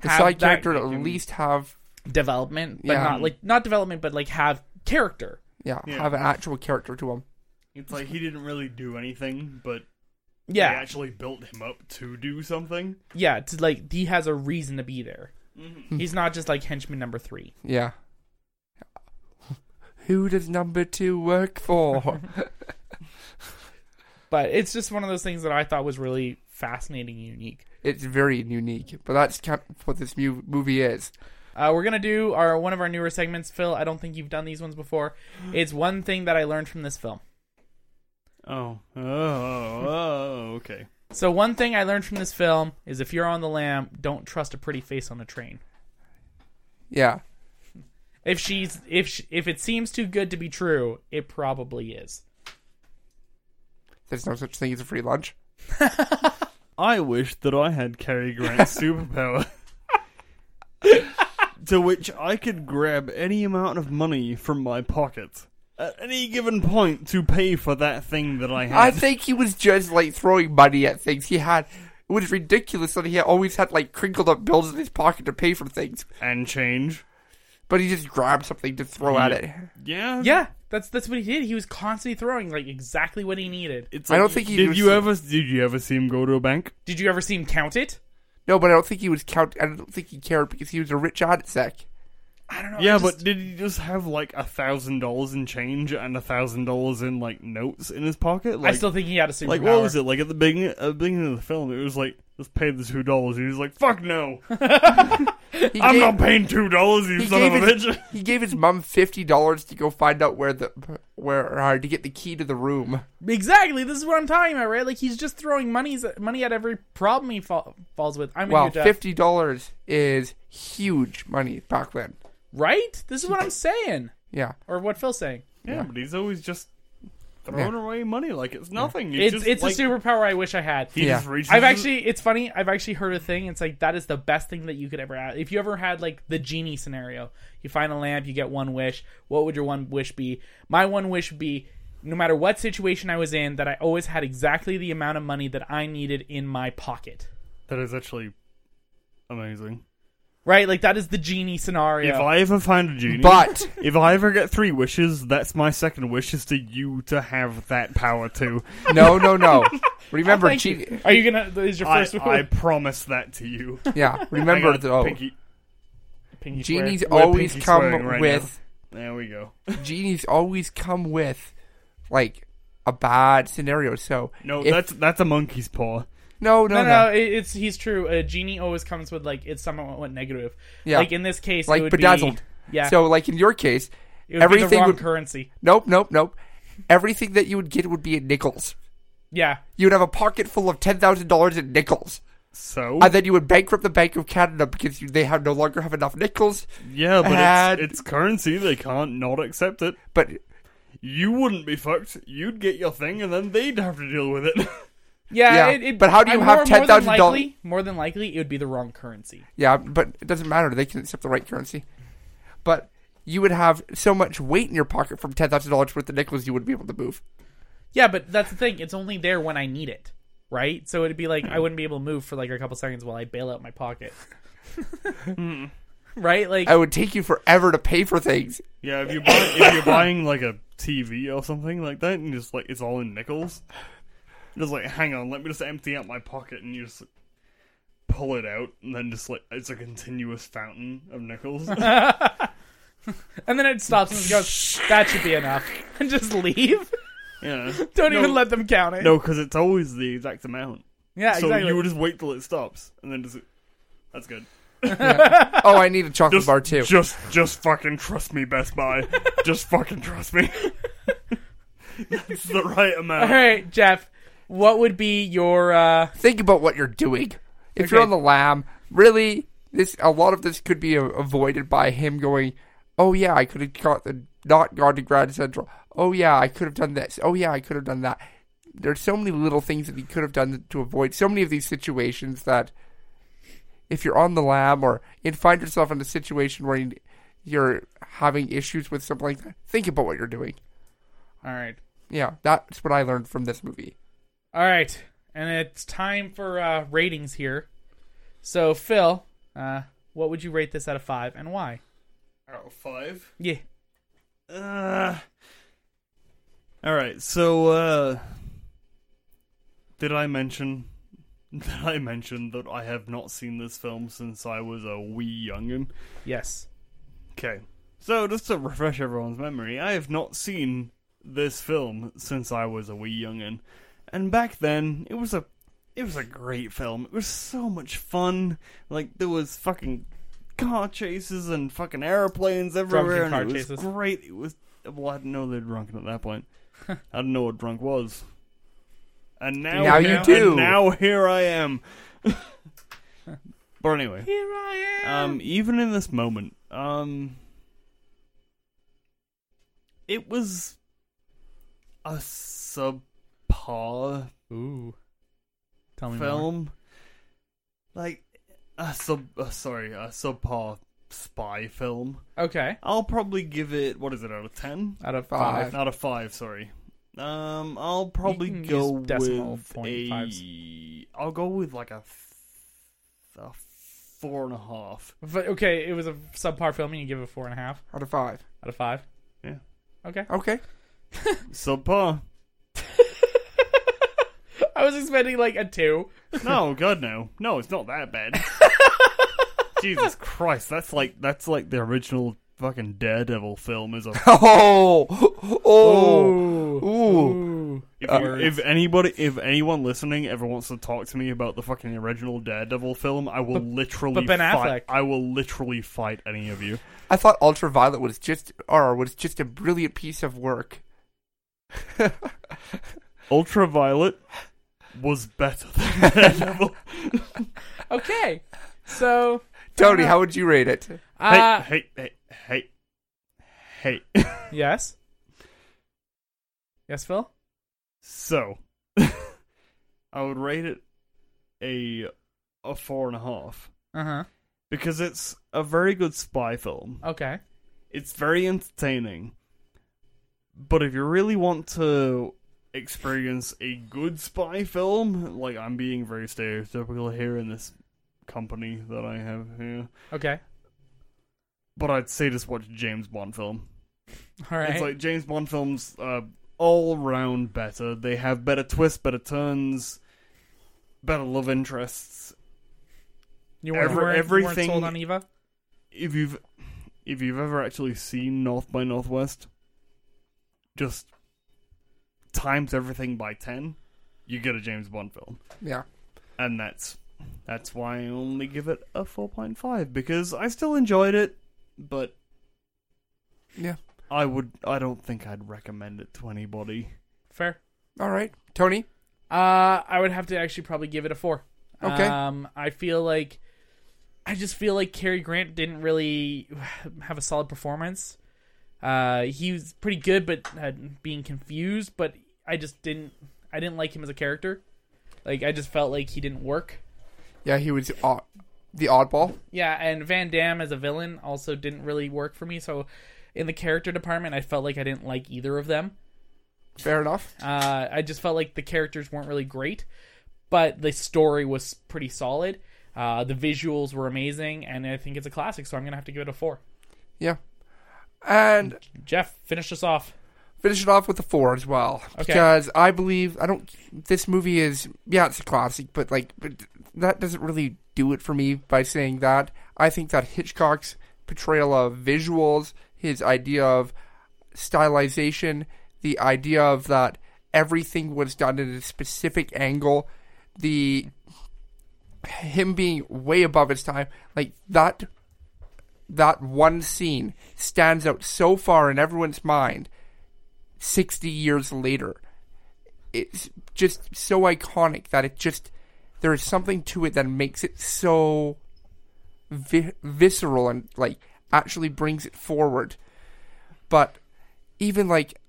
[SPEAKER 4] The
[SPEAKER 3] have
[SPEAKER 4] side
[SPEAKER 3] that
[SPEAKER 4] character at
[SPEAKER 1] making-
[SPEAKER 4] least have
[SPEAKER 3] development, but
[SPEAKER 4] Yeah.
[SPEAKER 3] not like not development, but like have character.
[SPEAKER 4] yeah,
[SPEAKER 1] Yeah.
[SPEAKER 4] have an actual character to him.
[SPEAKER 1] It's like he didn't really do anything, but
[SPEAKER 3] Yeah,
[SPEAKER 1] they actually built him up to do something.
[SPEAKER 3] yeah. To like he has a reason to be there. He's not just like henchman number three.
[SPEAKER 4] Yeah. [LAUGHS] Who does number two work
[SPEAKER 1] [LAUGHS]
[SPEAKER 4] for?
[SPEAKER 3] But it's just one of those things that I thought was really fascinating and unique.
[SPEAKER 4] it's very unique, but that's kind of what this mu- movie is.
[SPEAKER 3] Uh, we're gonna do our one of our newer segments, Phil. I don't think you've done these ones before. It's one thing that I learned from this film.
[SPEAKER 1] Oh, oh, oh, okay.
[SPEAKER 3] So one thing I learned from this film is if you're on the lam, don't trust a pretty face on a train.
[SPEAKER 4] Yeah.
[SPEAKER 3] If she's if she, if it seems too good to be true, it probably is.
[SPEAKER 4] There's no such thing as a free lunch.
[SPEAKER 1] I wish that I had Cary
[SPEAKER 3] [LAUGHS]
[SPEAKER 1] Grant's superpower. to which I could grab any amount of money from my pocket at any given point to pay for that thing that I had.
[SPEAKER 4] I think he was just like throwing money at things. He had it was ridiculous that he always had like crinkled up bills in his pocket to pay for things,
[SPEAKER 1] and change.
[SPEAKER 4] but he just grabbed something to throw at it.
[SPEAKER 1] Yeah.
[SPEAKER 3] Yeah, that's that's what he did. He was constantly throwing like exactly what he needed.
[SPEAKER 1] It's
[SPEAKER 4] I
[SPEAKER 1] like-
[SPEAKER 4] don't think he
[SPEAKER 1] Did
[SPEAKER 4] was-
[SPEAKER 1] you ever did you ever see him go to a bank?
[SPEAKER 3] Did you ever see him count it?
[SPEAKER 4] No, but I don't think he was count. I don't think he cared because he was a rich ad sec.
[SPEAKER 3] I don't know.
[SPEAKER 1] Yeah,
[SPEAKER 3] I just-
[SPEAKER 1] but did he just have like a thousand dollars in change and a thousand dollars in like notes in his pocket? Like,
[SPEAKER 3] I still think he had a superpower.
[SPEAKER 1] like what was it? Like at the beginning, at the beginning of the film, it was like just pay the two dollars. He was like, "Fuck no,
[SPEAKER 4] He
[SPEAKER 1] I'm
[SPEAKER 4] gave,
[SPEAKER 1] not paying two dollars, you
[SPEAKER 4] He
[SPEAKER 1] son of a
[SPEAKER 4] gave his,
[SPEAKER 1] bitch."
[SPEAKER 4] [LAUGHS] he gave his mom fifty dollars to go find out where the where uh, to get the key to the room.
[SPEAKER 3] Exactly. This is what I'm talking about, right? Like he's just throwing money's money at every problem he fa- falls with. I'm
[SPEAKER 4] Wow,
[SPEAKER 3] with you, Jeff.
[SPEAKER 4] fifty dollars is huge money back then.
[SPEAKER 3] right? This is what I'm saying,
[SPEAKER 4] Yeah,
[SPEAKER 3] or what Phil's saying.
[SPEAKER 1] Yeah, but he's always just throwing away money like it's nothing. He
[SPEAKER 3] It's
[SPEAKER 1] just,
[SPEAKER 3] it's
[SPEAKER 1] like,
[SPEAKER 3] a superpower I wish I had.
[SPEAKER 1] He just
[SPEAKER 4] Yeah.
[SPEAKER 1] reaches.
[SPEAKER 3] I've actually, it's funny. I've actually heard a thing. It's like that is the best thing that you could ever have. If you ever had like the genie scenario, you find a lamp, you get one wish. What would your one wish be? My one wish would be, no matter what situation I was in, that I always had exactly the amount of money that I needed in my pocket.
[SPEAKER 1] that is actually amazing.
[SPEAKER 3] Right? Like that is the genie scenario.
[SPEAKER 1] If I ever find a genie,
[SPEAKER 4] but
[SPEAKER 1] [LAUGHS] If I ever get three wishes, that's my second wish is to you to have that power
[SPEAKER 4] [LAUGHS]
[SPEAKER 1] too.
[SPEAKER 4] no,
[SPEAKER 1] [LAUGHS]
[SPEAKER 4] no, no. Remember,
[SPEAKER 3] Thank
[SPEAKER 4] cheat.
[SPEAKER 3] you. Are you gonna? Is your
[SPEAKER 1] I,
[SPEAKER 3] first
[SPEAKER 1] I promise that to you.
[SPEAKER 4] [LAUGHS] Yeah,
[SPEAKER 1] Hang
[SPEAKER 4] [LAUGHS] remember
[SPEAKER 1] on,
[SPEAKER 4] though.
[SPEAKER 1] Pinky.
[SPEAKER 3] Pinky swear.
[SPEAKER 4] Genies
[SPEAKER 1] We're
[SPEAKER 4] always
[SPEAKER 1] pinky
[SPEAKER 4] come
[SPEAKER 1] swearing right
[SPEAKER 4] with
[SPEAKER 1] There we go.
[SPEAKER 4] genies always come with like a bad scenario. So
[SPEAKER 1] No,
[SPEAKER 4] if-
[SPEAKER 1] that's that's a monkey's paw.
[SPEAKER 4] no,
[SPEAKER 3] No,
[SPEAKER 4] no, no,
[SPEAKER 3] no, it, it's he's true. A genie always comes with like it's somewhat negative.
[SPEAKER 4] Yeah.
[SPEAKER 3] Like in this case, it
[SPEAKER 4] like
[SPEAKER 3] would
[SPEAKER 4] bedazzled.
[SPEAKER 3] Be, yeah.
[SPEAKER 4] So like in your case,
[SPEAKER 3] it would everything be the
[SPEAKER 4] everything
[SPEAKER 3] wrong
[SPEAKER 4] would-
[SPEAKER 3] currency.
[SPEAKER 4] nope, nope, nope. Everything that you would get would be in nickels.
[SPEAKER 3] Yeah.
[SPEAKER 4] You would have a pocket full of ten thousand dollars in nickels,
[SPEAKER 1] So
[SPEAKER 4] and then you would bankrupt the Bank of Canada because you, they have no longer have enough nickels.
[SPEAKER 1] yeah, but
[SPEAKER 4] had-
[SPEAKER 1] it's, it's currency. They can't not accept it.
[SPEAKER 4] But
[SPEAKER 1] You wouldn't be fucked. You'd get your thing, and then they'd have to deal with it. [LAUGHS]
[SPEAKER 3] Yeah.
[SPEAKER 4] Yeah,
[SPEAKER 3] It, it,
[SPEAKER 4] but how do you
[SPEAKER 3] I-
[SPEAKER 4] have
[SPEAKER 3] more- more than
[SPEAKER 4] $10,000
[SPEAKER 3] likely- More than likely, it would be the wrong currency.
[SPEAKER 4] Yeah, but it doesn't matter. They can accept the right currency. But you would have so much weight in your pocket from ten thousand dollars worth of nickels you wouldn't be able to move.
[SPEAKER 3] Yeah, but that's the thing. It's only there when I need it. Right,
[SPEAKER 4] [LAUGHS]
[SPEAKER 3] so it'd be like I wouldn't be able to move for like a couple seconds while I bail out my pocket. [LAUGHS] right? Like,
[SPEAKER 4] I would take you forever to pay for things.
[SPEAKER 1] Yeah, [LAUGHS] if you buy, if you're buying like a TV or something like that, and just like it's all in nickels, you're just like hang on, let me just empty out my pocket, and you just pull it out, and then just like it's a continuous fountain of
[SPEAKER 3] [LAUGHS]
[SPEAKER 1] nickels. [LAUGHS]
[SPEAKER 3] and then it stops and goes, "That should be enough," [LAUGHS] and just leave. [LAUGHS]
[SPEAKER 1] yeah,
[SPEAKER 3] Don't
[SPEAKER 1] No-
[SPEAKER 3] even let them count it.
[SPEAKER 1] no, because it's always the exact amount.
[SPEAKER 3] Yeah,
[SPEAKER 1] so
[SPEAKER 3] exactly.
[SPEAKER 1] you would just wait till it stops, and then just that's good.
[SPEAKER 4] Oh, I need a chocolate
[SPEAKER 1] Just
[SPEAKER 4] bar too.
[SPEAKER 1] Just just fucking trust me, Best
[SPEAKER 3] [LAUGHS]
[SPEAKER 1] Buy. just fucking trust me. [LAUGHS] that's the right
[SPEAKER 3] All
[SPEAKER 1] amount.
[SPEAKER 3] right, Jeff. What would be your? uh
[SPEAKER 4] Think about what you're doing. If you're
[SPEAKER 3] Okay.
[SPEAKER 4] on the lam, really, this a lot of this could be a- avoided by him going, "Oh yeah, I could have got the, not gone to Grand Central. Oh yeah, I could have done this. Oh yeah, I could have done that." There's so many little things that he could have done to avoid so many of these situations that if you're on the lam or and find yourself in a situation where you- you're having issues with something like that, think about what you're doing.
[SPEAKER 3] All right,
[SPEAKER 4] Yeah, that's what I learned from this movie.
[SPEAKER 3] all right, and it's time for uh ratings here. So Phil, uh what would you rate this out of five, and why?
[SPEAKER 1] Out of five.
[SPEAKER 3] Yeah.
[SPEAKER 1] Uh, all right. So, uh, did I mention? [LAUGHS] Did I mention that I have not seen this film since I was a wee youngin?
[SPEAKER 3] Yes.
[SPEAKER 1] Okay. So, just to refresh everyone's memory, I have not seen this film since I was a wee youngin, and back then it was a it was a great film. It was so much fun. Like there was fucking car chases and fucking airplanes everywhere, and
[SPEAKER 3] car
[SPEAKER 1] it was
[SPEAKER 3] chases.
[SPEAKER 1] great. It was well, I didn't know they were drunken at that
[SPEAKER 4] [LAUGHS]
[SPEAKER 1] point. I didn't know what drunk was, and now
[SPEAKER 4] Now you do.
[SPEAKER 1] And now here I am. [LAUGHS] but anyway,
[SPEAKER 3] Here I am.
[SPEAKER 1] um, even in this moment, um, it was a subpar
[SPEAKER 3] Ooh. Tell me more.
[SPEAKER 1] film, like a sub. Uh, sorry, a subpar spy film.
[SPEAKER 3] Okay.
[SPEAKER 1] I'll probably give it. What is it out of ten?
[SPEAKER 3] Out of
[SPEAKER 4] Five.
[SPEAKER 3] five.
[SPEAKER 1] Out of five. Sorry. Um, I'll probably
[SPEAKER 3] can
[SPEAKER 1] go
[SPEAKER 3] use decimal
[SPEAKER 1] with
[SPEAKER 3] point
[SPEAKER 1] a.
[SPEAKER 3] fives.
[SPEAKER 1] will go with like a, f- a four and a half.
[SPEAKER 3] But, okay, it was a subpar film, and you give it a four and a half
[SPEAKER 4] Out of five.
[SPEAKER 3] out of five.
[SPEAKER 1] Yeah.
[SPEAKER 3] Okay.
[SPEAKER 4] Okay.
[SPEAKER 1] Subpar.
[SPEAKER 3] I was expecting like a two.
[SPEAKER 1] No, God, no, no, it's not that
[SPEAKER 3] [LAUGHS]
[SPEAKER 1] bad. Jesus Christ, that's like that's like the original fucking Daredevil film.
[SPEAKER 3] [LAUGHS]
[SPEAKER 1] Is a
[SPEAKER 4] [LAUGHS] Oh, oh,
[SPEAKER 3] Ooh.
[SPEAKER 4] ooh.
[SPEAKER 1] if, you- if anybody, if anyone listening ever wants to talk to me about the fucking original Daredevil film, I will literally
[SPEAKER 3] but Ben
[SPEAKER 1] fight.
[SPEAKER 3] Affleck.
[SPEAKER 1] I will literally fight any of you.
[SPEAKER 4] I thought Ultraviolet was just or was just a brilliant piece of work. [LAUGHS]
[SPEAKER 1] Ultraviolet was better
[SPEAKER 3] [LAUGHS]
[SPEAKER 1] than Daredevil.
[SPEAKER 3] Uh, Okay. So.
[SPEAKER 4] Tony, how would you rate it?
[SPEAKER 3] Uh,
[SPEAKER 1] hey, hey, hey, hey, hey.
[SPEAKER 3] Yes. Yes, Phil.
[SPEAKER 1] So, [LAUGHS] I would rate it a a four and a half
[SPEAKER 3] Uh huh.
[SPEAKER 1] because it's a very good spy film.
[SPEAKER 3] Okay.
[SPEAKER 1] It's very entertaining, but if you really want to experience a good spy film, like I'm being very stereotypical here in this company that I have here,
[SPEAKER 3] Okay.
[SPEAKER 1] but I'd say just watch a James Bond film.
[SPEAKER 3] All right.
[SPEAKER 1] It's like James Bond films are all round better. They have better twists, better turns, better love interests.
[SPEAKER 3] you weren't,
[SPEAKER 1] every-
[SPEAKER 3] you weren't- you weren't
[SPEAKER 1] everything-
[SPEAKER 3] sold on Eva.
[SPEAKER 1] If you've if you've ever actually seen North by Northwest, just times everything by ten, you get a James Bond film.
[SPEAKER 4] Yeah.
[SPEAKER 1] And that's that's why I only give it a four point five, because I still enjoyed it, but
[SPEAKER 4] Yeah.
[SPEAKER 1] I would I don't think I'd recommend it to anybody.
[SPEAKER 3] Fair.
[SPEAKER 4] All right. Tony?
[SPEAKER 3] Uh, I would have to actually probably give it a four.
[SPEAKER 4] Okay.
[SPEAKER 3] Um, I feel like, I just feel like Cary Grant didn't really [SIGHS] have a solid performance. Uh, he was pretty good, but had being confused. But I just didn't. I didn't like him as a character. Like I just felt like he didn't work.
[SPEAKER 4] Yeah, he was odd, the oddball.
[SPEAKER 3] Yeah, and Van Damme as a villain also didn't really work for me. So, in the character department, I felt like I didn't like either of them.
[SPEAKER 4] Fair enough.
[SPEAKER 3] Uh, I just felt like the characters weren't really great, but the story was pretty solid. Uh, the visuals were amazing, and I think it's a classic, so I'm gonna have to give it a four.
[SPEAKER 4] Yeah. And
[SPEAKER 3] Jeff, finish us off.
[SPEAKER 4] finish it off with a four as well
[SPEAKER 3] Okay.
[SPEAKER 4] because I believe I don't. This movie is yeah, it's a classic, but like, but that doesn't really do it for me by saying that. I think that Hitchcock's portrayal of visuals, his idea of stylization, the idea of that everything was done at a specific angle, the him being way above his time, like that that one scene stands out so far in everyone's mind 60 years later. It's just so iconic that it just there is something to it that makes it so vi- visceral and like actually brings it forward. But even like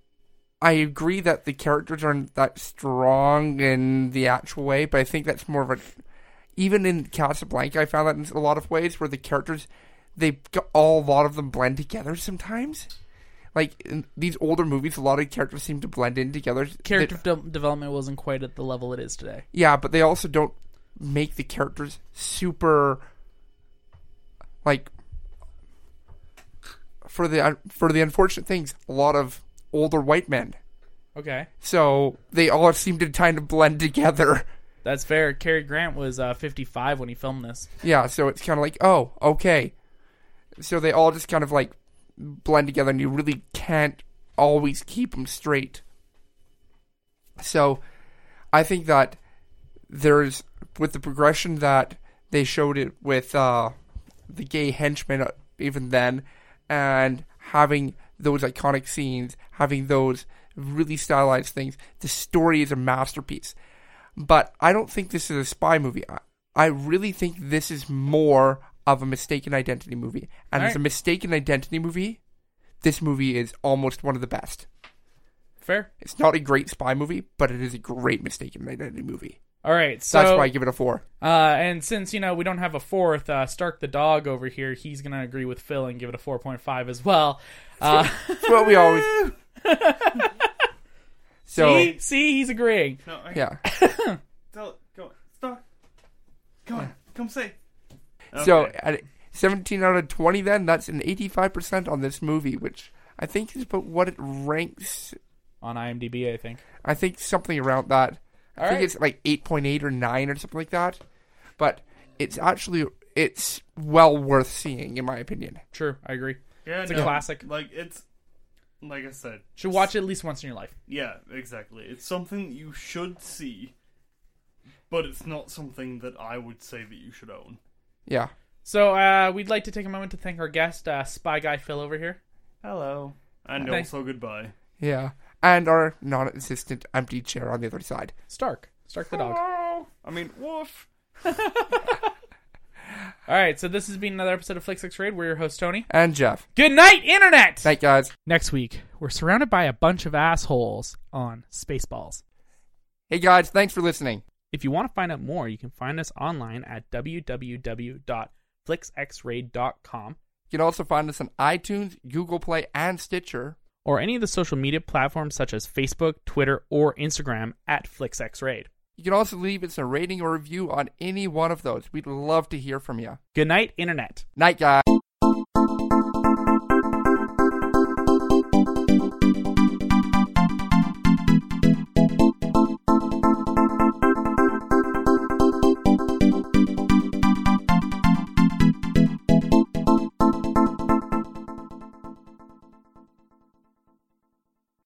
[SPEAKER 4] I agree that the characters aren't that strong in the actual way, but I think that's more of a even in Casablanca, I found that in a lot of ways where the characters they got all a lot of them blend together sometimes. Like in these older movies, a lot of characters seem to blend in together.
[SPEAKER 3] Character
[SPEAKER 4] They-
[SPEAKER 3] de- development wasn't quite at the level it is today.
[SPEAKER 4] yeah, but they also don't make the characters super like for the for the unfortunate things. A lot of older white men,
[SPEAKER 3] Okay,
[SPEAKER 4] so they all seem to kind of blend [LAUGHS] together.
[SPEAKER 3] that's fair. Cary Grant was uh, 55 when he filmed this.
[SPEAKER 4] Yeah, so it's kind of like, oh, okay. So they all just kind of like blend together, and you really can't always keep them straight. So I think that there's, with the progression that they showed it with uh, the gay henchman, uh, even then, and having those iconic scenes, having those really stylized things, the story is a masterpiece but I don't think this is a spy movie. I, I really think this is more of a mistaken identity movie. And as
[SPEAKER 3] Alright.
[SPEAKER 4] a mistaken identity movie, this movie is almost one of the best.
[SPEAKER 3] Fair.
[SPEAKER 4] It's not a great spy movie, but it is a great mistaken identity movie.
[SPEAKER 3] All right,
[SPEAKER 4] So
[SPEAKER 3] so
[SPEAKER 4] that's why I give it a four.
[SPEAKER 3] Uh, and since you know we don't have a fourth, uh, Stark the dog over here, he's gonna agree with Phil and give it a four point five as well. Uh,
[SPEAKER 4] That's what we always.
[SPEAKER 3] [LAUGHS]
[SPEAKER 4] [LAUGHS] so
[SPEAKER 3] see, see, he's agreeing.
[SPEAKER 1] No, I
[SPEAKER 4] yeah,
[SPEAKER 1] Tell, go on. Stop. Come on. Come say.
[SPEAKER 4] so
[SPEAKER 1] Okay.
[SPEAKER 4] at 17 out of 20, then that's an 85 percent on this movie, which I think is about what it ranks
[SPEAKER 3] On IMDb, I think.
[SPEAKER 4] I think something around that. I
[SPEAKER 3] All
[SPEAKER 4] think
[SPEAKER 3] right.
[SPEAKER 4] it's like eight point eight or nine or something like that. But it's actually it's well worth seeing in my opinion.
[SPEAKER 3] True, I agree.
[SPEAKER 1] yeah,
[SPEAKER 3] It's a
[SPEAKER 1] no,
[SPEAKER 3] classic.
[SPEAKER 1] Like it's like I said.
[SPEAKER 3] Should watch it at least once in your life.
[SPEAKER 1] Yeah, exactly. It's something you should see, but it's not something that I would say that you should own.
[SPEAKER 4] Yeah.
[SPEAKER 3] So uh, we'd like to take a moment to thank our guest, uh, Spy Guy Phil over here.
[SPEAKER 1] Hello. And
[SPEAKER 3] Hi.
[SPEAKER 1] also goodbye.
[SPEAKER 4] Yeah. And our non existent empty chair on the other side.
[SPEAKER 3] Stark, Stark the dog.
[SPEAKER 1] [LAUGHS] I mean, woof.
[SPEAKER 3] All right, so this has been another episode of Flick Six Raid. We're your host Tony.
[SPEAKER 4] And Jeff.
[SPEAKER 3] Good night, Internet.
[SPEAKER 4] Night guys.
[SPEAKER 3] Next week, we're surrounded by a bunch of assholes on Spaceballs.
[SPEAKER 4] Hey guys, thanks for listening.
[SPEAKER 3] If you want to find out more, you can find us online at www.flixxraid.com
[SPEAKER 4] You can also find us on iTunes, Google Play, and Stitcher.
[SPEAKER 3] or any of the social media platforms such as Facebook, Twitter, or Instagram at flixxraid.
[SPEAKER 4] You can also leave us a rating or review on any one of those. We'd love to hear from you.
[SPEAKER 3] Good night, Internet.
[SPEAKER 4] Night guys.